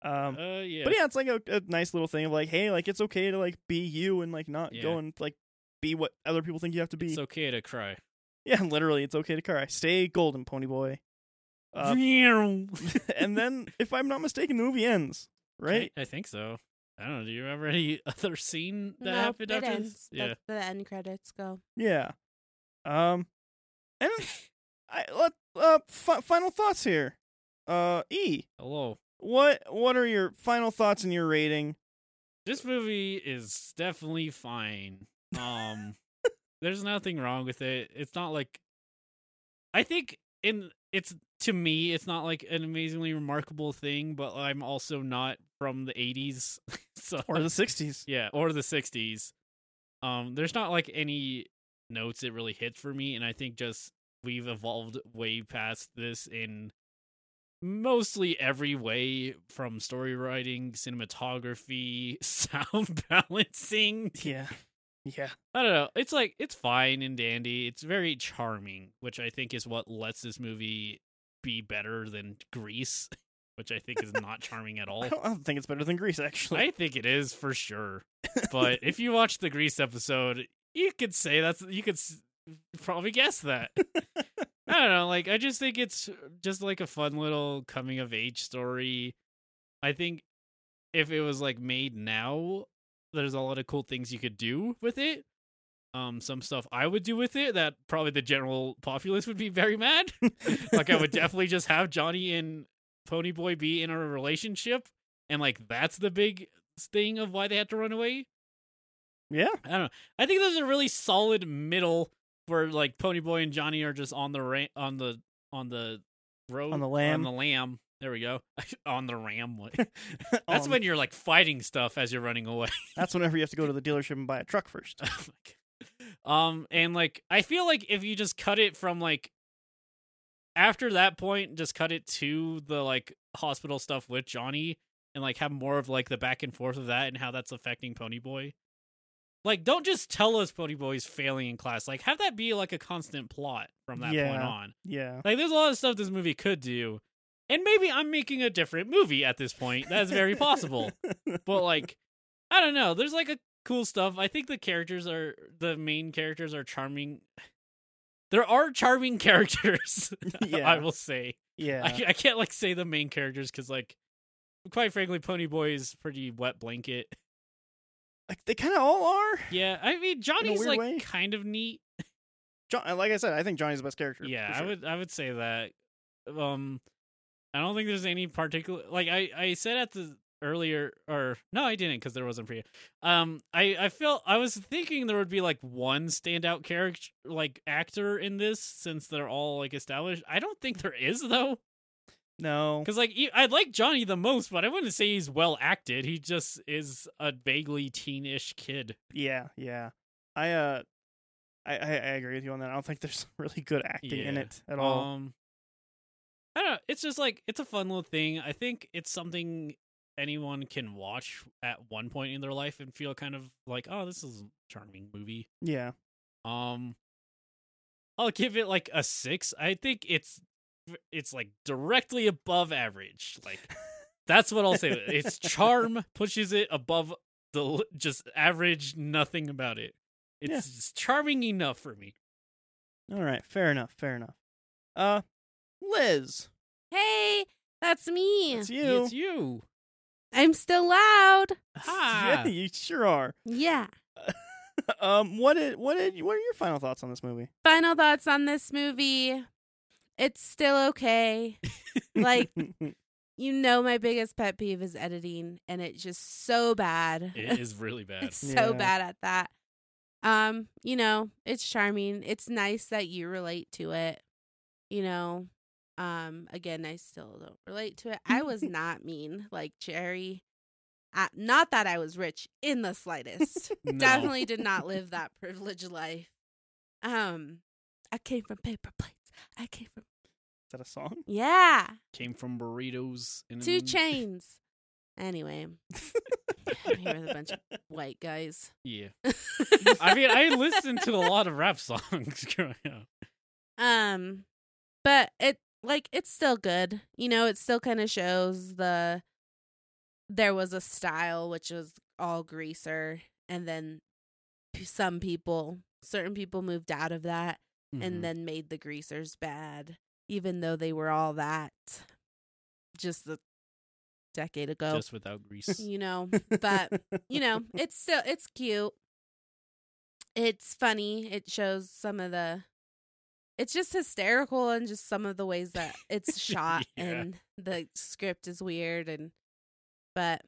S2: Um
S3: Uh, yeah.
S2: But yeah, it's like a, a nice little thing of like, hey, like it's okay to like be you and like not go
S3: Yeah.
S2: and like be what other people think you have to be.
S3: it's okay to cry.
S2: yeah, literally, it's okay to cry. Stay golden, pony boy. Uh, and then, if I'm not mistaken, the movie ends right.
S3: I, I think so. I don't know. Do you remember any other scene that
S1: No,
S3: happened
S1: it
S3: after
S1: ends.
S3: this? Yeah.
S1: That's the end credits go.
S2: Yeah. Um, and I let uh fi- final thoughts here. Uh, E,
S3: Hello.
S2: what what are your final thoughts and your rating?
S3: This movie is definitely fine. Um, there's nothing wrong with it. It's not like I think in it's to me, it's not like an amazingly remarkable thing, but I'm also not from the 80s, so
S2: Or the sixties?
S3: Yeah, or the 60s. Um there's not like any notes that really hit for me and I think just we've evolved way past this in mostly every way from story writing, cinematography, sound balancing,
S2: Yeah. Yeah.
S3: I don't know. It's like it's fine and dandy. It's very charming, which I think is what lets this movie be better than Grease, which I think is not charming at all.
S2: I don't, I don't think it's better than Grease, actually.
S3: I think it is for sure. But if you watch the Grease episode, you could say that's you could s- probably guess that. I don't know. Like I just think it's just like a fun little coming of age story. I think if it was like made now, there's a lot of cool things you could do with it. Um, some stuff I would do with it that probably the general populace would be very mad. like I would definitely just have Johnny and Ponyboy be in a relationship, and like that's the big thing of why they had to run away.
S2: Yeah.
S3: I don't know. I think there's a really solid middle where like Ponyboy and Johnny are just on the ra- on the on the road
S2: On the lamb.
S3: on the lamb. There we go on the ram. What? That's
S2: Um,
S3: when you're like fighting stuff as you're running away.
S2: That's whenever you have to go to the dealership and buy a truck first.
S3: Oh my God. um, and like I feel like if you just cut it from like after that point, just cut it to the like hospital stuff with Johnny, and like have more of like the back and forth of that and how that's affecting Ponyboy. Like, don't just tell us Ponyboy's failing in class. Like, have that be like a constant plot from that point
S2: Yeah.
S3: on.
S2: Yeah.
S3: Like, there's a lot of stuff this movie could do, and maybe I'm making a different movie at this point. That's very possible but like i don't know there's like a cool stuff i think the characters are the main characters are charming there are charming characters
S2: yeah.
S3: i will say
S2: yeah.
S3: I, I can't like say the main characters because like quite frankly ponyboy is pretty wet blanket
S2: Like, they kind of all are.
S3: yeah i mean johnny's
S2: weird
S3: like
S2: way.
S3: kind of neat
S2: John, like I said, I think Johnny's the best character.
S3: yeah
S2: for
S3: i
S2: sure.
S3: would i would say that um i don't think there's any particular like i i said at the earlier or no i didn't because there wasn't pre um i i felt i was thinking there would be like one standout character like actor in this since they're all like established i don't think there is though
S2: No.
S3: because like e- i like johnny the most but i wouldn't say he's well acted he just is a vaguely teenish kid
S2: Yeah. Yeah. I uh, I, I I agree with you on that. I don't think there's really good acting in
S3: Yeah.
S2: it at all.
S3: Um, I don't know. It's just like it's a fun little thing. I think it's something anyone can watch at one point in their life and feel kind of like, oh, this is a charming movie.
S2: yeah.
S3: Um, I'll give it like a six. I think it's it's like directly above average. Like that's what I'll say. Its charm pushes it above the just average. Nothing about it. It's
S2: Yeah.
S3: just charming enough for me.
S2: All right. Fair enough. Fair enough. Uh, Liz,
S1: Hey, that's me.
S2: it's you.
S3: It's you.
S1: I'm still loud.
S3: Ah.
S2: Yeah, you sure are.
S1: Yeah.
S2: Um, what did what did what are your final thoughts on this movie?
S1: Final thoughts on this movie. It's still okay. like, you know, my biggest pet peeve is editing, and it's just so bad.
S3: It is really bad.
S1: It's so
S2: Yeah.
S1: bad at that. Um, you know, it's charming. It's nice that you relate to it. You know, um, again, I still don't relate to it. I was not mean like Jerry. Uh, not that I was rich in the slightest.
S3: No.
S1: Definitely did not live that privileged life. Um, I came from paper plates. I came from
S2: Is that a song?
S1: yeah,
S3: came from burritos and
S1: two chains. Anyway, I'm here with a bunch of white guys.
S3: Yeah, I mean, I listened to a lot of rap songs growing up.
S1: Um, but it like it's still good. You know, it still kind of shows the there was a style which was all greaser, and then p- some people, certain people, moved out of that
S3: Mm-hmm.
S1: and then made the greasers bad, even though they were all that just a decade ago.
S3: just without grease.
S1: you know, but you know, it's still it's cute. It's funny. It shows some of the it's just hysterical and just some of the ways that it's shot
S3: Yeah.
S1: and the script is weird and but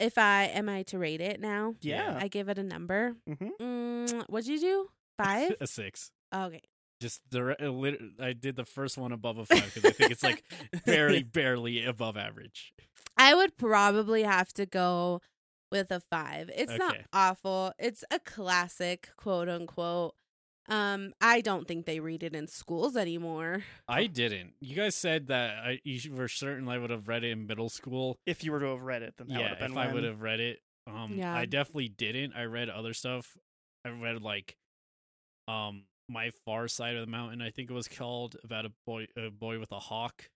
S1: if I am I to rate it now,
S2: yeah.
S1: I give it a number.
S2: Mhm.
S1: Mm, what'd you do? Five?
S3: a six.
S1: Okay.
S3: Just the uh, lit- I did the first one above a five because I think it's like barely, barely above average.
S1: I would probably have to go with a five. It's not
S3: Okay.
S1: awful. It's a classic, quote unquote. Um, I don't think they read it in schools anymore.
S3: I didn't. You guys said that I you sh- were certain I would have read it in middle school.
S2: if you were to have read it, then that would
S3: yeah,
S2: have been
S3: if
S2: when.
S3: I would have read it, um,
S1: Yeah.
S3: I definitely didn't. I read other stuff. I read like um my far side of the mountain I think it was called about a boy a boy with a hawk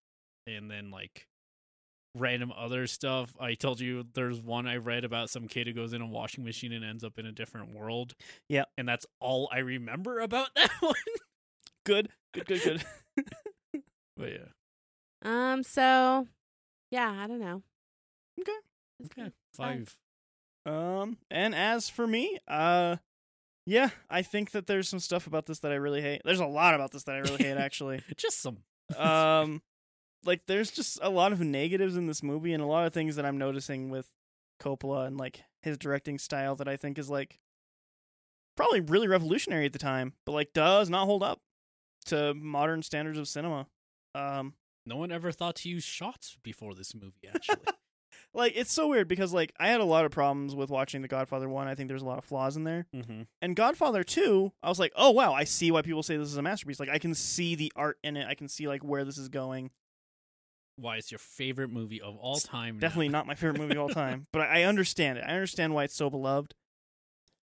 S3: and then like random other stuff. I told you there's one I read about some kid who goes in a washing machine and ends up in a different world.
S2: Yeah.
S3: And that's all I remember about that one.
S2: Good, good, good, good.
S3: but yeah.
S1: Um. So, yeah, I don't know.
S2: Okay.
S1: It's
S3: Okay.
S1: good.
S3: Five.
S2: Um, and as for me, uh, yeah, I think that there's some stuff about this that I really hate. There's a lot about this that I really hate, actually.
S3: Just some
S2: Um, like there's just a lot of negatives in this movie, and a lot of things that I'm noticing with Coppola and like his directing style that I think is like probably really revolutionary at the time, but like does not hold up to modern standards of cinema. Um,
S3: no one ever thought to use shots before this movie actually.
S2: like it's so weird because like I had a lot of problems with watching The Godfather one. I think there's a lot of flaws in there.
S3: mm-hmm.
S2: and Godfather 2, I was like, oh wow, I see why people say this is a masterpiece. Like I can see the art in it. I can see like where this is going.
S3: Why it's your favorite movie of all
S2: It's
S3: time? now.
S2: Definitely not my favorite movie of all time, but I understand it. I understand why it's so beloved.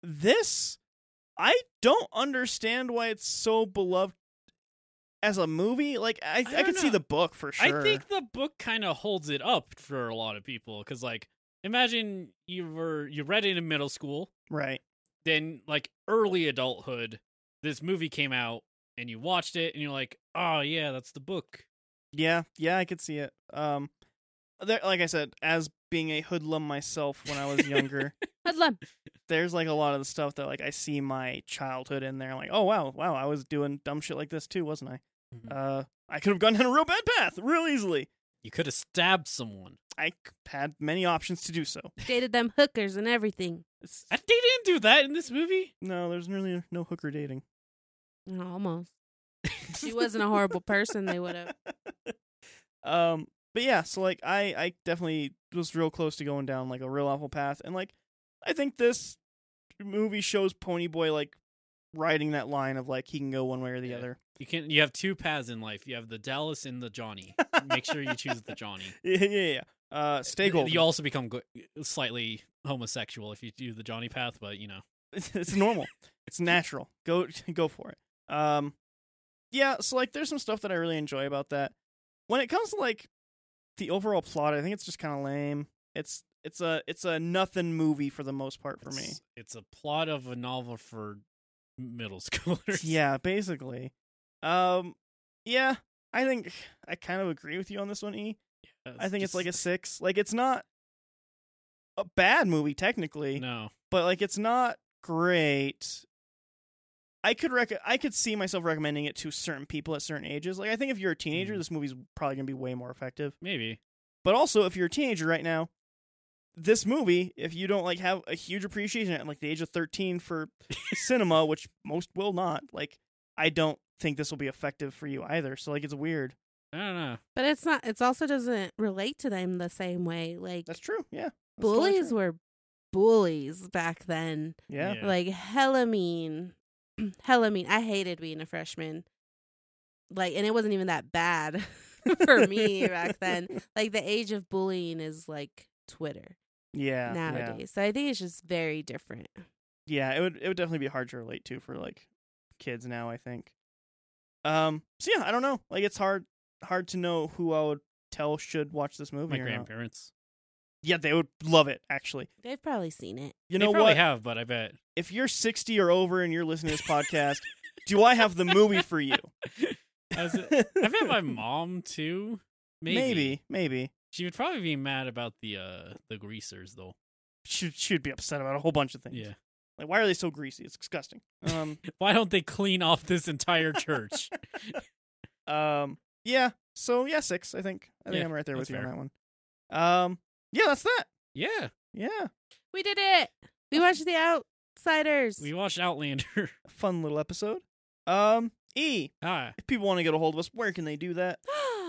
S2: This I don't understand why it's so beloved as a movie. Like I I,
S3: don't
S2: can see
S3: know.
S2: the book for sure.
S3: I think the book kind of holds it up for a lot of people because, like, imagine you were you read it in middle school,
S2: right.
S3: then like early adulthood, this movie came out and you watched it and you're like, oh yeah, that's the book.
S2: Yeah, yeah, I could see it. Um there, like I said, as being a hoodlum myself when I was younger,
S1: Hoodlum.
S2: there's like a lot of the stuff that like I see my childhood in there. I'm like, oh wow, wow, I was doing dumb shit like this too, wasn't I?
S1: Mm-hmm.
S3: Mhm.
S2: Uh, I could have gone down a real bad path real easily.
S3: You could have stabbed someone.
S2: I c- had many options to do so.
S1: Dated them hookers and everything.
S2: It's,
S3: I, they didn't do that in this movie.
S2: no, there's really no hooker dating.
S1: Almost. She wasn't a horrible person. They would have.
S2: Um, but yeah, so like I, I definitely was real close to going down like a real awful path, and like I think this movie shows Ponyboy like riding that line of like he can go one way or the
S3: Yeah.
S2: other.
S3: You can you have two paths in life. You have the Dallas and the Johnny. Make sure you choose the Johnny.
S2: Yeah, yeah, yeah. Uh, stay
S3: Y-
S2: golden.
S3: You also become go- slightly homosexual if you do the Johnny path, but you know.
S2: it's, it's normal. it's natural. Go go for it. Um yeah, so like there's some stuff that I really enjoy about that. When it comes to like the overall plot, I think it's just kind of lame. It's it's a it's a nothing movie for the most part for me.
S3: It's- It's a plot of a novel for middle schoolers.
S2: Yeah, basically. Um yeah, I think I kind of agree with you on this one, E. I think it's like a 6. Like it's not a bad movie technically.
S3: no.
S2: but like it's not great. I could rec- I could see myself recommending it to certain people at certain ages. Like I think if you're a teenager,
S3: Mhm.
S2: this movie's probably gonna be way more effective.
S3: Maybe
S2: But also, if you're a teenager right now, this movie, if you don't like have a huge appreciation at like the age of 13 for cinema, which most will not, like I don't think this will be effective for you either. So like it's weird.
S3: I don't know.
S1: But it's not. It's also doesn't relate to them the same way. Like
S2: That's true. Yeah. That's totally
S1: bullies
S2: true.
S1: were bullies back then.
S2: Yeah.
S3: Yeah.
S1: Like hella mean. hella mean. I hated being a freshman. Like, and it wasn't even that bad for me back then. Like, the age of bullying is like Twitter
S2: Yeah. yeah.
S1: nowadays. So I think it's just very different.
S2: yeah, it would it would definitely be hard to relate to for like kids now, I think. Um so yeah, I don't know. Like it's hard hard to know who I would tell should watch this movie
S3: My
S2: or not.
S3: grandparents.
S2: Yeah, they would love it actually.
S1: They've probably seen it.
S2: You
S3: they
S2: know
S3: probably
S2: what?
S3: have, but I bet.
S2: if you're 60 or over and you're listening to this podcast, do I have the movie for you?
S3: I was- I bet my mom too. Maybe.
S2: maybe, maybe.
S3: she would probably be mad about the uh the greasers though.
S2: She she would be upset about a whole bunch of things.
S3: Yeah.
S2: Like why are they so greasy? It's disgusting. Um
S3: Why don't they clean off this entire church?
S2: Um, yeah. So yeah, six. I think. I think
S3: Yeah,
S2: I'm right there with
S3: that's
S2: you on
S3: fair.
S2: that one. Um, yeah, that's that.
S3: yeah,
S2: Yeah,
S1: We did it. We watched The Outsiders.
S3: we watched Outlander.
S2: fun little episode. Um, E.
S3: ah,
S2: If people want to get a hold of us, where can they do that?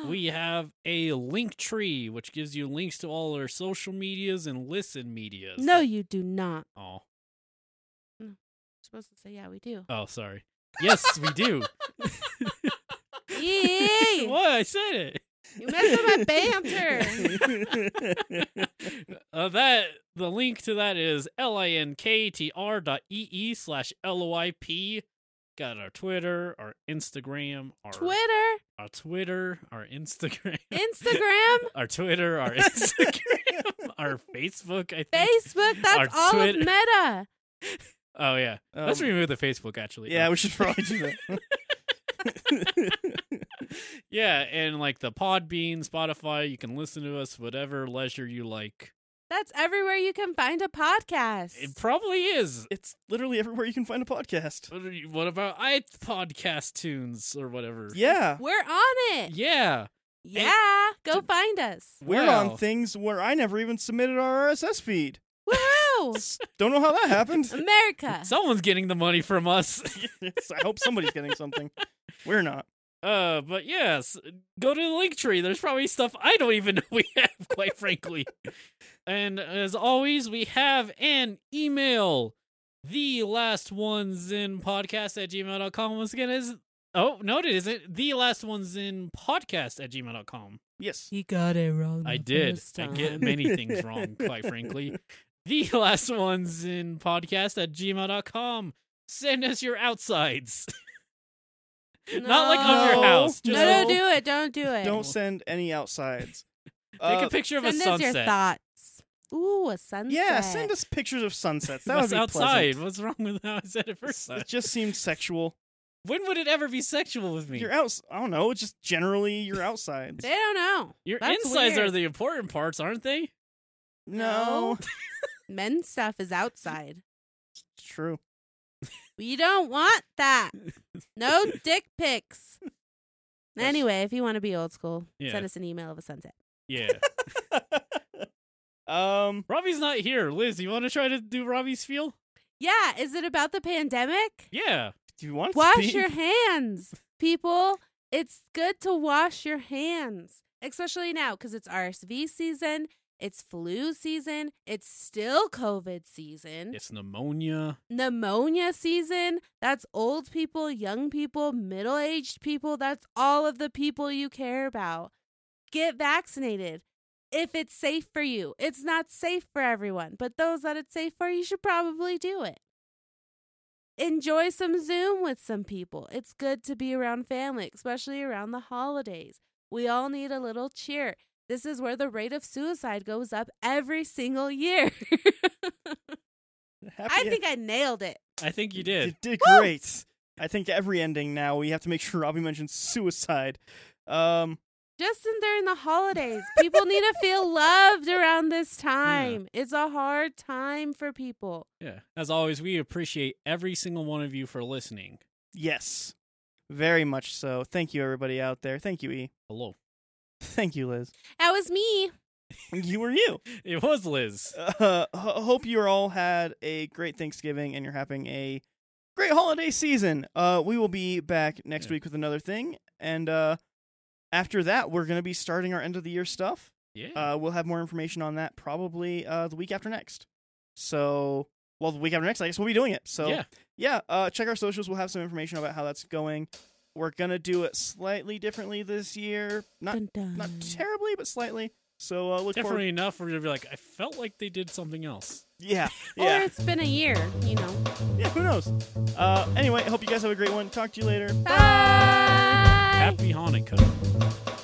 S3: we have a link tree which gives you links to all our social medias and listen medias.
S1: no, you do not.
S3: Oh.
S1: You're supposed to say, yeah, we do.
S3: Oh, sorry. Yes, we do.
S1: Yay!
S3: what? I said
S1: You messed up my banter.
S3: it. uh, that The link to that is linktr dot ee slash loip. Got our Twitter, our Instagram, our
S1: Twitter,
S3: our Twitter, our Instagram,
S1: Instagram,
S3: our Twitter, our Instagram, our Facebook. I think.
S1: Facebook. That's
S3: Our
S1: all
S3: Twitter.
S1: of Meta.
S3: Oh yeah, let's
S2: Um,
S3: remove the Facebook actually.
S2: Yeah,
S3: Um,
S2: we should probably do that.
S3: yeah, and like the Podbean, Spotify. You can listen to us whatever leisure you like.
S1: That's everywhere you can find a podcast.
S3: It probably is.
S2: it's literally everywhere you can find a podcast.
S3: What, are you, what about i podcast tunes or whatever?
S2: Yeah.
S1: We're on it.
S3: yeah.
S1: Yeah, go find us.
S2: We're
S3: Wow.
S2: on things where I never even submitted our RSS feed.
S1: Woohoo!
S2: Don't know how that happened.
S1: America.
S3: Someone's getting the money from us.
S2: I hope somebody's getting something. We're not.
S3: Uh, but yes, go to the link tree. There's probably stuff I don't even know we have, quite frankly. And as always, we have an email. The last ones in podcast at gmail.com. Once again, is oh no, it isn't. The last ones in podcast at gmail.com.
S2: Yes.
S1: He got it wrong.
S3: I did. I get many things wrong, quite frankly. The last ones in podcast at gmail.com. Send us your outsides. Not like of
S2: No.
S3: your house.
S1: No,
S3: Just
S1: don't do it. Don't do it.
S2: Don't send any outsides.
S3: Take
S2: Uh,
S3: a picture of
S1: Send
S3: a
S1: us
S3: sunset.
S1: your thoughts. Ooh, a sunset.
S2: yeah, send us pictures of sunsets. That
S3: What's
S2: would be
S3: outside?
S2: pleasant.
S3: What's wrong with how I said it first? time?
S2: It just seems sexual.
S3: When would it ever be sexual with me?
S2: You're out. I don't know. Just generally, you're outside.
S1: They don't know.
S3: Your
S1: That's
S3: insides
S1: weird.
S3: are the important parts, aren't they?
S2: no,
S1: men's stuff is outside.
S2: it's true.
S1: We don't want that. No dick pics. Anyway, if you want to be old school,
S3: Yeah.
S1: send us an email of a sunset.
S3: Yeah.
S2: Um,
S3: Robbie's not here. Liz, you want to try to do Robbie's feel?
S1: Yeah, is it about the pandemic?
S3: Yeah.
S2: do you want it to
S1: Wash
S2: be?
S1: your hands, people. It's good to wash your hands, especially now because it's RSV season, it's flu season, it's still COVID season,
S3: It's pneumonia.
S1: pneumonia season. That's old people, young people, middle aged people. That's all of the people you care about. Get vaccinated if it's safe for you. It's not safe for everyone, but those that it's safe for, you should probably do it enjoy some Zoom with some people. It's good to be around family, especially around the holidays. We all need a little cheer. This is where the rate of suicide goes up every single year.
S2: Happy
S1: I think I nailed it.
S3: I think you
S2: You
S3: did.
S2: did
S1: Woo!
S2: great. I think every ending now we have to make sure Robbie mentions suicide. Um,
S1: Just in during the holidays, people need to feel loved around this time. It's a hard time for people.
S3: Yeah. As always, we appreciate every single one of you for listening.
S2: yes, very much so. Thank you, everybody out there. Thank you, E.
S3: Hello.
S2: Thank you, Liz.
S1: That was me.
S2: you were you.
S3: It was Liz.
S2: Uh, ho- hope you all had a great Thanksgiving and you're having a great holiday season. Uh, we will be back next
S3: Yeah.
S2: week with another thing, and uh, after that, we're going to be starting our end of the year stuff.
S3: Yeah.
S2: Uh, we'll have more information on that probably uh, the week after next. So, well, the week after next, I guess we'll be doing it. So,
S3: yeah.
S2: yeah, uh, check our socials. We'll have some information about how that's going. We're gonna do it slightly differently this year. Not
S1: Dun, dun.
S2: not terribly, but slightly. So uh, look forward.
S3: Definitely enough for you to be like, I felt like they did something else.
S2: Yeah,
S1: Or
S2: yeah,
S1: it's been a year, you know.
S2: yeah. Who knows? Uh, anyway, I hope you guys have a great one. Talk to you later.
S1: Bye.
S3: Happy Hanukkah.